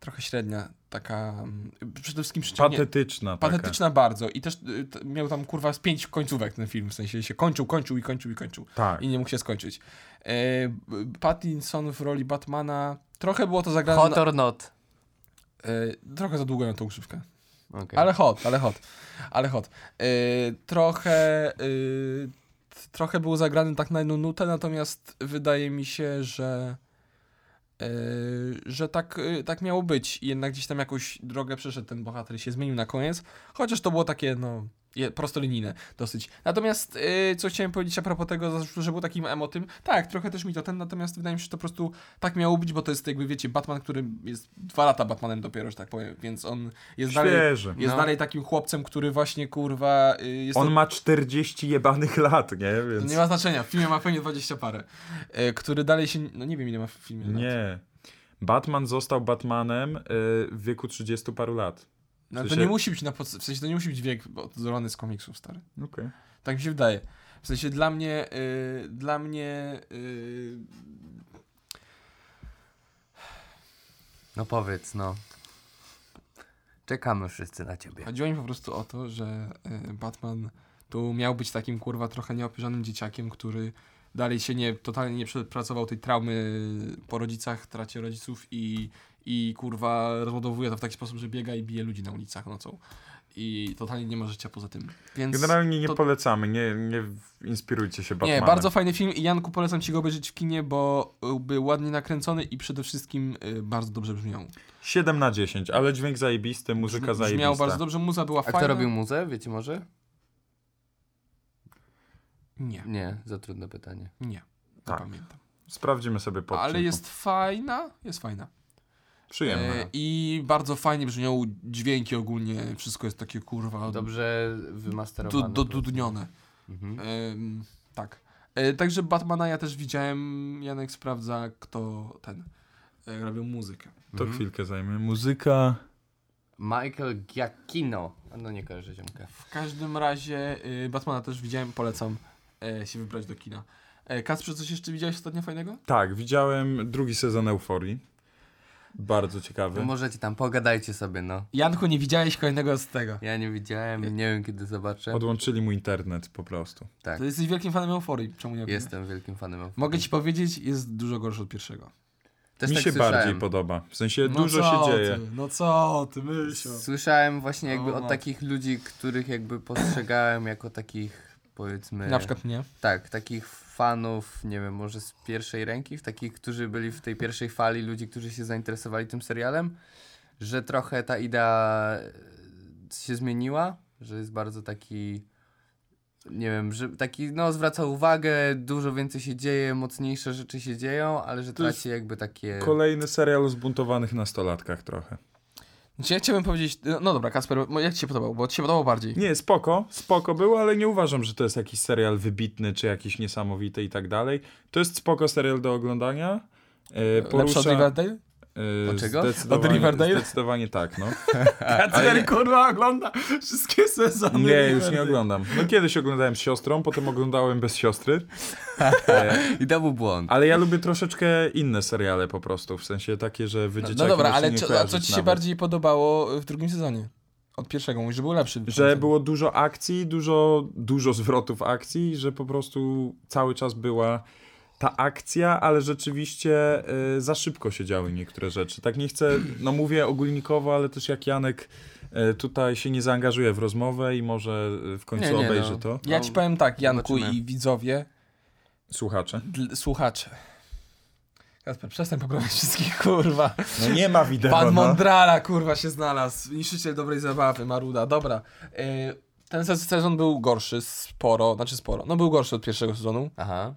Speaker 3: trochę średnia, taka mm, przede wszystkim przyciągnie...
Speaker 1: Patetyczna taka.
Speaker 3: Patetyczna bardzo i też y, t- miał tam kurwa z pięć końcówek ten film, w sensie się kończył, kończył i kończył i kończył
Speaker 1: Tak.
Speaker 3: i nie mógł się skończyć. E, b- Pattinson w roli Batmana, trochę było to zagrane,
Speaker 2: Hot
Speaker 3: na,
Speaker 2: or not.
Speaker 3: e, trochę za długo na tą używkę.
Speaker 2: Okay.
Speaker 3: Ale hot, ale hot, ale hot. Yy, trochę, yy, t- trochę był zagrany tak na jedną nutę, natomiast wydaje mi się, że yy, że tak, yy, tak miało być i jednak gdzieś tam jakąś drogę przeszedł ten bohater i się zmienił na koniec, chociaż to było takie, no, je- prostolinijne dosyć. Natomiast, yy, co chciałem powiedzieć a propos tego, zarzutu, że był takim emotym, tak, trochę też mi to ten, natomiast wydaje mi się, że to po prostu tak miało być, bo to jest jakby, wiecie, Batman, który jest dwa lata Batmanem dopiero, że tak powiem, więc on jest dalej...
Speaker 1: Świeży.
Speaker 3: Jest
Speaker 2: No.
Speaker 3: dalej takim chłopcem, który właśnie kurwa y, jest.
Speaker 1: On ma 40 jebanych lat, nie?
Speaker 3: to
Speaker 1: Więc...
Speaker 3: nie ma znaczenia, w filmie ma pewnie 20 parę. Y, który dalej się. No nie wiem ile ma w filmie. lat.
Speaker 1: Nie. Batman został Batmanem y, w wieku 30 paru lat.
Speaker 3: No,
Speaker 1: W
Speaker 3: to
Speaker 1: sensie-
Speaker 3: nie musi być na podstawie. W sensie to nie musi być wiek odzorowany z komiksów stary.
Speaker 1: Okej.
Speaker 3: Tak mi się wydaje. W sensie dla mnie. Y, dla mnie. Y,
Speaker 2: No powiedz, no. Czekamy wszyscy na ciebie.
Speaker 3: chodziło mi po prostu o to, że y, Batman tu miał być takim kurwa trochę nieopierzonym dzieciakiem, który. Dalej się nie, totalnie nie przepracował tej traumy po rodzicach, tracie rodziców i i kurwa rozładowuje to w taki sposób, że biega i bije ludzi na ulicach nocą. I totalnie nie ma życia poza tym. Więc
Speaker 1: Generalnie nie
Speaker 3: to-
Speaker 1: polecamy, nie, nie inspirujcie się Batmanem.
Speaker 3: nie, bardzo fajny film i Janku polecam ci go obejrzeć w kinie, bo y, był ładnie nakręcony i przede wszystkim y, bardzo dobrze brzmiał.
Speaker 1: 7 na 10, ale dźwięk zajebisty, muzyka zajebista.
Speaker 3: Brzmiał bardzo dobrze, muza była
Speaker 2: A
Speaker 3: fajna.
Speaker 2: kto robił muzę? Wiecie może?
Speaker 3: Nie,
Speaker 2: Nie, za trudne pytanie.
Speaker 3: nie. Nie
Speaker 1: Tak.
Speaker 3: pamiętam.
Speaker 1: Sprawdzimy sobie po
Speaker 3: Ale
Speaker 1: odcinku.
Speaker 3: jest fajna, jest fajna.
Speaker 1: Przyjemne.
Speaker 3: Y, I bardzo fajnie brzmią dźwięki ogólnie, wszystko jest takie kurwa
Speaker 2: Dobrze
Speaker 3: du-
Speaker 2: wymasterowane.
Speaker 3: du- dudnione.
Speaker 2: Mhm.
Speaker 3: Ym, tak. Y, także Batmana ja też widziałem. Janek sprawdza, kto ten y, robił muzykę.
Speaker 1: To chwilkę zajmie. Muzyka.
Speaker 2: Mhm. Michael Giacchino. A No nie kojarzę ziomka.
Speaker 3: W każdym razie y, Batmana też widziałem, polecam y, się wybrać do kina. Y, Kasprze, coś jeszcze widziałeś ostatnio fajnego?
Speaker 1: Tak, widziałem drugi sezon Euforii. Bardzo
Speaker 2: To
Speaker 1: ciekawy.
Speaker 2: No możecie tam, pogadajcie sobie, no.
Speaker 3: Janku, nie widziałeś kolejnego z tego.
Speaker 2: Ja nie widziałem, nie wiem kiedy zobaczę.
Speaker 1: Odłączyli mu internet po prostu.
Speaker 2: Tak,
Speaker 3: To jesteś wielkim fanem euforii, czemu nie
Speaker 2: jestem wielkim fanem.
Speaker 3: Mogę ci powiedzieć, jest dużo gorszy od pierwszego.
Speaker 2: Też
Speaker 1: Mi
Speaker 2: tak
Speaker 1: się
Speaker 2: słyszałem.
Speaker 1: bardziej podoba. W sensie
Speaker 3: No
Speaker 1: dużo
Speaker 3: co
Speaker 1: się dzieje.
Speaker 3: Ty, no co ty, myśl.
Speaker 2: Słyszałem właśnie jakby
Speaker 3: O,
Speaker 2: od
Speaker 3: matko.
Speaker 2: takich ludzi, których jakby postrzegałem jako takich powiedzmy...
Speaker 3: Na przykład mnie.
Speaker 2: Tak, takich fanów, nie wiem, może z pierwszej ręki, w takich, którzy byli w tej pierwszej fali, ludzi, którzy się zainteresowali tym serialem, że trochę ta idea e, się zmieniła, że jest bardzo taki, nie wiem, że taki, no, zwraca uwagę, dużo więcej się dzieje, mocniejsze rzeczy się dzieją, ale że
Speaker 1: To jest
Speaker 2: traci jakby takie...
Speaker 1: Kolejny serial o zbuntowanych nastolatkach trochę.
Speaker 3: Znaczy, ja chciałbym powiedzieć, no dobra Kasper, mo- jak ci się podobał, bo ci się podobał bardziej.
Speaker 1: Nie, spoko, spoko było, ale nie uważam, że to jest jakiś serial wybitny, czy jakiś niesamowity i tak dalej. To jest spoko serial do oglądania. E,
Speaker 3: Lepszy od
Speaker 1: porusza...
Speaker 3: Riverdale?
Speaker 1: e,
Speaker 2: Od czego?
Speaker 1: Zdecydowanie,
Speaker 3: Od Riverdale?
Speaker 1: Zdecydowanie tak, no.
Speaker 3: Kasper, kurwa, ogląda wszystkie sezony
Speaker 1: Nie, już nie oglądam. No kiedyś oglądałem z siostrą, potem oglądałem bez siostry.
Speaker 2: I to był błąd.
Speaker 1: Ale ja lubię troszeczkę inne seriale po prostu, w sensie takie, że wy
Speaker 3: No,
Speaker 1: dzieciaki
Speaker 3: no dobra,
Speaker 1: możecie
Speaker 3: ale
Speaker 1: nie
Speaker 3: co, a
Speaker 1: kojarzyć
Speaker 3: co ci się
Speaker 1: nawet.
Speaker 3: bardziej podobało w drugim sezonie? Od pierwszego, mówisz, że był lepszy. w drugim
Speaker 1: Że
Speaker 3: sezonie.
Speaker 1: było dużo akcji, dużo, dużo zwrotów akcji, że po prostu cały czas była ta akcja, ale rzeczywiście y, za szybko się działy niektóre rzeczy. Tak nie chcę, no mówię ogólnikowo, ale też jak Janek y, tutaj się nie zaangażuje w rozmowę i może y, w końcu
Speaker 2: Nie, nie,
Speaker 1: obejrzy
Speaker 2: no.
Speaker 1: to.
Speaker 3: Ja ci powiem
Speaker 1: No,
Speaker 3: tak, Janku
Speaker 2: Zobaczymy.
Speaker 3: i widzowie,
Speaker 1: Słuchacze.
Speaker 3: dl- słuchacze. Kasper, przestań poprawiać wszystkich, kurwa.
Speaker 1: No nie ma wideo.
Speaker 3: Pan Mondrala, kurwa, się znalazł. Niszczyciel dobrej zabawy, Maruda. Dobra. Y, Ten se- sezon był gorszy sporo, znaczy sporo. No był gorszy od pierwszego sezonu.
Speaker 2: Aha.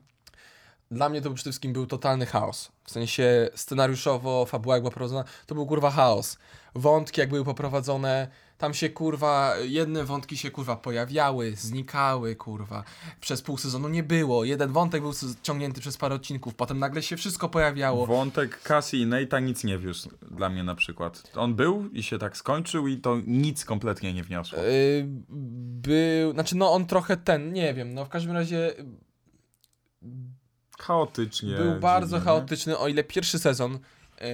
Speaker 3: Dla mnie to przede wszystkim był totalny chaos. W sensie scenariuszowo, fabuła jak była prowadzona, to był kurwa chaos. Wątki jak były poprowadzone, tam się kurwa, jedne wątki się kurwa pojawiały, znikały kurwa. Przez pół sezonu nie było, jeden wątek był s- ciągnięty przez parę odcinków, potem nagle się wszystko pojawiało.
Speaker 1: Wątek Cassie i Nate'a nic nie wiózł dla mnie na przykład. On był i się tak skończył i to nic kompletnie nie wniosło.
Speaker 3: Y, był, znaczy no on trochę ten, nie wiem, no w każdym razie
Speaker 1: Chaotycznie.
Speaker 3: był bardzo
Speaker 1: dziwnie, nie?
Speaker 3: chaotyczny, o ile pierwszy sezon yy,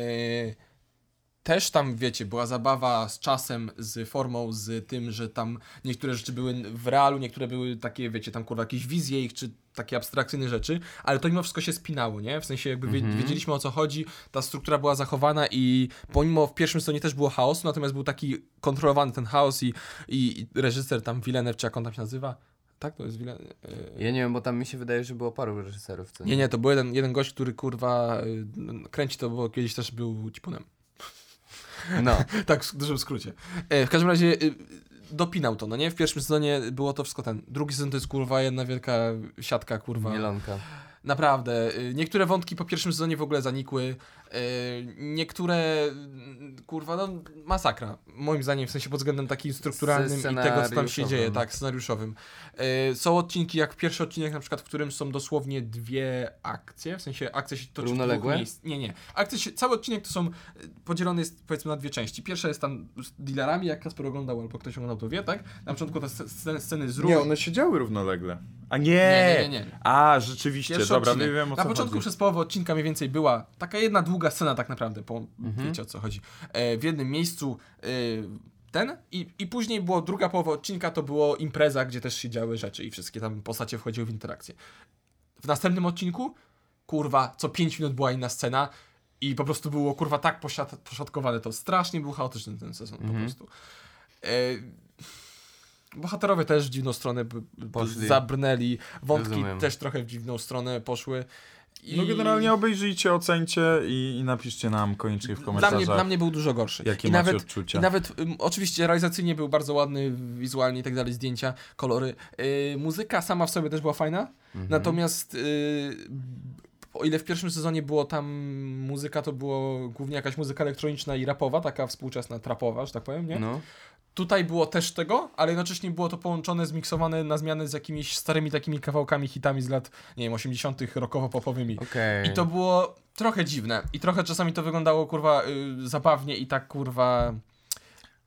Speaker 3: też tam, wiecie, była zabawa z czasem, z formą, z tym, że tam niektóre rzeczy były w realu, niektóre były takie, wiecie, tam kurwa jakieś wizje ich, czy takie abstrakcyjne rzeczy, ale to mimo wszystko się spinało, nie? W sensie jakby wie- wiedzieliśmy o co chodzi, ta struktura była zachowana i pomimo w pierwszym sezonie też było chaosu, natomiast był taki kontrolowany ten chaos i, i, i reżyser tam Villeneuve, czy jak on tam się nazywa? Tak, to jest Villeneuve? Yy,
Speaker 2: Ja nie wiem, bo tam mi się wydaje, że było paru reżyserów. Co
Speaker 3: nie, nie, to był jeden, jeden gość, który kurwa y, n- kręci to, bo kiedyś też był cipunem.
Speaker 2: No.
Speaker 3: Tak, w dużym skrócie. E, W każdym razie y, dopinał to, no nie? W pierwszym sezonie było to wszystko ten. Drugi sezon to jest kurwa jedna wielka siatka, kurwa.
Speaker 2: Mielonka.
Speaker 3: Naprawdę. y, Niektóre wątki po pierwszym sezonie w ogóle zanikły. y, Niektóre, y, kurwa, no masakra. Moim zdaniem, w sensie pod względem takim strukturalnym i tego, co tam się
Speaker 2: Scenariuszowym.
Speaker 3: dzieje, tak, scenariuszowym. Y, Są odcinki, jak pierwszy odcinek na przykład, w którym są dosłownie dwie akcje, w sensie akcja się toczy w dwóch
Speaker 2: Równoległe?
Speaker 3: miejsc. Nie, nie. Akcje się, cały odcinek to są, y, podzielony jest powiedzmy na dwie części. Pierwsza jest tam z dealerami, jak Kasper oglądał, albo ktoś oglądał, to wie, tak? Na początku te sceny, sceny z
Speaker 1: Nie,
Speaker 3: Ruin-
Speaker 1: one siedziały równolegle. A nie!
Speaker 3: Nie, nie, nie, nie.
Speaker 1: A, rzeczywiście,
Speaker 3: Pierwszy
Speaker 1: dobra,
Speaker 3: odcinek.
Speaker 1: nie wiem o co
Speaker 3: Na początku
Speaker 1: chodzi.
Speaker 3: przez połowę odcinka mniej więcej była taka jedna długa scena tak naprawdę, bo
Speaker 1: Mhm.
Speaker 3: wiecie o co chodzi. E, w jednym miejscu e, ten i, i później była druga połowa odcinka, to było impreza, gdzie też się działy rzeczy i wszystkie tam postacie wchodziły w interakcję. W następnym odcinku, kurwa, co 5 minut była inna scena i po prostu było kurwa tak posiad, poszatkowane to. Strasznie był chaotyczny ten sezon
Speaker 1: Mhm.
Speaker 3: po prostu. E, Bohaterowie też w dziwną stronę b- b-
Speaker 2: Poszli.
Speaker 3: zabrnęli, wątki
Speaker 2: Rozumiem.
Speaker 3: też trochę w dziwną stronę poszły. I
Speaker 1: No generalnie obejrzyjcie, ocencie i, i napiszcie nam koniecznie w
Speaker 3: dla
Speaker 1: komentarzach.
Speaker 3: mnie, dla mnie był dużo gorszy.
Speaker 1: Jakie
Speaker 3: I
Speaker 1: macie
Speaker 3: nawet,
Speaker 1: odczucia?
Speaker 3: i nawet ym, oczywiście realizacyjnie był bardzo ładny, wizualnie i tak dalej, zdjęcia, kolory. Yy, muzyka sama w sobie też była fajna,
Speaker 1: Mhm.
Speaker 3: natomiast yy, o ile w pierwszym sezonie było tam muzyka, to było głównie jakaś muzyka elektroniczna i rapowa, taka współczesna, trapowa, że tak powiem, nie?
Speaker 2: No.
Speaker 3: Tutaj było też tego, ale jednocześnie było to połączone, zmiksowane na zmianę z jakimiś starymi takimi kawałkami, hitami z lat, nie wiem, 80., rockowo-popowymi.
Speaker 2: Okej.
Speaker 3: I to było trochę dziwne. I trochę czasami to wyglądało kurwa y, zabawnie i tak kurwa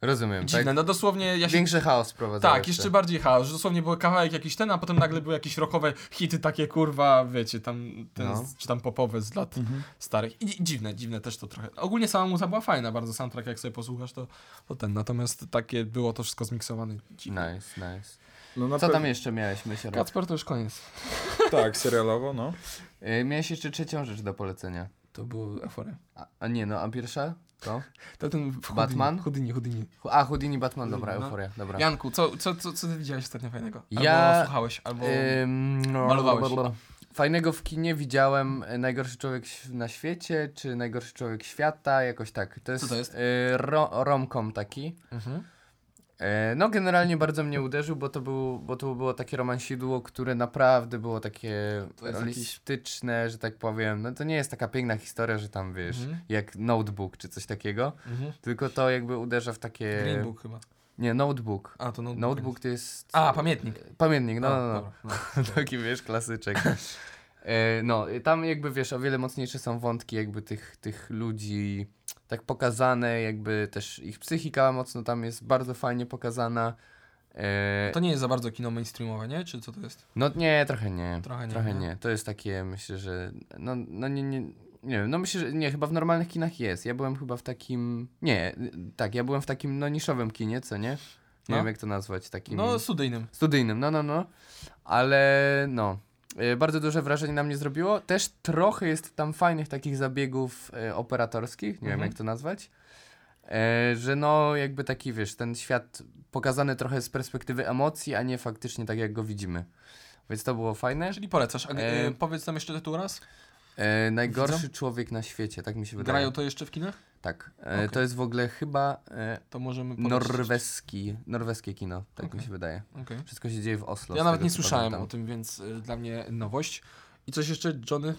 Speaker 2: Rozumiem,
Speaker 3: dziwne.
Speaker 2: tak?
Speaker 3: No dosłownie ja się.
Speaker 2: Większy chaos prowadzał.
Speaker 3: Tak, jeszcze bardziej chaos. że Dosłownie był kawałek jakiś ten, a potem nagle były jakieś rockowe hity takie kurwa, wiecie, tam ten,
Speaker 2: No.
Speaker 3: czy tam popowe z lat starych. I dziwne, dziwne też to trochę. Ogólnie sama muza była fajna, bardzo soundtrack, jak sobie posłuchasz, to, to ten. Natomiast takie było to wszystko zmiksowane. Dziwne.
Speaker 2: Nice, nice.
Speaker 1: No na
Speaker 2: Co
Speaker 1: pew-
Speaker 2: tam jeszcze miałeś, myślę?
Speaker 3: Kacper to już koniec.
Speaker 1: Tak, serialowo, no.
Speaker 2: Y, miałeś jeszcze trzecią rzecz do polecenia.
Speaker 3: to było aforę.
Speaker 2: A, a nie, no, a pierwsza? To?
Speaker 3: To ten w Houdini,
Speaker 2: Batman?
Speaker 3: Houdini, Houdini.
Speaker 2: Hu- A, Houdini, Batman, dobra,
Speaker 3: No.
Speaker 2: euforia, dobra.
Speaker 3: Janku, co, co, co, co ty widziałeś ostatnio fajnego? Albo
Speaker 2: Ja-
Speaker 3: słuchałeś, albo...
Speaker 2: Ym, no,
Speaker 3: Malowałeś.
Speaker 2: blablabla. Fajnego w kinie widziałem e, Najgorszy Człowiek ś- na świecie, czy Najgorszy Człowiek Świata, jakoś tak. To jest,
Speaker 3: to jest?
Speaker 2: e, ro, romcom taki.
Speaker 3: Mhm.
Speaker 2: E, No generalnie bardzo mnie uderzył, bo to, był, bo to było takie romansidło, które naprawdę było takie
Speaker 3: To jest
Speaker 2: realistyczne, że tak powiem. No to nie jest taka piękna historia, że tam wiesz,
Speaker 3: Mhm.
Speaker 2: jak notebook czy coś takiego,
Speaker 3: Mhm.
Speaker 2: tylko to jakby uderza w takie...
Speaker 3: Green Book chyba.
Speaker 2: Nie, notebook.
Speaker 3: A, to notebook.
Speaker 2: Notebook to jest...
Speaker 3: A, pamiętnik.
Speaker 2: Pamiętnik, no,
Speaker 3: A,
Speaker 2: no, no.
Speaker 3: dobra, no.
Speaker 2: Taki wiesz, klasyczek. E, No, y, tam jakby wiesz, o wiele mocniejsze są wątki jakby tych, tych ludzi, tak pokazane, jakby też ich psychika mocno tam jest bardzo fajnie pokazana. E,
Speaker 3: To nie jest za bardzo kino mainstreamowe, nie? Czy co to jest?
Speaker 2: No nie, trochę nie.
Speaker 3: Trochę nie,
Speaker 2: Trochę
Speaker 3: nie?
Speaker 2: nie. To jest takie, myślę, że. No, no nie, nie, nie wiem, no myślę, że nie, chyba w normalnych kinach jest. Ja byłem chyba w takim. Nie, y, tak, ja byłem w takim no niszowym kinie, co nie? Nie
Speaker 3: No.
Speaker 2: wiem jak to nazwać, takim
Speaker 3: No, studyjnym.
Speaker 2: studyjnym, no, no, no. Ale no. y, Bardzo duże wrażenie na mnie zrobiło. Też trochę jest tam fajnych takich zabiegów y, operatorskich, nie wiem
Speaker 3: Mhm.
Speaker 2: jak to nazwać. E, Że no, jakby taki wiesz, ten świat pokazany trochę z perspektywy emocji, a nie faktycznie tak jak go widzimy. Więc to było fajne.
Speaker 3: Czyli polecasz. A, e...
Speaker 2: E,
Speaker 3: powiedz nam jeszcze tytuł raz.
Speaker 2: E, najgorszy
Speaker 3: Widzą?
Speaker 2: człowiek na świecie, tak mi się wydaje.
Speaker 3: Grają to jeszcze w kinach?
Speaker 2: Tak. E,
Speaker 3: Okej.
Speaker 2: To jest w ogóle chyba e,
Speaker 3: To możemy polecić.
Speaker 2: norweski, norweskie kino, tak
Speaker 3: Okej.
Speaker 2: mi się wydaje.
Speaker 3: Okej.
Speaker 2: Wszystko się dzieje w Oslo.
Speaker 3: Ja
Speaker 2: z
Speaker 3: nawet
Speaker 2: tego,
Speaker 3: nie
Speaker 2: co
Speaker 3: słyszałem
Speaker 2: pamiętam.
Speaker 3: o tym, więc y, dla mnie nowość. I coś jeszcze, Johnny?
Speaker 2: E,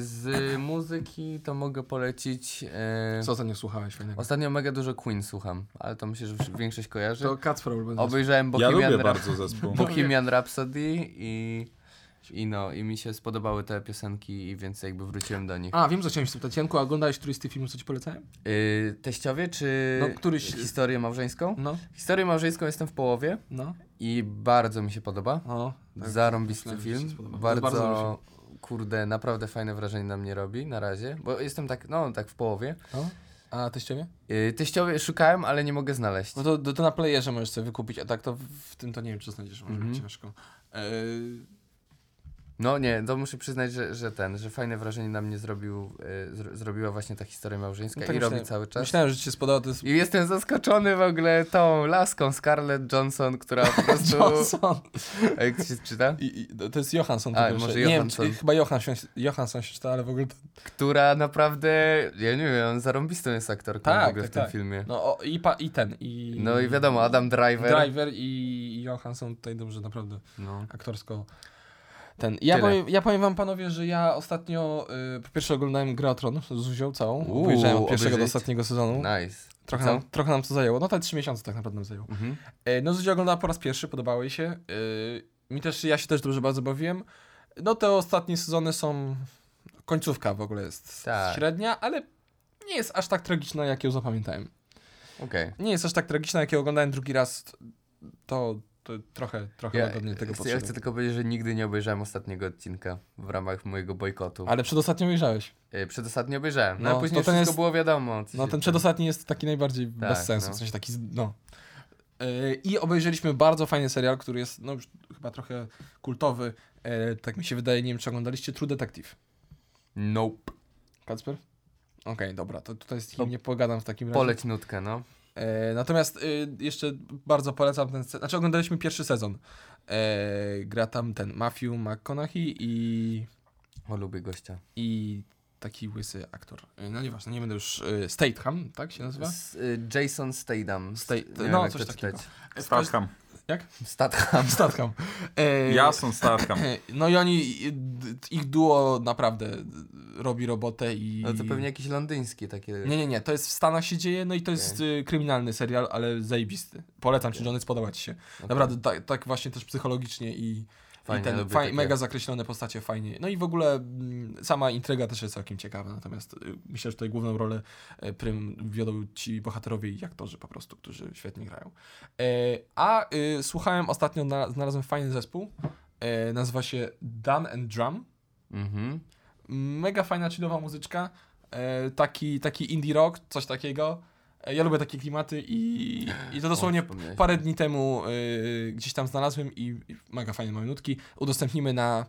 Speaker 2: z muzyki to mogę polecić. E,
Speaker 3: Co ostatnio słuchałeś fajnego?
Speaker 2: Ostatnio mega dużo Queen słucham, ale to myślę, że wszy- większość kojarzy.
Speaker 3: To Kacper Urban.
Speaker 2: Obejrzałem
Speaker 1: Ja
Speaker 2: Bohemian,
Speaker 1: lubię
Speaker 2: Rhap-
Speaker 1: bardzo zespół.
Speaker 2: Bohemian Rhapsody i, i no, i mi się spodobały te piosenki i więc jakby wróciłem do nich.
Speaker 3: A, wiem co chciałem się spytać. Janku, a oglądałeś któryś z tych filmów, co ci polecałem?
Speaker 2: E, teściowie czy
Speaker 3: No, któryś-
Speaker 2: historię małżeńską?
Speaker 3: No,
Speaker 2: Historię małżeńską jestem w połowie
Speaker 3: no.
Speaker 2: i bardzo mi się podoba.
Speaker 3: O, tak.
Speaker 2: Zarąbisty
Speaker 3: myślałem, że ci się
Speaker 2: film.
Speaker 3: spodoba. No,
Speaker 2: Bardzo,
Speaker 3: Bardzo dobrze
Speaker 2: kurde, naprawdę fajne wrażenie na mnie robi na razie, bo jestem tak, no tak w połowie.
Speaker 3: no. A teściowie?
Speaker 2: Yy, teściowie szukałem, ale nie mogę znaleźć.
Speaker 3: No to, to, to na playerze możesz sobie wykupić, a tak to w, w tym to nie wiem, czy znajdziesz, może
Speaker 2: Mhm.
Speaker 3: być ciężko. Eee,
Speaker 2: No nie, to muszę przyznać, że, że ten, że fajne wrażenie na mnie zrobił, yy, zro, zrobiła właśnie ta historia małżeńska
Speaker 3: no
Speaker 2: i
Speaker 3: myślałem-
Speaker 2: tak robi cały czas.
Speaker 3: Myślałem, że ci się spodoba, to jest
Speaker 2: I jestem zaskoczony w ogóle tą laską Scarlett Johnson, która po prostu...
Speaker 3: Johnson.
Speaker 2: A Jak to się czyta?
Speaker 3: I, i, to jest Johansson.
Speaker 2: A,
Speaker 3: to
Speaker 2: może
Speaker 3: pierwsze. nie wiem,
Speaker 2: Johansson.
Speaker 3: czy, chyba Johansson, się- Johansson się czyta, ale w ogóle to
Speaker 2: Która naprawdę, ja nie wiem, zarąbistą jest aktorką
Speaker 3: Tak,
Speaker 2: w ogóle
Speaker 3: tak,
Speaker 2: w tym
Speaker 3: tak.
Speaker 2: filmie.
Speaker 3: No o, i, pa, i ten, i...
Speaker 2: No i wiadomo, Adam Driver.
Speaker 3: Driver i Johansson tutaj dobrze, naprawdę
Speaker 2: No. aktorsko.
Speaker 3: aktorsko ten. Ja
Speaker 2: Tyle.
Speaker 3: powiem, ja powiem wam panowie, że ja ostatnio y, po pierwsze oglądałem Grę o Tron z Zuzią całą,
Speaker 2: Uuu,
Speaker 3: obejrzałem od pierwszego do
Speaker 2: obejrzeliście?
Speaker 3: ostatniego sezonu.
Speaker 2: Nice.
Speaker 3: Trochę
Speaker 2: Co?
Speaker 3: nam, trochę nam to zajęło, no te trzy miesiące tak naprawdę nam zajęło.
Speaker 2: Mhm.
Speaker 3: E, No Zuzia oglądała po raz pierwszy, podobało jej się. E, Mi też, ja się też dobrze bardzo bawiłem. No te ostatnie sezony są... Końcówka w ogóle jest
Speaker 2: Tak.
Speaker 3: średnia, ale nie jest aż tak tragiczna, jak ją zapamiętałem.
Speaker 2: Okej.
Speaker 3: Nie jest aż tak tragiczna, jak ją oglądałem drugi raz, to, to, trochę, trochę
Speaker 2: Ja,
Speaker 3: ode mnie tego
Speaker 2: chcę, ja chcę
Speaker 3: potrzebuje.
Speaker 2: tylko powiedzieć, że nigdy nie obejrzałem ostatniego odcinka w ramach mojego bojkotu.
Speaker 3: Ale przedostatnio ujrzałeś.
Speaker 2: Y, Przedostatnio obejrzałem, no,
Speaker 3: No,
Speaker 2: a później
Speaker 3: to ten
Speaker 2: wszystko
Speaker 3: jest-
Speaker 2: było wiadomo. co
Speaker 3: No
Speaker 2: się
Speaker 3: ten
Speaker 2: dzieje.
Speaker 3: przedostatni jest taki najbardziej
Speaker 2: Tak,
Speaker 3: bez sensu,
Speaker 2: no.
Speaker 3: w sensie taki, z- no. E, I obejrzeliśmy bardzo fajny serial, który jest no, już chyba trochę kultowy, e, tak mi się wydaje, nie wiem czy oglądaliście, True Detective.
Speaker 2: Nope.
Speaker 3: Kacper? Okej, dobra, to tutaj z kim nie pogadam w takim razie.
Speaker 2: Poleć nutkę, no.
Speaker 3: E, natomiast e, jeszcze bardzo polecam ten... se- Znaczy oglądaliśmy pierwszy sezon. E, gra tam ten Matthew McConaughey i...
Speaker 2: O, lubię gościa.
Speaker 3: i taki łysy aktor. E, No nieważne, nie będę już... E, Statham, tak się nazywa?
Speaker 2: S, y, Jason Statham.
Speaker 3: Sta-
Speaker 2: Nie wiem,
Speaker 3: no,
Speaker 2: jak
Speaker 3: coś
Speaker 2: to
Speaker 3: takiego.
Speaker 2: czytać.
Speaker 3: E, w każdym-
Speaker 1: Statham.
Speaker 3: Jak?
Speaker 2: Statham.
Speaker 3: Statham. E,
Speaker 1: Jason Statham.
Speaker 3: e, No i oni... i- d- Ich duo naprawdę e, robi robotę i...
Speaker 2: No to pewnie jakiś londyński takie.
Speaker 3: Nie, nie, nie, to jest w Stanach się dzieje, no i to jest y, kryminalny serial, ale zajebisty. Polecam ci, Johnny, spodobać się. Naprawdę tak, tak właśnie też psychologicznie i,
Speaker 2: Fajnie,
Speaker 3: i ten
Speaker 2: lubię
Speaker 3: faj,
Speaker 2: takie.
Speaker 3: mega zakreślone postacie, fajnie. No i w ogóle mm, sama intryga też jest całkiem ciekawa, natomiast y, myślę, że tutaj główną rolę y, prym wiodą ci bohaterowie i aktorzy po prostu, którzy świetnie grają. E, a y, słuchałem ostatnio, na, znalazłem fajny zespół, e, nazywa się Dun and Drum.
Speaker 2: Mhm.
Speaker 3: Mega fajna, chillowa muzyczka. E, taki, taki indie rock, coś takiego. E, ja lubię takie klimaty i, i to dosłownie
Speaker 2: wspomniałeś.
Speaker 3: parę dni temu e, gdzieś tam znalazłem i, i mega fajne mamy nutki. Udostępnimy na,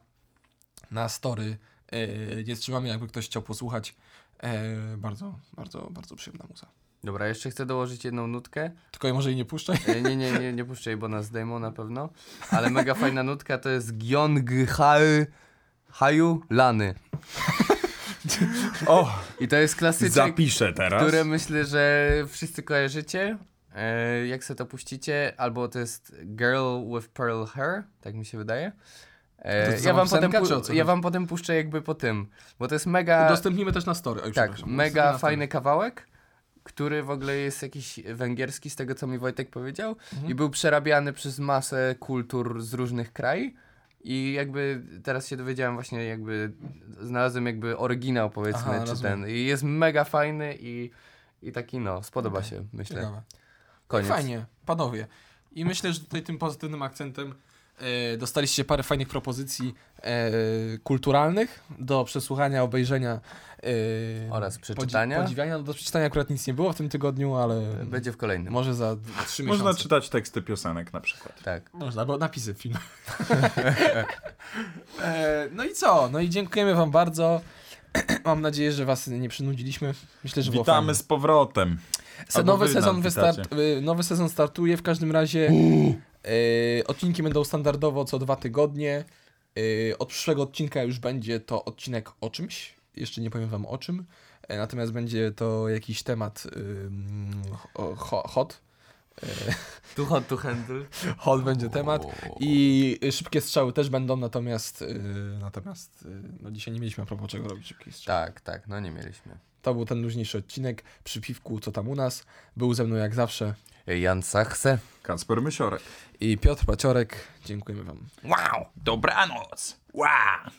Speaker 3: na story e, nie wstrzymamy, jakby ktoś chciał posłuchać. E, bardzo, bardzo, bardzo przyjemna muza.
Speaker 2: Dobra, jeszcze chcę dołożyć jedną nutkę.
Speaker 3: Tylko może jej nie puszczaj.
Speaker 2: E, Nie, nie, nie, nie puszczę jej, bo nas zdejmą na pewno. Ale mega fajna nutka to jest Gyeong Haju, Haju Lany.
Speaker 1: O,
Speaker 2: I to jest klasyczek,
Speaker 1: zapiszę teraz.
Speaker 2: które myślę, że wszyscy kojarzycie. E, Jak sobie to puścicie, albo to jest Girl with Pearl Hair, tak mi się wydaje. E,
Speaker 3: To jest
Speaker 2: Ja wam,
Speaker 3: sama
Speaker 2: potem,
Speaker 3: piosenka,
Speaker 2: pu-
Speaker 3: czy o co
Speaker 2: ja
Speaker 3: chodzi?
Speaker 2: wam potem puszczę jakby po tym, bo to jest mega...
Speaker 3: Udostępnimy też na story. Oj,
Speaker 2: E, Tak,
Speaker 3: przepraszam.
Speaker 2: mega
Speaker 3: Udostępnimy na story.
Speaker 2: fajny kawałek, który w ogóle jest jakiś węgierski, z tego co mi Wojtek powiedział,
Speaker 3: Mhm.
Speaker 2: i był przerabiany przez masę kultur z różnych krajów. I jakby teraz się dowiedziałem właśnie jakby, znalazłem jakby oryginał powiedzmy,
Speaker 3: Aha,
Speaker 2: czy
Speaker 3: rozumiem.
Speaker 2: ten. I jest mega fajny i, i taki no, spodoba się, myślę.
Speaker 3: Ciekawe.
Speaker 2: Koniec.
Speaker 3: Fajnie, panowie. I myślę, że tutaj tym pozytywnym akcentem e, dostaliście parę fajnych propozycji e, kulturalnych do przesłuchania, obejrzenia e,
Speaker 2: Oraz
Speaker 3: podzi-
Speaker 2: przeczytania.
Speaker 3: Podziwiania. No, do przeczytania akurat nic nie było w tym tygodniu, ale
Speaker 2: Będzie w kolejnym.
Speaker 3: może za d- trzy miesiące.
Speaker 1: Można czytać teksty piosenek na przykład.
Speaker 2: Tak.
Speaker 3: Można, bo napisy w filmie. e, no i co? No i dziękujemy wam bardzo. Mam nadzieję, że was nie przynudziliśmy. Myślę, że było
Speaker 1: Witamy
Speaker 3: fajnie.
Speaker 1: z powrotem.
Speaker 3: Se,
Speaker 1: Albo
Speaker 3: nowy,
Speaker 1: wy
Speaker 3: sezon
Speaker 1: nam
Speaker 3: wystart, y, nowy sezon startuje, w każdym razie y, odcinki będą standardowo co dwa tygodnie. Y, od przyszłego odcinka już będzie to odcinek o czymś, jeszcze nie powiem wam o czym, E, natomiast będzie to jakiś temat y, mm, ho, ho, hot,
Speaker 2: Tu hot to handle.
Speaker 3: hot będzie temat i szybkie strzały też będą, natomiast y, natomiast y, no dzisiaj nie mieliśmy a propos czego robić szybkie strzały.
Speaker 2: Tak, tak, no nie mieliśmy.
Speaker 3: To był ten luźniejszy odcinek przy piwku co tam u nas, był ze mną jak zawsze
Speaker 2: Jan Sachse.
Speaker 1: Kacper Mysiorek.
Speaker 3: i Piotr Paciorek, dziękujemy wam.
Speaker 1: Wow, dobranoc. Wow.